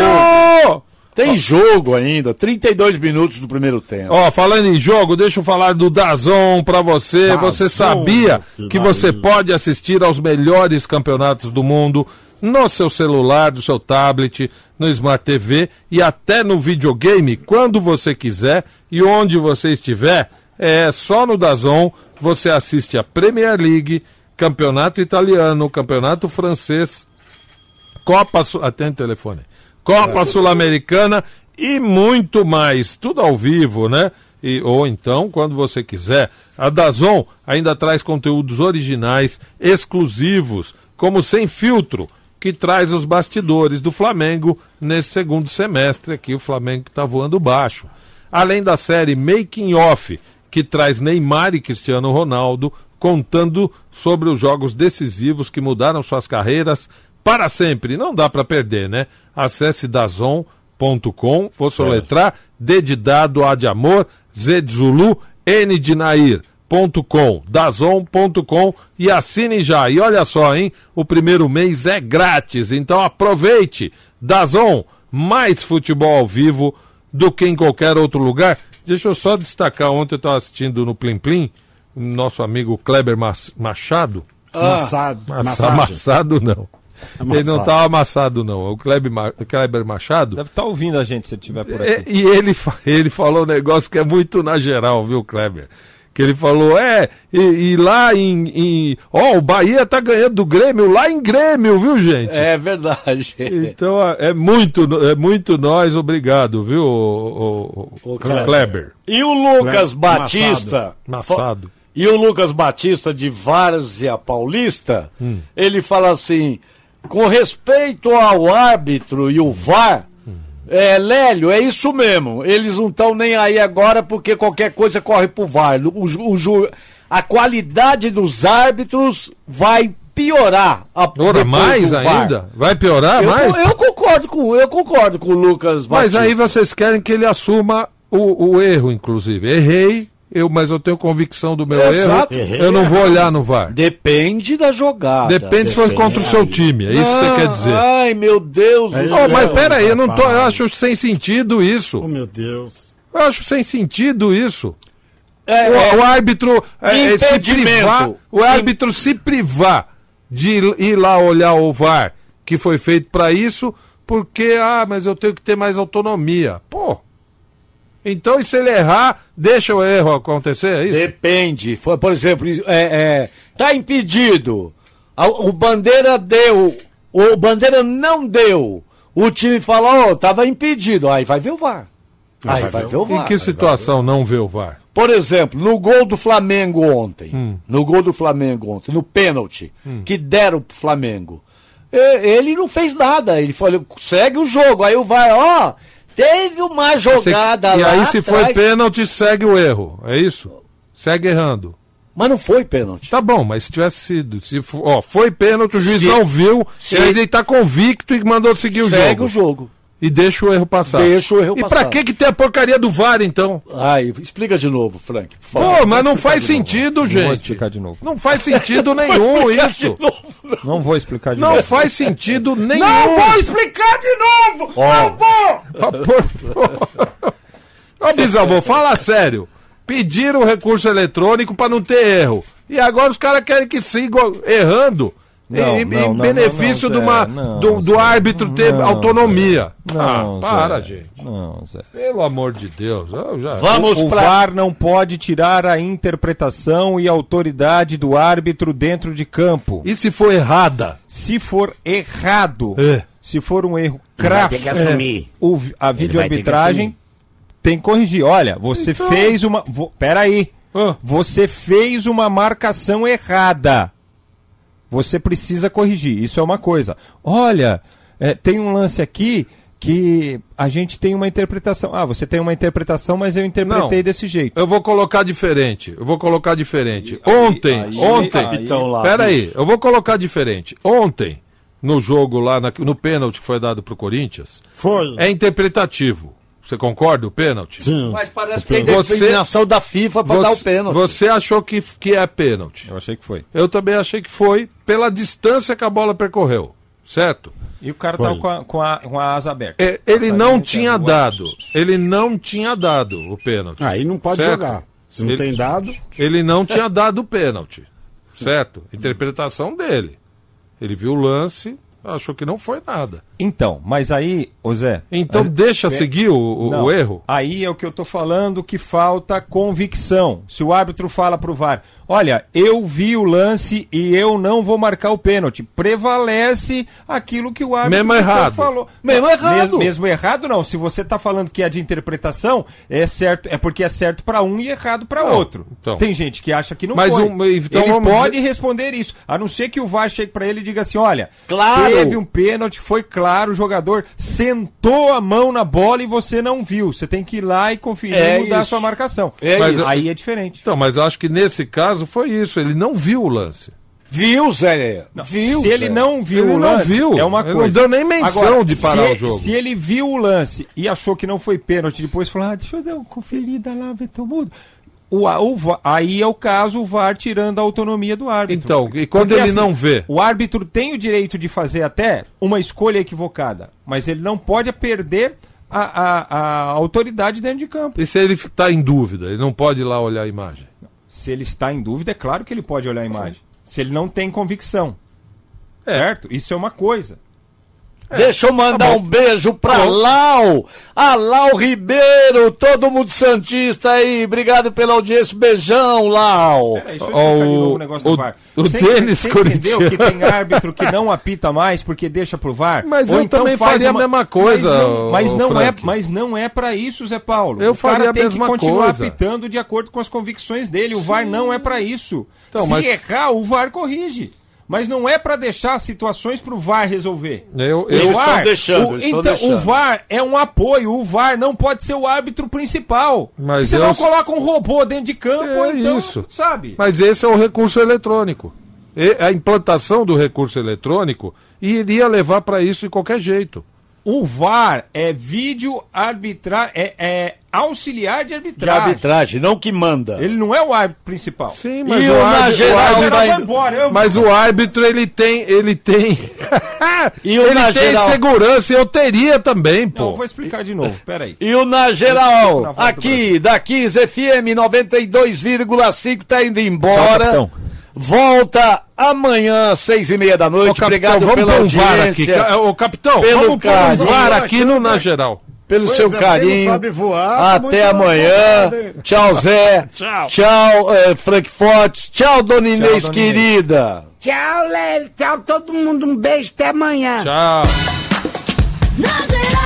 [SPEAKER 2] jogo. Tem jogo ainda, 32 minutos do primeiro tempo.
[SPEAKER 3] Ó, falando em jogo, deixa eu falar do Dazon pra você.
[SPEAKER 2] Dazon,
[SPEAKER 3] você sabia que você pode assistir aos melhores campeonatos do mundo no seu celular, do seu tablet, no Smart TV e até no videogame, quando você quiser e onde você estiver. É só no Dazon você assiste a Premier League, Campeonato Italiano, Campeonato Francês, Copa Sul... Atende o telefone. Copa Sul-Americana e muito mais. Tudo ao vivo, né? E, ou então, quando você quiser. A Dazon ainda traz conteúdos originais, exclusivos, como Sem Filtro, que traz os bastidores do Flamengo nesse segundo semestre aqui, o Flamengo que está voando baixo. Além da série Making Off, que traz Neymar e Cristiano Ronaldo contando sobre os jogos decisivos que mudaram suas carreiras para sempre. Não dá para perder, né? Acesse dazon.com, vou soletrar, D de dado, A de amor, Z de Zulu, N de Nair. .com, dazon.com e assine já. E olha só, hein? O primeiro mês é grátis, então aproveite. Dazon, mais futebol ao vivo do que em qualquer outro lugar. Deixa eu só destacar, ontem eu estava assistindo no Plim Plim, nosso amigo Kleber Mas- Machado.
[SPEAKER 2] Ah. Massado.
[SPEAKER 3] Massa-
[SPEAKER 2] Massagem.
[SPEAKER 3] Amassado não.
[SPEAKER 5] Amassado.
[SPEAKER 3] Ele não estava amassado não, é o Kleber, Ma- Kleber Machado.
[SPEAKER 5] Deve estar ouvindo a gente se tiver por
[SPEAKER 3] É,
[SPEAKER 5] aqui.
[SPEAKER 3] E, ele, fa- ele falou um negócio que é muito na geral, viu, Kleber? Que ele falou, é, e, e lá em, em- Ó, o Bahia tá ganhando do Grêmio, lá em Grêmio, viu, gente?
[SPEAKER 2] É verdade.
[SPEAKER 3] Então ah, é muito, no- é muito nós, obrigado, viu, o, Kleber.
[SPEAKER 2] E o Lucas
[SPEAKER 3] Kleber.
[SPEAKER 2] Batista.
[SPEAKER 3] Massado. Massado.
[SPEAKER 2] E o Lucas Batista de Várzea Paulista,
[SPEAKER 3] Hum.
[SPEAKER 2] ele fala assim: com respeito ao árbitro e o
[SPEAKER 3] Hum.
[SPEAKER 2] VAR, é, Lélio, é isso mesmo. Eles não estão nem aí agora porque qualquer coisa corre pro VAR. O, ju- o ju- a qualidade dos árbitros vai piorar. A,
[SPEAKER 3] Ora,
[SPEAKER 2] depois
[SPEAKER 3] mais
[SPEAKER 2] do VAR."
[SPEAKER 3] ainda? Vai piorar
[SPEAKER 2] eu,
[SPEAKER 3] mais?
[SPEAKER 2] Eu concordo com, eu concordo com o Lucas
[SPEAKER 3] Mas
[SPEAKER 2] Batista.
[SPEAKER 3] aí vocês querem que ele assuma o, o erro, inclusive. Errei, eu, mas eu tenho convicção do meu
[SPEAKER 2] Exato.
[SPEAKER 3] erro.
[SPEAKER 2] Errei. Ah, tá,
[SPEAKER 3] Eu não vou olhar no VAR.
[SPEAKER 2] Depende da jogada.
[SPEAKER 3] Depende se for contra o seu time, é isso que você quer
[SPEAKER 2] Ah,
[SPEAKER 3] dizer.
[SPEAKER 2] Ai, meu Deus do
[SPEAKER 3] Oh,
[SPEAKER 2] céu.
[SPEAKER 3] mas peraí, eu não tô. Eu acho sem sentido isso. Oh,
[SPEAKER 4] meu Deus.
[SPEAKER 3] Eu acho sem sentido isso.
[SPEAKER 2] É,
[SPEAKER 3] o,
[SPEAKER 2] é.
[SPEAKER 3] o árbitro é, é, se
[SPEAKER 2] Impedimento.
[SPEAKER 3] privar. O árbitro se privar de ir- ir lá olhar o VAR que foi feito pra isso, porque, ah, mas eu tenho que ter mais autonomia. Pô. Então, e se ele errar, deixa o erro acontecer, é isso?
[SPEAKER 2] Depende. Foi, por exemplo, é, é, tá impedido. A- O Bandeira deu. O Bandeira não deu. O time fala, ó, tava impedido. Aí vai ver o VAR. Aí vai, ver o VAR.
[SPEAKER 3] Em que situação não vê o VAR?
[SPEAKER 2] Por exemplo, no gol do Flamengo ontem,
[SPEAKER 3] Hum.
[SPEAKER 2] no gol do Flamengo ontem, no pênalti que deram pro Flamengo, e- ele não fez nada. Ele falou, segue o jogo. Aí o VAR, ó, teve uma jogada
[SPEAKER 3] Se- e
[SPEAKER 2] lá.
[SPEAKER 3] aí, se foi
[SPEAKER 2] atrás.
[SPEAKER 3] pênalti, segue o erro. É isso? Segue errando.
[SPEAKER 2] Mas não foi pênalti.
[SPEAKER 3] Tá bom, mas se tivesse sido. Se, fo- ó, foi pênalti, o juiz
[SPEAKER 2] Se-
[SPEAKER 3] não viu,
[SPEAKER 2] se-
[SPEAKER 3] ele tá convicto e mandou seguir o jogo.
[SPEAKER 2] Segue o jogo.
[SPEAKER 3] E deixa o erro passar.
[SPEAKER 2] Deixa o erro
[SPEAKER 3] e
[SPEAKER 2] passar.
[SPEAKER 3] pra que, que tem a porcaria do VAR, então?
[SPEAKER 2] Ai, explica de novo, Frank. por favor.
[SPEAKER 3] Pô, mas não faz sentido, gente.
[SPEAKER 5] Vou explicar de novo.
[SPEAKER 3] Não faz sentido nenhum
[SPEAKER 5] explicar de
[SPEAKER 3] isso.
[SPEAKER 5] Não vou explicar de novo.
[SPEAKER 3] Não faz sentido nenhum.
[SPEAKER 5] explicar de novo!
[SPEAKER 3] Não
[SPEAKER 5] vou!
[SPEAKER 3] Ô, bisavô, fala sério. Pediram o recurso eletrônico pra não ter erro. E agora os caras querem que sigam errando.
[SPEAKER 5] Não,
[SPEAKER 3] em
[SPEAKER 5] não,
[SPEAKER 3] em
[SPEAKER 5] não,
[SPEAKER 3] benefício
[SPEAKER 5] não, não,
[SPEAKER 3] de uma,
[SPEAKER 5] Zé, não,
[SPEAKER 3] do, do árbitro ter
[SPEAKER 5] não,
[SPEAKER 3] autonomia.
[SPEAKER 5] Zé. Não,
[SPEAKER 3] ah, para,
[SPEAKER 5] Zé.
[SPEAKER 3] gente.
[SPEAKER 5] Não, Zé.
[SPEAKER 3] Pelo amor de Deus. eu já-
[SPEAKER 5] o, o VAR não pode tirar a interpretação e autoridade do árbitro dentro de campo.
[SPEAKER 3] E se for errada?
[SPEAKER 5] Se for errado,
[SPEAKER 3] É.
[SPEAKER 5] se for um erro
[SPEAKER 3] Ele vai ter
[SPEAKER 5] crasso,
[SPEAKER 3] que assumir.
[SPEAKER 5] o vi- a
[SPEAKER 3] Ele vai ter
[SPEAKER 5] videoarbitragem
[SPEAKER 3] que
[SPEAKER 5] tem que corrigir. Olha, você
[SPEAKER 3] Então-
[SPEAKER 5] fez uma. Vo, peraí.
[SPEAKER 3] Ah.
[SPEAKER 5] Você fez uma marcação errada. Você precisa corrigir. Isso é uma coisa. Olha, é, tem um lance aqui que a gente tem uma interpretação. Ah, você tem uma interpretação, mas eu interpretei
[SPEAKER 3] Não.
[SPEAKER 5] desse jeito.
[SPEAKER 3] Eu vou colocar diferente. Eu vou colocar diferente. Ontem,
[SPEAKER 5] aí-
[SPEAKER 3] ontem.
[SPEAKER 5] aí- Capitão lá,
[SPEAKER 3] Pera aí,
[SPEAKER 5] bicho.
[SPEAKER 3] eu vou colocar diferente. Ontem, no jogo lá, na- no pênalti que foi dado pro Corinthians.
[SPEAKER 4] Foi.
[SPEAKER 3] É interpretativo. Você concorda o pênalti? Sim.
[SPEAKER 2] Mas parece que tem determinação da FIFA pra dar o pênalti.
[SPEAKER 3] Você achou que, que é pênalti. Eu
[SPEAKER 5] achei que foi.
[SPEAKER 3] Eu também achei que foi pela distância que a bola percorreu. Certo?
[SPEAKER 5] E o cara tava com a, com, a, com a asa aberta.
[SPEAKER 3] É, ele não tinha dado. Ele não tinha dado o pênalti.
[SPEAKER 5] Aí Ah, não
[SPEAKER 3] pode
[SPEAKER 4] jogar. Se não tem dado-
[SPEAKER 3] Ele não tinha dado o pênalti. Certo? Interpretação dele. Ele viu o lance, achou que não foi nada.
[SPEAKER 5] Então, mas aí, ô Zé.
[SPEAKER 3] Então
[SPEAKER 5] mas- É,
[SPEAKER 3] deixa seguir o- o-
[SPEAKER 5] Não,
[SPEAKER 3] o erro.
[SPEAKER 5] Aí é o que eu tô falando que falta convicção. Se o árbitro fala pro VAR, olha, eu vi o lance e eu não vou marcar o pênalti. Prevalece aquilo que o árbitro
[SPEAKER 3] Mesmo errado.
[SPEAKER 5] falou.
[SPEAKER 3] Mesmo errado.
[SPEAKER 5] Mes- mesmo errado não. Se você tá falando que é de interpretação, é certo, é porque é certo pra um e errado pra
[SPEAKER 3] Não,
[SPEAKER 5] outro.
[SPEAKER 3] então.
[SPEAKER 5] Tem gente que acha que não
[SPEAKER 3] Mas
[SPEAKER 5] foi.
[SPEAKER 3] um- então
[SPEAKER 5] Ele
[SPEAKER 3] vamos
[SPEAKER 5] pode
[SPEAKER 3] dizer-
[SPEAKER 5] responder isso, a não ser que o VAR chegue pra ele e diga assim, olha,
[SPEAKER 2] Claro,
[SPEAKER 5] Teve um pênalti, foi claro, o jogador sentou a mão na bola e você não viu. Você tem que ir lá e conferir
[SPEAKER 3] É
[SPEAKER 5] e mudar a
[SPEAKER 3] isso.
[SPEAKER 5] sua marcação.
[SPEAKER 3] Mas eu-
[SPEAKER 5] Aí é diferente.
[SPEAKER 3] Então, mas eu acho que nesse caso foi isso. Ele não viu o lance.
[SPEAKER 2] Viu, Zé? Viu?
[SPEAKER 5] se ele não viu
[SPEAKER 3] Ele
[SPEAKER 5] o
[SPEAKER 3] não
[SPEAKER 5] lance,
[SPEAKER 3] viu.
[SPEAKER 5] é uma
[SPEAKER 3] Ele
[SPEAKER 5] coisa.
[SPEAKER 3] não deu nem menção de parar
[SPEAKER 5] se,
[SPEAKER 3] o jogo.
[SPEAKER 5] Se ele viu o lance e achou que não foi pênalti, depois falou: ah, deixa eu dar uma conferida lá, ver todo mundo. O, a- o va- aí é o caso o VAR tirando a autonomia do árbitro. assim,
[SPEAKER 3] Então, e quando ele não vê?
[SPEAKER 5] O árbitro tem o direito de fazer até uma escolha equivocada, mas ele não pode perder a, a- a autoridade dentro de campo.
[SPEAKER 3] E se ele está em dúvida? Ele não pode ir lá olhar a imagem.
[SPEAKER 5] Se ele está em dúvida, é claro que ele pode olhar a imagem. Se ele não tem convicção. Certo? Isso é uma coisa.
[SPEAKER 3] É.
[SPEAKER 2] Deixa eu
[SPEAKER 3] Tá
[SPEAKER 2] mandar um beijo pra Lau, a Lau Ribeiro, todo mundo Santista aí, obrigado pela audiência, beijão, Lau.
[SPEAKER 5] Deixa eu explicar de novo o negócio do VAR. Você ente- você entendeu que tem árbitro que não apita mais porque deixa pro VAR? então
[SPEAKER 3] Mas eu também
[SPEAKER 5] faz
[SPEAKER 3] faria a mesma coisa,
[SPEAKER 5] Mas não, mas
[SPEAKER 3] ô,
[SPEAKER 5] não é,
[SPEAKER 3] Frank.
[SPEAKER 5] mas não é para isso, Zé Paulo.
[SPEAKER 3] Eu
[SPEAKER 5] o cara
[SPEAKER 3] faria a
[SPEAKER 5] tem
[SPEAKER 3] mesma
[SPEAKER 5] que continuar
[SPEAKER 3] coisa.
[SPEAKER 5] apitando de acordo com as convicções dele. O VAR não é para isso.
[SPEAKER 3] Então,
[SPEAKER 5] Se
[SPEAKER 3] mas-
[SPEAKER 5] errar, o VAR corrige. Mas não é para deixar situações pro VAR resolver.
[SPEAKER 3] Eu,
[SPEAKER 5] O
[SPEAKER 3] eu,
[SPEAKER 5] VAR, o, então, o VAR é um apoio, o VAR não pode ser o árbitro principal.
[SPEAKER 3] Mas
[SPEAKER 5] Você
[SPEAKER 3] eu-
[SPEAKER 5] não coloca um robô dentro de campo,
[SPEAKER 3] É
[SPEAKER 5] então,
[SPEAKER 3] isso.
[SPEAKER 5] sabe?
[SPEAKER 3] Mas esse é o recurso eletrônico. E a implantação do recurso eletrônico iria levar para isso de qualquer jeito.
[SPEAKER 5] O VAR é vídeo arbitrar, é, é auxiliar de
[SPEAKER 2] De
[SPEAKER 5] arbitragem.
[SPEAKER 2] arbitragem, não que manda.
[SPEAKER 5] Ele não é o árbitro principal.
[SPEAKER 3] Sim,
[SPEAKER 2] mas o árbitro- o árbitro vai-
[SPEAKER 5] embora. eu-
[SPEAKER 3] Mas o árbitro, ele tem. Ele tem.
[SPEAKER 2] E o um-
[SPEAKER 3] ele
[SPEAKER 2] na
[SPEAKER 3] tem
[SPEAKER 2] geral?
[SPEAKER 3] segurança, eu teria também, pô.
[SPEAKER 5] Não, eu vou explicar de novo, peraí.
[SPEAKER 2] E o Na
[SPEAKER 5] Eu explico na
[SPEAKER 2] Geral,
[SPEAKER 5] volta do
[SPEAKER 2] aqui, da 15 FM 92,5, tá indo embora.
[SPEAKER 5] capitão.
[SPEAKER 2] Volta amanhã, às seis e meia da noite. Obrigado
[SPEAKER 3] Então,
[SPEAKER 2] pela
[SPEAKER 3] vamos pôr um VAR aqui.
[SPEAKER 2] audiência.
[SPEAKER 3] ca- Ô, capitão,
[SPEAKER 2] pelo
[SPEAKER 3] vamos pôr um
[SPEAKER 2] carinho,
[SPEAKER 3] VAR aqui no Na Geral.
[SPEAKER 2] pelo
[SPEAKER 3] Pois
[SPEAKER 2] seu
[SPEAKER 3] é, porque
[SPEAKER 2] carinho.
[SPEAKER 3] não sabe tá
[SPEAKER 8] voar,
[SPEAKER 2] Até
[SPEAKER 8] muito
[SPEAKER 2] amanhã.
[SPEAKER 8] obrigado, hein?
[SPEAKER 2] Tchau, Zé.
[SPEAKER 8] Tchau.
[SPEAKER 2] Tchau, eh, Frank Fortes. Tchau, Dona
[SPEAKER 8] Tchau,
[SPEAKER 2] Inês,
[SPEAKER 8] Dona Inês.
[SPEAKER 2] querida.
[SPEAKER 10] Tchau, Lélio. Tchau, todo mundo. Um beijo. Até amanhã.
[SPEAKER 3] Tchau.
[SPEAKER 10] Na geral.